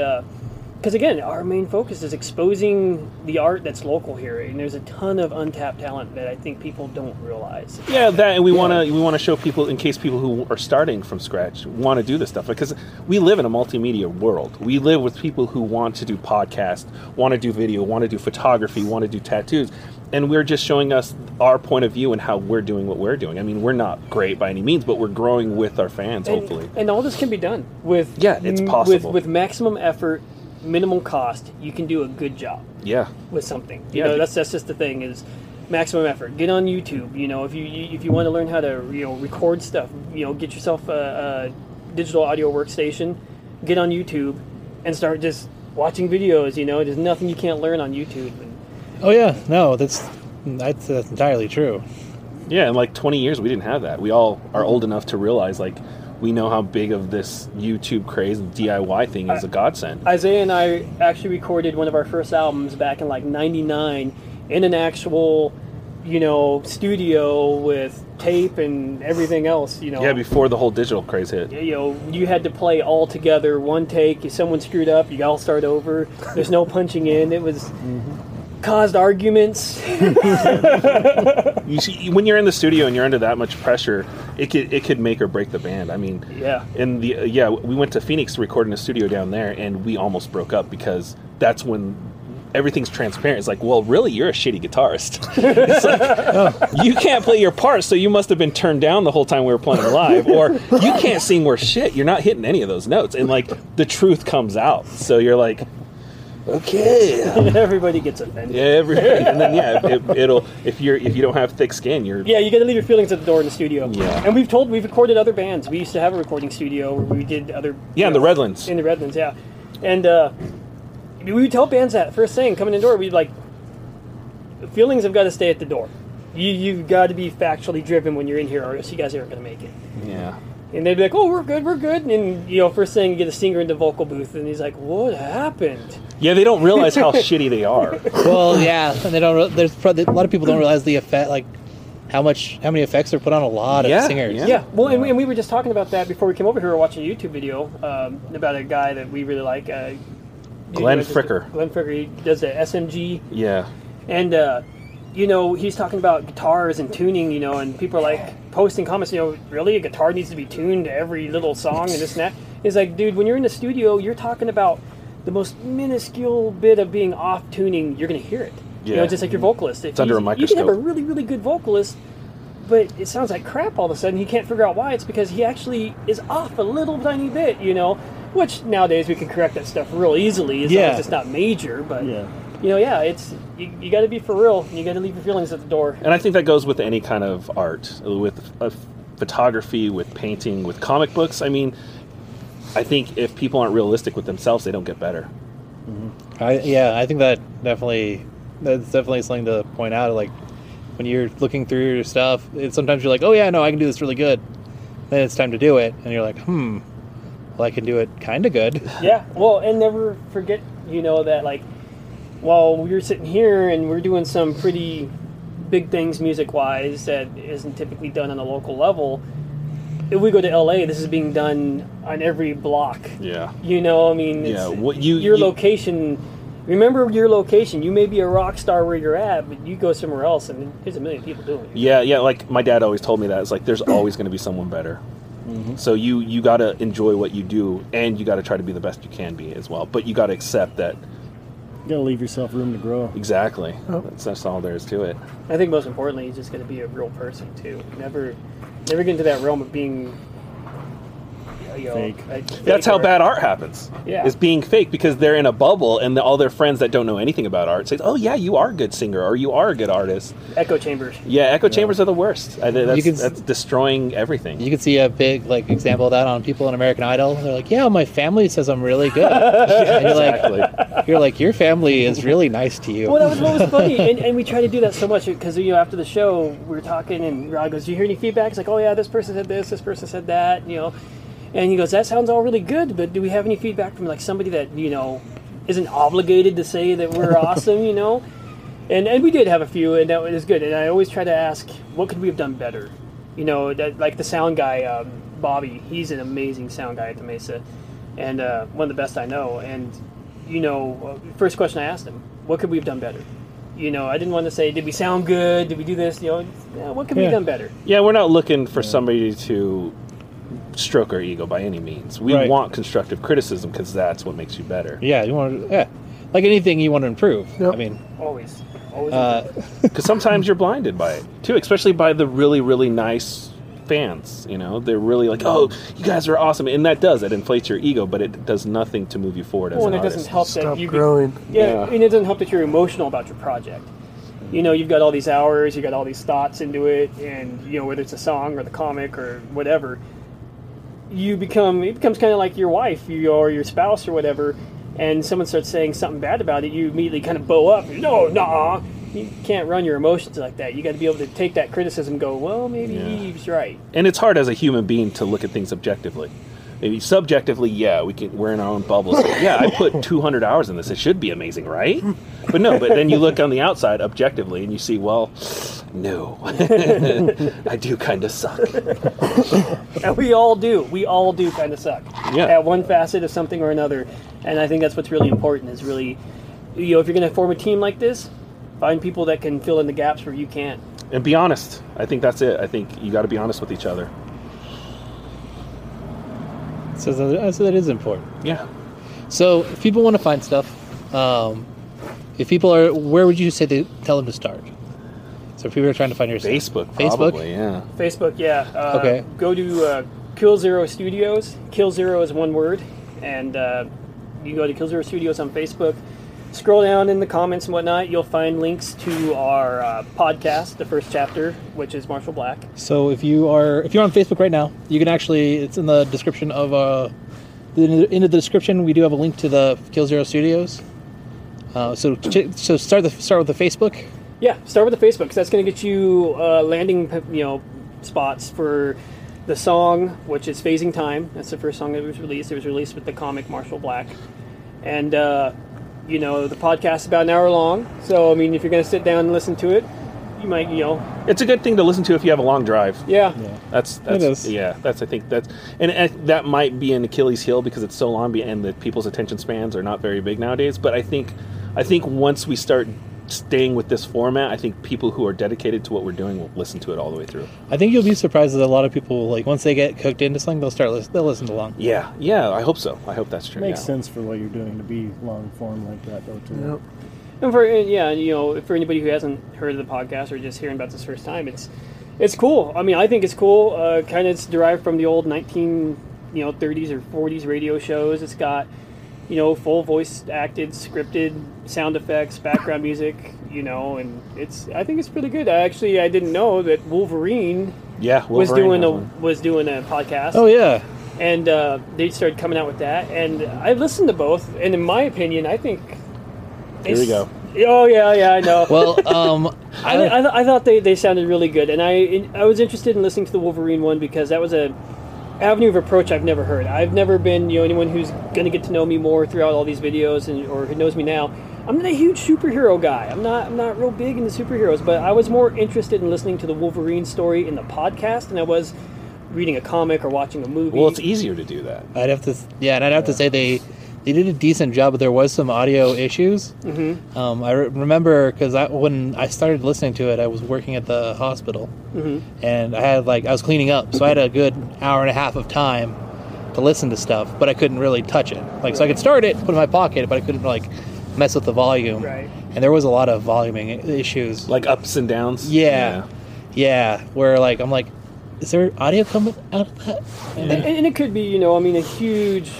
S1: because again, our main focus is exposing the art that's local here, and there's a ton of untapped talent that I think people don't realize.
S2: Yeah, that, and we want to we want to show people in case people who are starting from scratch want to do this stuff because we live in a multimedia world. We live with people who want to do podcast, want to do video, want to do photography, want to do tattoos, and we're just showing us our point of view and how we're doing what we're doing. I mean, we're not great by any means, but we're growing with our fans.
S1: And-
S2: hopefully,
S1: And all this can be done with
S2: yeah, it's
S1: m-
S2: possible.
S1: with with maximum effort minimal cost, you can do a good job
S2: Yeah.
S1: with something. You
S2: Yeah,
S1: know,
S2: be-
S1: that's that's just the thing is maximum effort. Get on YouTube. You know, if you you- if you want to learn how to you know record stuff, you know, get yourself a, a digital audio workstation. Get on YouTube and start just watching videos. You know, there's nothing you can't learn on YouTube. And
S9: Oh yeah, no, that's that's, that's entirely true.
S2: Yeah, in like 20 years, we didn't have that. We all are old enough to realize, like, we know how big of this YouTube craze and DIY thing is a godsend.
S1: Isaiah and I actually recorded one of our first albums back in like '99 in an actual, you know, studio with tape and everything else. You know,
S2: Yeah, before the whole digital craze hit.
S1: you know, you had to play all together, one take. If someone screwed up, you all start over. There's no punching in. It was caused arguments.
S2: You see, when you're in the studio and you're under that much pressure, it could it could make or break the band. I mean,
S1: Yeah.
S2: in the uh, yeah, we went to Phoenix to record in a studio down there, and we almost broke up because that's when everything's transparent. It's like, well, really, you're a shitty guitarist. it's like, you can't play your part, so you must have been turned down the whole time we were playing live, or you can't sing worth shit. You're not hitting any of those notes, and like the truth comes out. So you're like, okay,
S1: Everybody gets offended.
S2: yeah, everything, and then yeah, it, it'll if you're if you don't have thick skin, you're
S1: Yeah, you got to leave your feelings at the door in the studio.
S2: Yeah.
S1: And we've told we've recorded other bands. We used to have a recording studio where we did other.
S2: Yeah, in
S1: you
S2: the Redlands.
S1: In the Redlands, yeah. And uh, we would tell bands that first thing coming in the door, we'd like feelings have got to stay at the door. You you've got to be factually driven when you're in here, or else you guys aren't going to make it.
S2: yeah.
S1: And they'd be like, "Oh, we're good, we're good." And you know, first thing you get a singer in the vocal booth, and he's like, "What happened?"
S2: Yeah, they don't realize how shitty they are.
S9: Well, yeah, and they don't. re- There's probably, a lot of people don't realize the effect, like how much, how many effects are put on a lot
S2: Yeah,
S9: of singers.
S1: Yeah. well, and, we, and we were just talking about that before we came over here. We were watching a YouTube video um, about a guy that we really like, uh,
S2: Glenn
S1: you know, just-
S2: Fricker.
S1: Glenn Fricker. He does the SMG,
S2: Yeah.
S1: and uh, you know he's talking about guitars and tuning. You know, and people are like posting comments. You know, really, a guitar needs to be tuned to every little song and this and that. It's like, dude, when you're in the studio, you're talking about the most minuscule bit of being off tuning. You're gonna hear it. You know,
S2: Yeah.
S1: just like your vocalist. If
S2: It's under a
S1: he's- You can have a
S2: microscope.
S1: really, really good vocalist, but it sounds like crap all of a sudden. He can't figure out why. It's because he actually is off a little tiny bit, you know. Which nowadays we can correct that stuff real easily as long
S9: Yeah.
S1: as it's not major. But
S4: Yeah.
S1: you know, yeah, it's you, you got to be for real. You got to leave your feelings at the door.
S2: And I think that goes with any kind of art, with uh, photography, with painting, with comic books. I mean, I think if people aren't realistic with themselves, they don't get better.
S9: I, yeah, I think that definitely that's definitely something to point out. Like when you're looking through your stuff, it, sometimes you're like, "Oh yeah, no, I can do this really good." Then it's time to do it, and you're like, "Hmm, well, I can do it kind of good."
S1: yeah well and never forget you know that like while we're sitting here and we're doing some pretty big things music wise that isn't typically done on a local level if we go to la this is being done on every block
S2: Yeah.
S1: you know i mean it's,
S2: Yeah, what you-
S1: your
S2: you-
S1: location remember your location you may be a rock star where you're at but you go somewhere else and there's a million people doing it
S2: Yeah, yeah. Like my dad always told me that. It's like there's always going to be someone better. So you you got to enjoy what you do, and you got to try to be the best you can be as well. But you got to accept that
S10: You gotta leave yourself room to grow.
S2: exactly. That's, that's all there is to it.
S1: I think most importantly, he's just going to be a real person too. Never, never get into that realm of being you know,
S10: Fake.
S1: a-
S2: That's how
S1: or-
S2: bad art happens.
S1: Yeah.
S2: Is being fake because they're in a bubble and the, all their friends that don't know anything about art say, "Oh yeah, you are a good singer or you are a good artist."
S1: echo chambers.
S2: Yeah, echo chambers are the worst. I, that's,
S9: You can s-
S2: that's destroying everything.
S9: You can see a big like example of that on people in American Idol. They're like, "Yeah, my family says I'm really good." and you're like,
S2: exactly.
S9: "You're like your family is really nice to you."
S1: Well, that was what was funny, and, and we try to do that so much because you know after the show we were talking, and Rod goes, "Do you hear any feedback?" It's like, "Oh yeah, this person said this, this person said that," you know, and he goes, "That sounds all really good, but do we have any feedback from like somebody that you know isn't obligated to say that we're awesome?" You know, and and we did have a few, and that was good. And I always try to ask, "What could we have done better?" You know, that like the sound guy, um, Bobby, he's an amazing sound guy at the Mesa, and uh, one of the best I know, and you know, uh, first question I asked him, what could we have done better? You know, I didn't want to say, did we sound good? Did we do this? You know, yeah, what could we have
S9: Yeah.
S1: done better?
S2: Yeah, we're not looking for somebody to stroke our ego by any means. We
S9: Right.
S2: want constructive criticism because that's what makes you better.
S9: yeah, you want to, yeah, like anything you want to improve. I mean,
S1: Always, always.
S9: uh,
S2: Because sometimes you're blinded by it too, especially by the really really nice fans. You know, they're really like, "Oh, you guys are awesome," and that does it inflates your ego, but it does nothing to move you forward.
S1: Well,
S2: as
S1: and
S2: an
S1: it doesn't
S2: artist.
S1: help that
S10: Stop
S1: you
S10: growing.
S1: Yeah,
S2: Yeah.
S1: and it doesn't help that you're emotional about your project. You know, you've got all these hours, you got all these thoughts into it, and you know whether it's a song or the comic or whatever, you become it becomes kind of like your wife, you or your spouse or whatever, and someone starts saying something bad about it, you immediately kind of bow up. No, nah. You can't run your emotions like that. You got to be able to take that criticism and go, well, maybe
S2: Yeah.
S1: he's right.
S2: and it's hard as a human being to look at things objectively. Maybe subjectively, yeah, we can. We're in our own bubbles. yeah, I put 200 hours in this. It should be amazing, right? But no. But then you look on the outside objectively, and you see, well, no, I do kind of suck.
S1: And we all do. We all do kind of suck
S2: Yeah.
S1: at one facet of something or another. And I think that's what's really important is really, you know, if you're going to form a team like this, find people that can fill in the gaps where you can't.
S2: And be honest. I think that's it. I think you got to be honest with each other.
S9: So that, so that is important.
S2: Yeah.
S9: So if people want to find stuff, um, if people are, where would you say to tell them to start? So if people are trying to find your stuff.
S2: Facebook,
S9: Facebook.
S2: probably. Yeah.
S1: Facebook, yeah. Uh,
S9: Okay.
S1: Go to uh, Kill Zero Studios. Kill Zero is one word, and uh, you go to Kill Zero Studios on Facebook. Scroll down in the comments and whatnot. You'll find links to our uh, podcast, the first chapter, which is Marshall Black.
S9: So if you are if you're on Facebook right now, you can actually it's in the description of uh the in the description we do have a link to the Kill Zero Studios. Uh, so ch- so start the start with the Facebook.
S1: Yeah, start with the Facebook 'cause that's going to get you uh, landing, p- you know, spots for the song, which is "Phasing Time." That's the first song that was released. It was released with the comic Marshall Black, and uh, you know the podcast's about an hour long. So I mean, if you're going to sit down and listen to it, you might, you know,
S2: It's a good thing to listen to if you have a long drive.
S1: yeah,
S2: That's, that's
S9: is.
S2: yeah. That's I think that's and uh, that might be an Achilles heel because it's so long be- and that people's attention spans are not very big nowadays. But I think I think once we start staying with this format, I think people who are dedicated to what we're doing will listen to it all the way through.
S9: I think you'll be surprised that a lot of people like once they get cooked into something, they'll start lis- they'll listen to long.
S2: Yeah, yeah. I hope so. I hope that's true.
S10: Makes
S2: yeah.
S10: sense for what you're doing to be long form like that, though, too.
S1: And for yeah, you know, for anybody who hasn't heard of the podcast or just hearing about this first time, it's it's cool. I mean, I think it's cool. Uh, kind of, it's derived from the old nineteen, you know, thirties or forties radio shows. It's got you know full voice acted, scripted sound effects, background music. You know, and it's I think it's pretty good. I actually I didn't know that Wolverine,
S2: Yeah,
S1: was
S2: Wolverine
S1: doing
S2: has
S1: a
S2: one.
S1: was doing a podcast
S9: Oh yeah.
S1: and uh, they started coming out with that. And I listened to both, and in my opinion, I think.
S2: Here we go.
S1: Oh yeah, yeah, I know.
S9: Well, um,
S1: I, I, th- I thought they, they sounded really good, and I I was interested in listening to the Wolverine one because that was a avenue of approach I've never heard. I've never been you know anyone who's going to get to know me more throughout all these videos and or who knows me now. I'm not a huge superhero guy. I'm not I'm not real big into superheroes, but I was more interested in listening to the Wolverine story in the podcast than I was reading a comic or watching a movie.
S2: Well, it's easier to do that.
S9: I'd have to yeah, and I'd have to say they they did a decent job, but there was some audio issues.
S1: hmm
S9: Um, I re- remember because I, when I started listening to it, I was working at the hospital,
S1: Mhm.
S9: and I had like I was cleaning up, so I had a good hour and a half of time to listen to stuff, but I couldn't really touch it. Like, so I could start it, put it in my pocket, but I couldn't like mess with the volume.
S1: Right.
S9: And there was a lot of voluming i- issues.
S2: Like ups and downs.
S9: yeah, yeah, where like I'm like, is there audio coming out of that?
S1: And, and it could be, you know, I mean, a huge,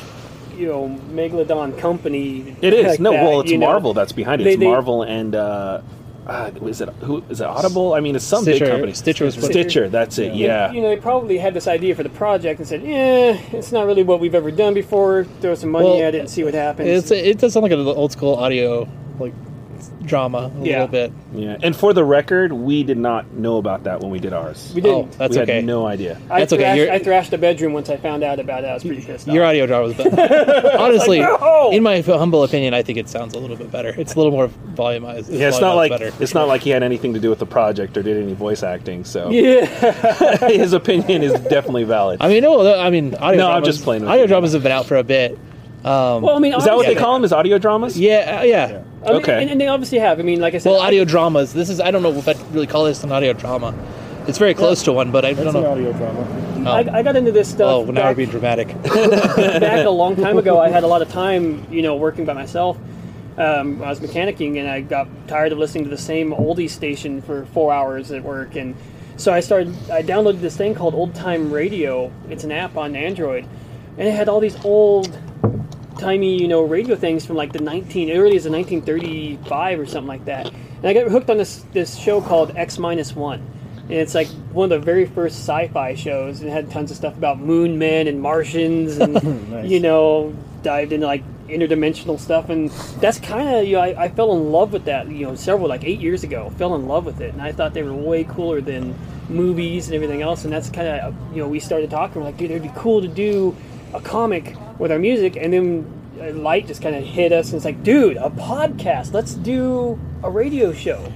S1: you know, megalodon company.
S2: It is
S1: like
S2: no.
S1: that,
S2: well, it's
S1: you know.
S2: Marvel that's behind it.
S1: They-
S2: It's
S1: they-
S2: Marvel and uh, uh, is it who is it Audible? I mean, it's some
S9: Stitcher-
S2: big company.
S9: Stitcher was-
S2: Stitcher. That's it. Yeah.
S1: You know, they probably had this idea for the project and said, "Eh, it's not really what we've ever done before. Throw some money
S9: Well,
S1: at it and see what happens."
S9: It's it does sound like an old school audio like drama a
S1: Yeah.
S9: little bit.
S2: Yeah. And for the record, we did not know about that when we did ours.
S1: we
S9: Oh,
S1: didn't.
S9: that's
S2: we had
S9: okay.
S2: no idea.
S1: I
S9: that's okay,
S1: thrashed,
S9: you're-
S1: I thrashed a bedroom once I found out about it. I was pretty pissed off.
S9: Your audio drama was better. Honestly,
S1: no!
S9: in my humble opinion, I think it sounds a little bit better. It's a little more volumized.
S2: Yeah, it's not
S9: volumized
S2: like
S9: better.
S2: it's not like he had anything to do with the project or did any voice acting. So
S1: Yeah,
S2: his opinion is definitely valid.
S9: I mean, no, no, I mean, audio.
S2: No, I'm
S9: dramas,
S2: just playing with
S9: audio
S2: you.
S9: dramas have been out for a bit. Um,
S1: well, I mean,
S2: is that what
S1: obviously-
S2: they call him? Is audio dramas?
S9: yeah, uh, yeah,
S1: I mean,
S2: Okay.
S1: and, and they obviously have. I mean, like I said,
S9: Well,
S1: I-
S9: audio dramas. This is I don't know if I'd really call this an audio drama. It's very close to one, but I
S10: That's
S9: don't
S10: an
S9: know.
S10: audio drama.
S1: I, I got into this
S9: Oh,
S1: stuff.
S9: well, now we're
S1: back-
S9: being dramatic.
S1: back a long time ago, I had a lot of time, you know, working by myself. Um, I was mechanicking, and I got tired of listening to the same oldie station for four hours at work, and So I started. I downloaded this thing called Old Time Radio. It's an app on Android, and it had all these old timey, you know, radio things from like the 19, early as the 1935 or something like that. And I got hooked on this this show called X minus one, and it's like one of the very first sci-fi shows, and it had tons of stuff about moon men and Martians, and
S4: Nice.
S1: you know, dived into like interdimensional stuff, and that's kind of you know, I, I fell in love with that. You know, several like eight years ago, fell in love with it, and I thought they were way cooler than movies and everything else. And that's kind of you know we started talking. We're like, dude, it'd be cool to do a comic with our music, and then uh, light just kind of hit us, and it's like, dude, a podcast. Let's do a radio show,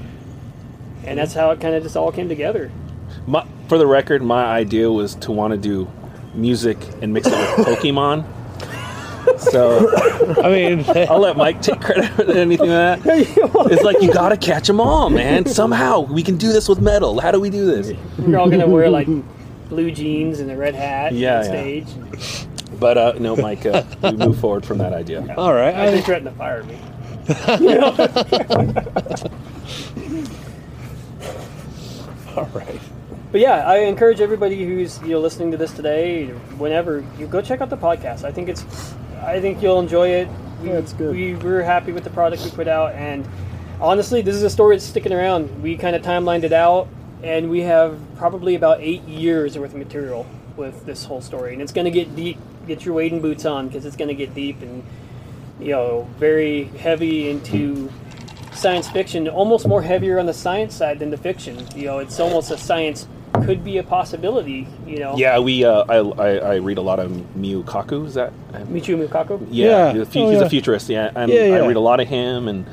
S1: and that's how it kind of just all came together.
S2: My, for the record, my idea was to want to do music and mix it with Pokemon. So,
S9: I mean,
S2: I'll let Mike take credit for anything like that. It's like you gotta catch them all, man. Somehow we can do this with metal. How do we do this?
S1: We're all gonna wear like blue jeans and a red hat
S2: Yeah,
S1: on
S2: yeah.
S1: stage.
S2: But uh, no, Mike, uh, we move forward from that idea.
S9: All right.
S1: I, they threatened to fire me.
S9: all right.
S1: But yeah, I encourage everybody who's you know listening to this today, whenever you go check out the podcast. I think it's, I think you'll enjoy it. We, yeah, it's good. We were happy with the product we put out, and honestly, this is a story that's sticking around. We kind of timelined it out, and we have probably about eight years worth of material with this whole story, and it's going to get deep. Get your wading boots on because it's going to get deep and you know very heavy into science fiction, almost more heavier on the science side than the fiction. You know, it's almost a science could be a possibility. You know,
S2: Yeah, we. Uh, I, I I read a lot of Miyukaku. Is that?
S1: Michio Mikaku.
S2: Yeah,
S9: Yeah.
S2: the fu-
S9: Oh,
S2: he's
S9: yeah.
S2: a futurist. Yeah, and
S9: Yeah, yeah.
S2: I read a lot of him, and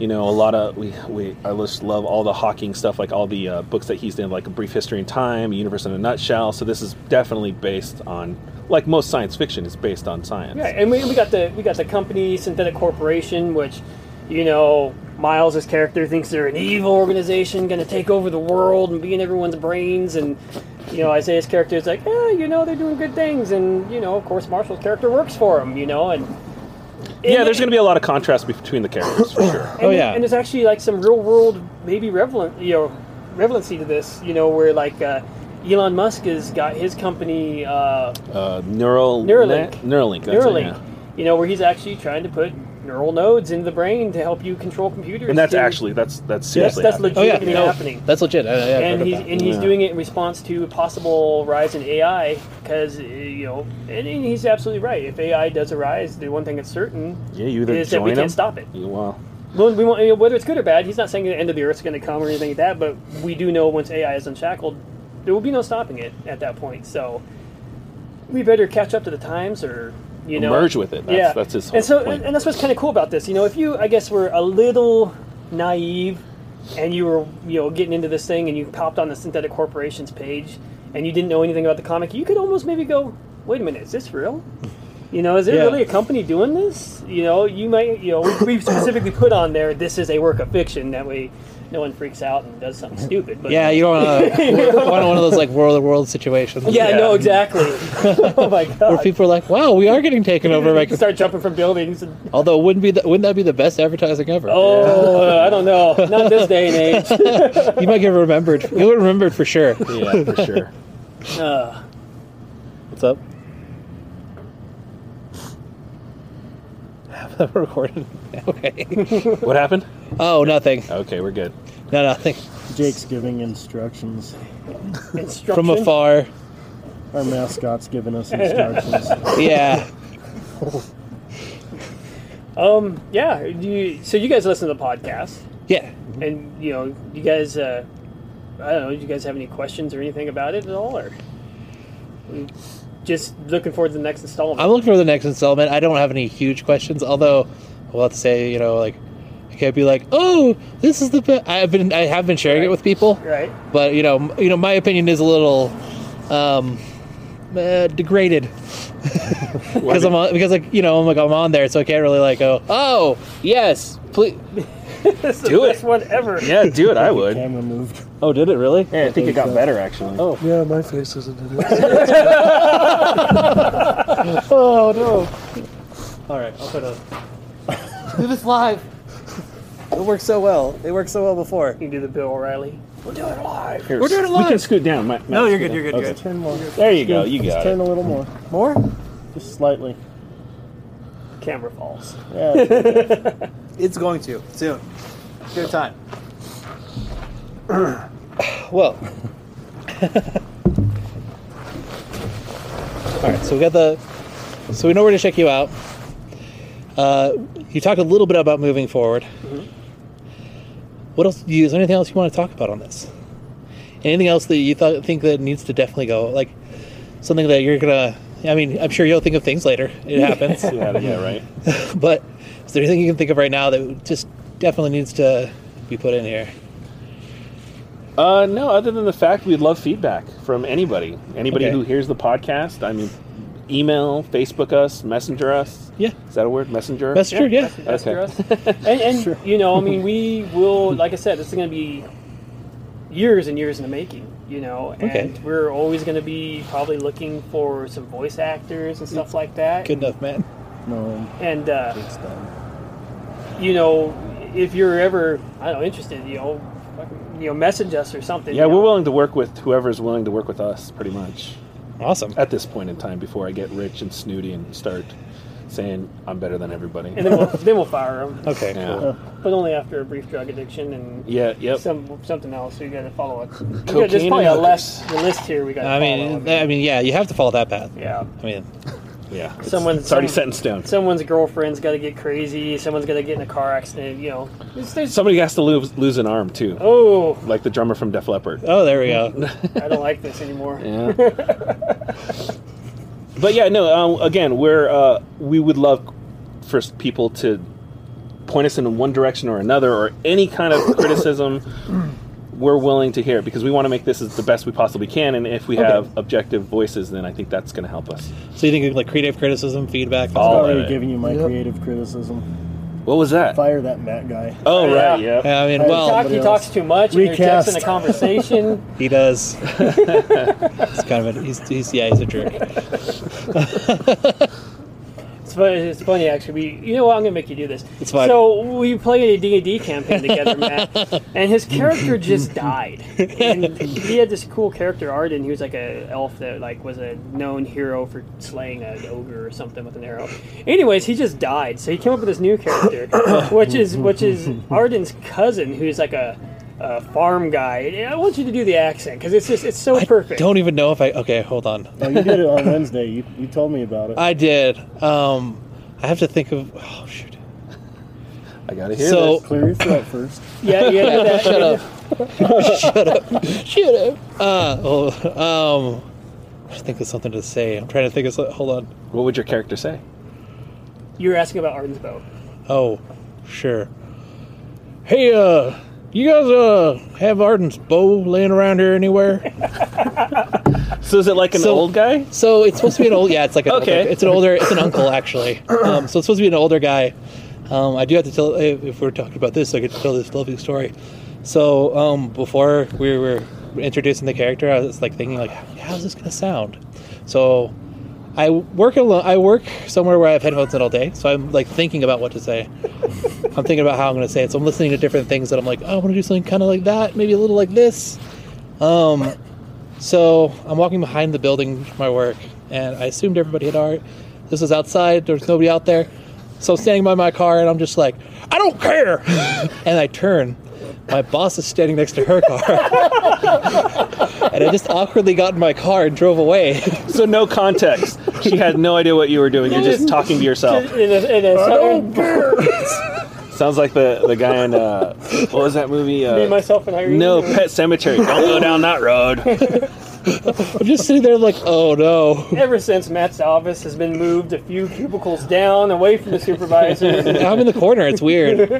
S2: you know, a lot of we, we I just love all the Hawking stuff, like all the uh, books that he's done, like A Brief History in Time, Universe in a Nutshell. So this is definitely based on, like most science fiction, is based on science.
S1: Yeah, and we, we got the we got the company Synthetic Corporation, which, you know, Miles' character thinks they're an evil organization going to take over the world and be in everyone's brains, and you know Isaiah's character is like, yeah, you know, they're doing good things, and you know, of course, Marshall's character works for him, you know, and
S2: yeah. There's going to be a lot of contrast between the characters for sure.
S1: And,
S9: Oh, yeah.
S1: and there's actually like some real world maybe relevant you know relevancy to this you know where like uh, Elon Musk has got his company uh,
S2: Uh, neural
S1: Neuralink.
S2: Neuralink. That's it,
S1: Neuralink
S2: yeah.
S1: you know where he's actually trying to put neural nodes into the brain to help you control computers
S2: And that's
S1: to-
S2: actually that's that's
S1: that's
S2: seriously.
S1: that's
S2: happening.
S9: Oh yeah,
S1: legitimately
S9: no,
S1: happening
S9: that's legit. I, I have heard
S1: and
S9: of
S1: he's
S9: that.
S1: and he's
S2: Yeah.
S1: doing it in response to possible rise in AI because uh, you know and, and he's absolutely right if AI does arise the one thing that's certain
S2: yeah, you either
S1: is that we
S2: join
S1: can't
S2: them.
S1: stop it
S2: You, well,
S1: well, we want, whether it's good or bad, he's not saying the end of the earth's going to come or anything like that, but we do know once AI is unshackled, there will be no stopping it at that point. So we better catch up to the times or, you know.
S2: Merge with it. That's-
S1: yeah.
S2: that's his
S1: and so,
S2: whole point.
S1: And that's what's kind of cool about this. You know, if you, I guess, were a little naive and you were, you know, getting into this thing and you popped on the Synthetic Corporation's page and you didn't know anything about the comic, you could almost maybe go, wait a minute, is this real? You know, is there
S9: Yeah.
S1: really a company doing this? You know, you might, you know, we, we specifically put on there, this is a work of fiction. That way no one freaks out and does something stupid. But
S9: yeah, you don't want to one one of those like world of the world situations.
S1: Yeah,
S2: Yeah.
S1: no, exactly. oh my God.
S9: Where people are like, "Wow, we are getting taken over by."
S1: start jumping from buildings. And,
S9: Although, wouldn't be the, wouldn't that be the best advertising ever?
S1: oh, uh, I don't know. Not this day and age.
S9: you might get remembered. You would remembered for sure.
S2: yeah, for sure.
S1: Uh,
S10: What's up?
S9: Have that recorded. Okay.
S2: What happened?
S9: Oh, nothing.
S2: Okay, we're good.
S9: No, nothing.
S10: Jake's giving instructions.
S1: instruction.
S9: From afar.
S10: Our mascot's giving us instructions.
S9: Yeah.
S1: Um, yeah. do you- so you guys listen to the podcast,
S9: Yeah.
S1: and you know, you guys. Uh, I don't know. Do you guys have any questions or anything about it at all, or just looking forward to the next installment?
S9: I'm looking for the next installment. I don't have any huge questions, although I will have to say, you know, like I can't be like, oh, this is the best. I've been I have been sharing it with people,
S1: right.
S9: but you know, m- you know, my opinion is a little um, uh, degraded because I'm on, because like you know I'm like I'm on there, so I can't really like go, oh yes, please.
S1: This is
S2: Do
S1: the
S2: it.
S1: best one ever.
S2: Yeah, do it. I would.
S10: Camera moved.
S9: Oh, did it really?
S2: Yeah, I think it got better actually. Oh,
S10: Yeah, my face isn't in it.
S9: Oh no! All right, I'll put a. Do this live.
S11: It worked so well. It worked so well before.
S1: You do the Bill O'Reilly.
S11: We're doing it live.
S2: Here, We can scoot down. Matt,
S11: No,
S2: Matt,
S11: you're
S2: scoot
S11: good,
S2: down.
S11: you're good,
S2: Okay.
S11: you're good. Ten more.
S2: There you go. You
S10: Just
S2: got
S10: turn
S2: it.
S10: a little more.
S11: More?
S10: Just slightly.
S1: Camera falls.
S10: Yeah.
S11: It's going to soon. Good time.
S9: Well. All right, so we got the. So we know where to check you out. Uh, you talked a little bit about moving forward. What else? Do you, is there anything else you want to talk about on this? Anything else that you thought, think that needs to definitely go? Like something that you're gonna. I mean, I'm sure you'll think of things later. It happens.
S2: Yeah, yeah, right.
S9: but is there anything you can think of right now that just definitely needs to be put in here?
S2: Uh, no, other than the fact we'd love feedback from anybody. Anybody
S9: Okay.
S2: who hears the podcast. I mean, email, Facebook us, Messenger us.
S9: Yeah.
S2: Is that a word? Messenger?
S9: Messenger, yeah.
S2: Okay.
S1: and, and you know, I mean, we will. Like I said, this is going to be years and years in the making. You know, and
S9: Okay.
S1: we're always going to be probably looking for some voice actors and stuff like that.
S9: Mm. Good enough, man.
S10: No,
S1: And uh,
S10: it's done.
S1: you know, if you're ever, I don't know, interested, you know, you know, message us or something.
S2: Yeah,
S1: you know.
S2: we're willing to work with whoever's willing to work with us, pretty much.
S9: Awesome.
S2: At this point in time, before I get rich and snooty and start saying I'm better than everybody.
S1: and then we'll, then we'll fire them.
S9: Okay,
S2: Yeah.
S9: cool.
S1: But only after a brief drug addiction and
S2: Yeah, yep.
S1: some something else. So you got to follow up. You gotta-
S2: Cocaine
S1: There's
S2: and
S1: probably a
S2: hookers.
S1: list, the list here. We got.
S9: I mean, I mean, yeah, you have to follow that path.
S1: yeah.
S9: I mean,
S2: Yeah. It's,
S1: Someone's-
S2: it's already set
S1: someone-
S2: in stone.
S1: Someone's girlfriend's got to get crazy. Someone's got to get in a car accident. You know. There's- there's-
S2: Somebody has to lose, lose an arm, too.
S1: oh,
S2: Like the drummer from Def Leppard.
S9: oh, there we go.
S1: I don't like this anymore.
S2: Yeah. but yeah, no. Um, again, we're uh, we would love for people to point us in one direction or another, or any kind of criticism. We're willing to hear it because we want to make this as the best we possibly can, and if we
S9: Okay.
S2: have objective voices, then I think that's going to help us.
S9: So you think like creative criticism, feedback?
S2: All
S10: Sorry,
S2: of it.
S10: giving you my
S9: Yep.
S10: creative criticism.
S2: What was that?
S10: Fire that Matt guy.
S2: Oh
S1: Yeah.
S2: right, yeah.
S9: I mean,
S10: I-
S1: He, talk,
S9: well,
S1: he
S10: else.
S1: talks too much. He interjects in a
S10: Recast.
S1: conversation.
S9: he does. he's kind of a he's, he's yeah he's a jerk.
S1: It's funny, it's funny actually. We, you know what? I'm gonna make you do this.
S9: It's fine.
S1: So we played a D and D campaign together, Matt, and his character just died. And he had this cool character art, and he was like a elf that like was a known hero for slaying an ogre or something with an arrow. Anyways, he just died. So he came up with this new character, which is which is Arden's cousin, who's like a, a farm guy. And I want you to do the accent because it's just it's so
S9: I
S1: perfect.
S9: don't even know if I. Okay, hold on.
S10: No, you did it on Wednesday. You, you told me about it.
S9: I did. Um, I have to think of. Oh shoot.
S2: I gotta hear
S9: So-
S2: this.
S10: Clear your throat first.
S1: Yeah, yeah. That,
S9: Shut up. Shut up. Shut up. Uh, oh, um, I should think of something to say. I'm trying to think of. so- Hold on.
S2: What would your character say?
S1: You were asking about Arden's boat.
S9: Oh, sure. Hey, uh, you guys uh have Arden's bow laying around here anywhere?
S2: So is it like an
S9: So-
S2: old guy?
S9: So it's supposed to be an old. Yeah, it's like an
S2: Okay.
S9: older, it's an older. It's an uncle actually. Um, so it's supposed to be an older guy. Um, I do have to tell if if we're talking about this, I get to tell this lovely story. So um, before we were introducing the character, I was like thinking like, how's this gonna sound? So I work alone. I work somewhere where I have headphones in all day, so I'm like thinking about what to say. I'm thinking about how I'm gonna say it. So I'm listening to different things that I'm like, oh, I want to do something kind of like that, maybe a little like this. Um, so I'm walking behind the building from my work, and I assumed everybody had already. This was outside. There was nobody out there. So I'm standing by my car, and I'm just like, I don't care. and I turn. My boss is standing next to her car, and I just awkwardly got in my car and drove away.
S2: So no context. she had no idea what you were doing. You're just talking to
S9: Oh.
S2: yourself.
S1: In a, in a southern,
S2: Sounds like the the guy in uh, what was that movie? Uh,
S1: me, myself, and Irene.
S2: No,
S1: or-
S2: Pet Cemetery. Don't go down that road.
S9: I'm just sitting there like, oh no.
S1: Ever since Matt's office has been moved a few cubicles down, away from the supervisor.
S9: I'm in the corner. It's weird.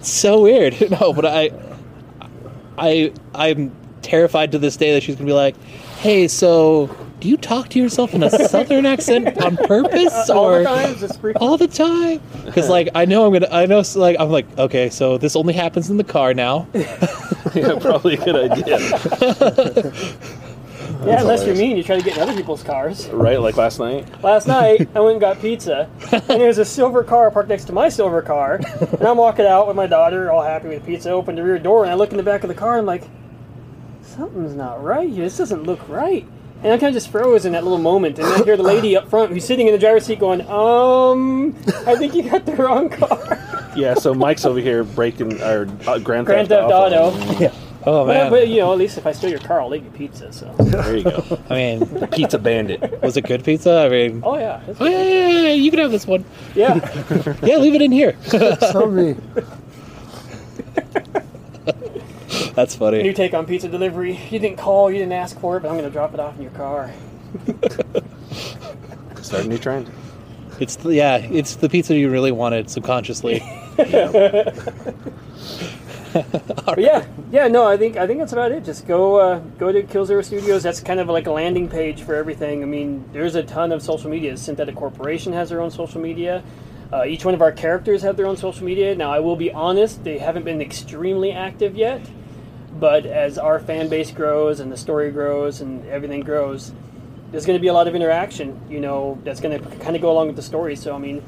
S9: so weird. No, but I, I, I'm terrified to this day that she's gonna be like, "Hey, so do you talk to yourself in a southern accent on purpose
S1: all
S9: or
S1: the times, it's freaking.
S9: all the time?" Because like I know I'm gonna, I know so, like I'm like, okay, so this only happens in the car now.
S2: yeah, probably a good idea.
S1: yeah, unless you're mean, you try to get in other people's cars.
S2: Right, like last night.
S1: Last night, I went and got pizza, and there's a silver car parked next to my silver car, and I'm walking out with my daughter, all happy with pizza. I open the rear door, and I look in the back of the car, and I'm like, something's not right here. This doesn't look right. And I kind of just froze in that little moment, and I hear the lady up front who's sitting in the driver's seat going, um, I think you got the wrong car.
S2: Yeah, so Mike's over here breaking our uh, Grand, Mm,
S1: Grand Theft Auto.
S9: Yeah. Oh
S1: But,
S9: man.
S1: but, you know, at least if I steal your car, I'll leave you pizza. So.
S2: There you go.
S9: I mean,
S2: Pizza bandit.
S9: was it good pizza? I mean,
S1: Oh yeah. that's-
S9: oh, yeah, yeah, yeah, yeah, you can have this one.
S1: Yeah.
S9: Yeah, leave it in here.
S11: So me.
S9: That's
S1: New
S9: funny.
S1: take on pizza delivery. You didn't call, you didn't ask for it, but I'm gonna drop it off in your car.
S2: Start a new trend.
S9: It's the- yeah, it's the pizza you really wanted subconsciously.
S1: But yeah, yeah, no, I think I think that's about it. Just go uh, go to Kill Zero Studios. That's kind of like a landing page for everything. I mean, there's a ton of social media. Synthetic Corporation has their own social media. Uh, each one of our characters have their own social media. Now, I will be honest, they haven't been extremely active yet. But as our fan base grows and the story grows and everything grows, there's going to be a lot of interaction. You know, that's going to kind of go along with the story. So, I mean,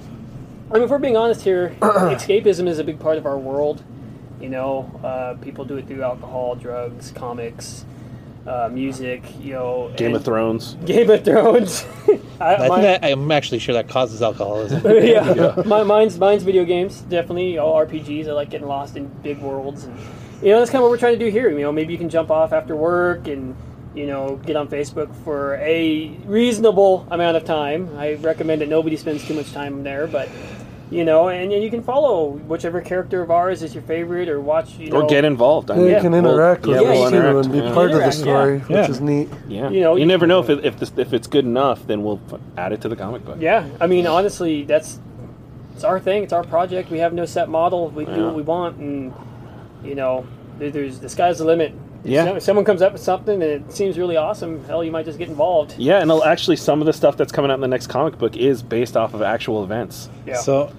S1: I mean, if we're being honest here, escapism is a big part of our world. You know, uh, people do it through alcohol, drugs, comics, uh, music. You know,
S2: Game
S1: and-
S2: of Thrones.
S1: Game of Thrones. I,
S9: I
S1: my-
S9: think that, I'm actually sure that causes alcoholism.
S1: yeah. My, mine's mine's video games, definitely. All RPGs. I like getting lost in big worlds, and you know that's kind of what we're trying to do here. You know, maybe you can jump off after work and you know get on Facebook for a reasonable amount of time. I recommend that nobody spends too much time there, but you know, and, and you can follow whichever character of ours is your favorite, or watch. You know,
S2: Or get involved. I
S11: Yeah,
S2: mean,
S11: you can
S2: we'll-
S11: interact
S2: yeah,
S11: with
S2: we'll
S11: it too
S2: interact,
S11: and be
S2: yeah.
S11: part of the
S1: Interact,
S11: story,
S9: yeah.
S11: which is neat.
S2: Yeah.
S1: You know,
S2: you
S1: you-
S2: never know if it, if this, if it's good enough, then we'll f- add it to the comic book.
S1: Yeah, I mean, honestly, that's it's our thing. It's our project. We have no set model. We do
S2: Yeah.
S1: what we want, and you know, there- there's the sky's the limit.
S2: Yeah.
S1: If someone comes up with something and it seems really awesome, hell, you might just get involved.
S2: Yeah, and actually, some of the stuff that's coming out in the next comic book is based off of actual events.
S1: Yeah.
S9: So,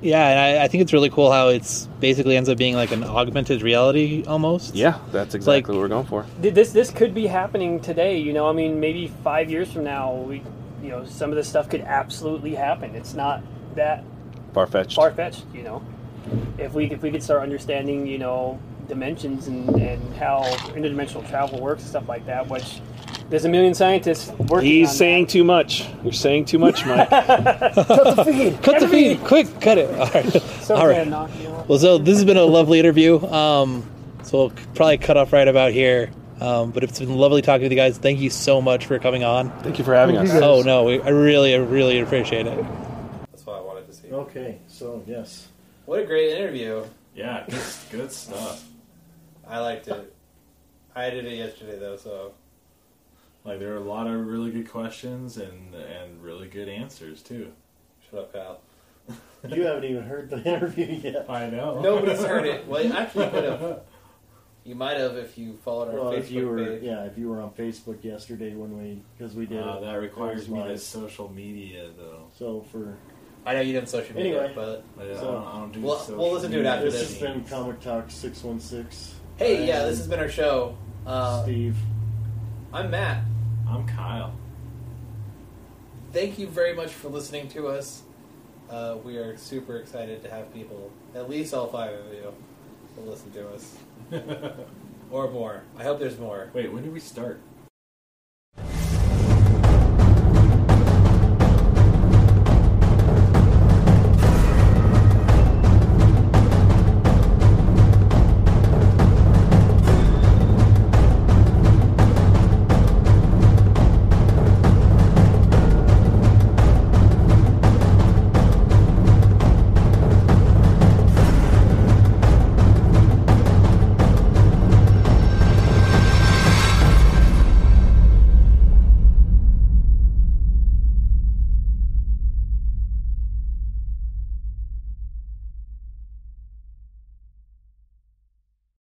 S9: yeah, and I, I think it's really cool how it's basically ends up being like an augmented reality almost.
S2: Yeah, that's
S9: like-
S2: exactly what we're going for.
S1: Th- this this could be happening today. You know, I mean, maybe five years from now, we, you know, some of this stuff could absolutely happen. It's not that
S2: Far fetched.
S1: far fetched. You know, if we if we could start understanding, you know, dimensions and and how interdimensional travel works and stuff like that, which there's a million scientists working.
S2: He's
S1: on
S2: saying too much. You're saying too much, Mike.
S9: Cut the feed, quick, cut it. All right.
S1: that. So
S9: All right.
S1: gonna knock you off.
S9: Well, so this has been a lovely interview. Um, so we'll probably cut off right about here. Um, but it's been lovely talking to you guys. Thank you so much for coming on.
S2: Thank you for having us.
S9: Oh no, we, I really, I really appreciate it.
S3: That's what I wanted to see.
S4: Okay, so yes.
S3: What a great interview.
S5: Yeah, good, good stuff.
S3: I liked it. I did it yesterday though, so
S5: Like there are a lot of really good questions and and really good answers too.
S3: shut up, Kyle.
S4: You haven't even heard the interview yet.
S5: I know.
S3: Nobody's heard it. Well, you actually could have. You might have if you followed our
S4: Well,
S3: Facebook
S4: if you were,
S3: page. Ah,
S4: yeah, if you were on Facebook yesterday when we, because we did
S5: Uh,
S4: it,
S5: that requires me to
S4: live.
S5: social media though.
S4: So for
S3: I know you didn't social media,
S4: Anyway.
S3: but
S5: I don't,
S4: So-
S5: I don't do
S3: We'll-
S5: social
S3: we'll listen to it
S5: media
S3: after
S4: this has
S5: things.
S4: been Comic Talk six one six.
S3: hey, yeah, this has been our show. Uh,
S4: Steve.
S3: I'm Matt.
S5: I'm Kyle.
S3: Thank you very much for listening to us. Uh, we are super excited to have people, at least all five of you, will listen to us or more. I hope there's more.
S5: Wait, when did we start?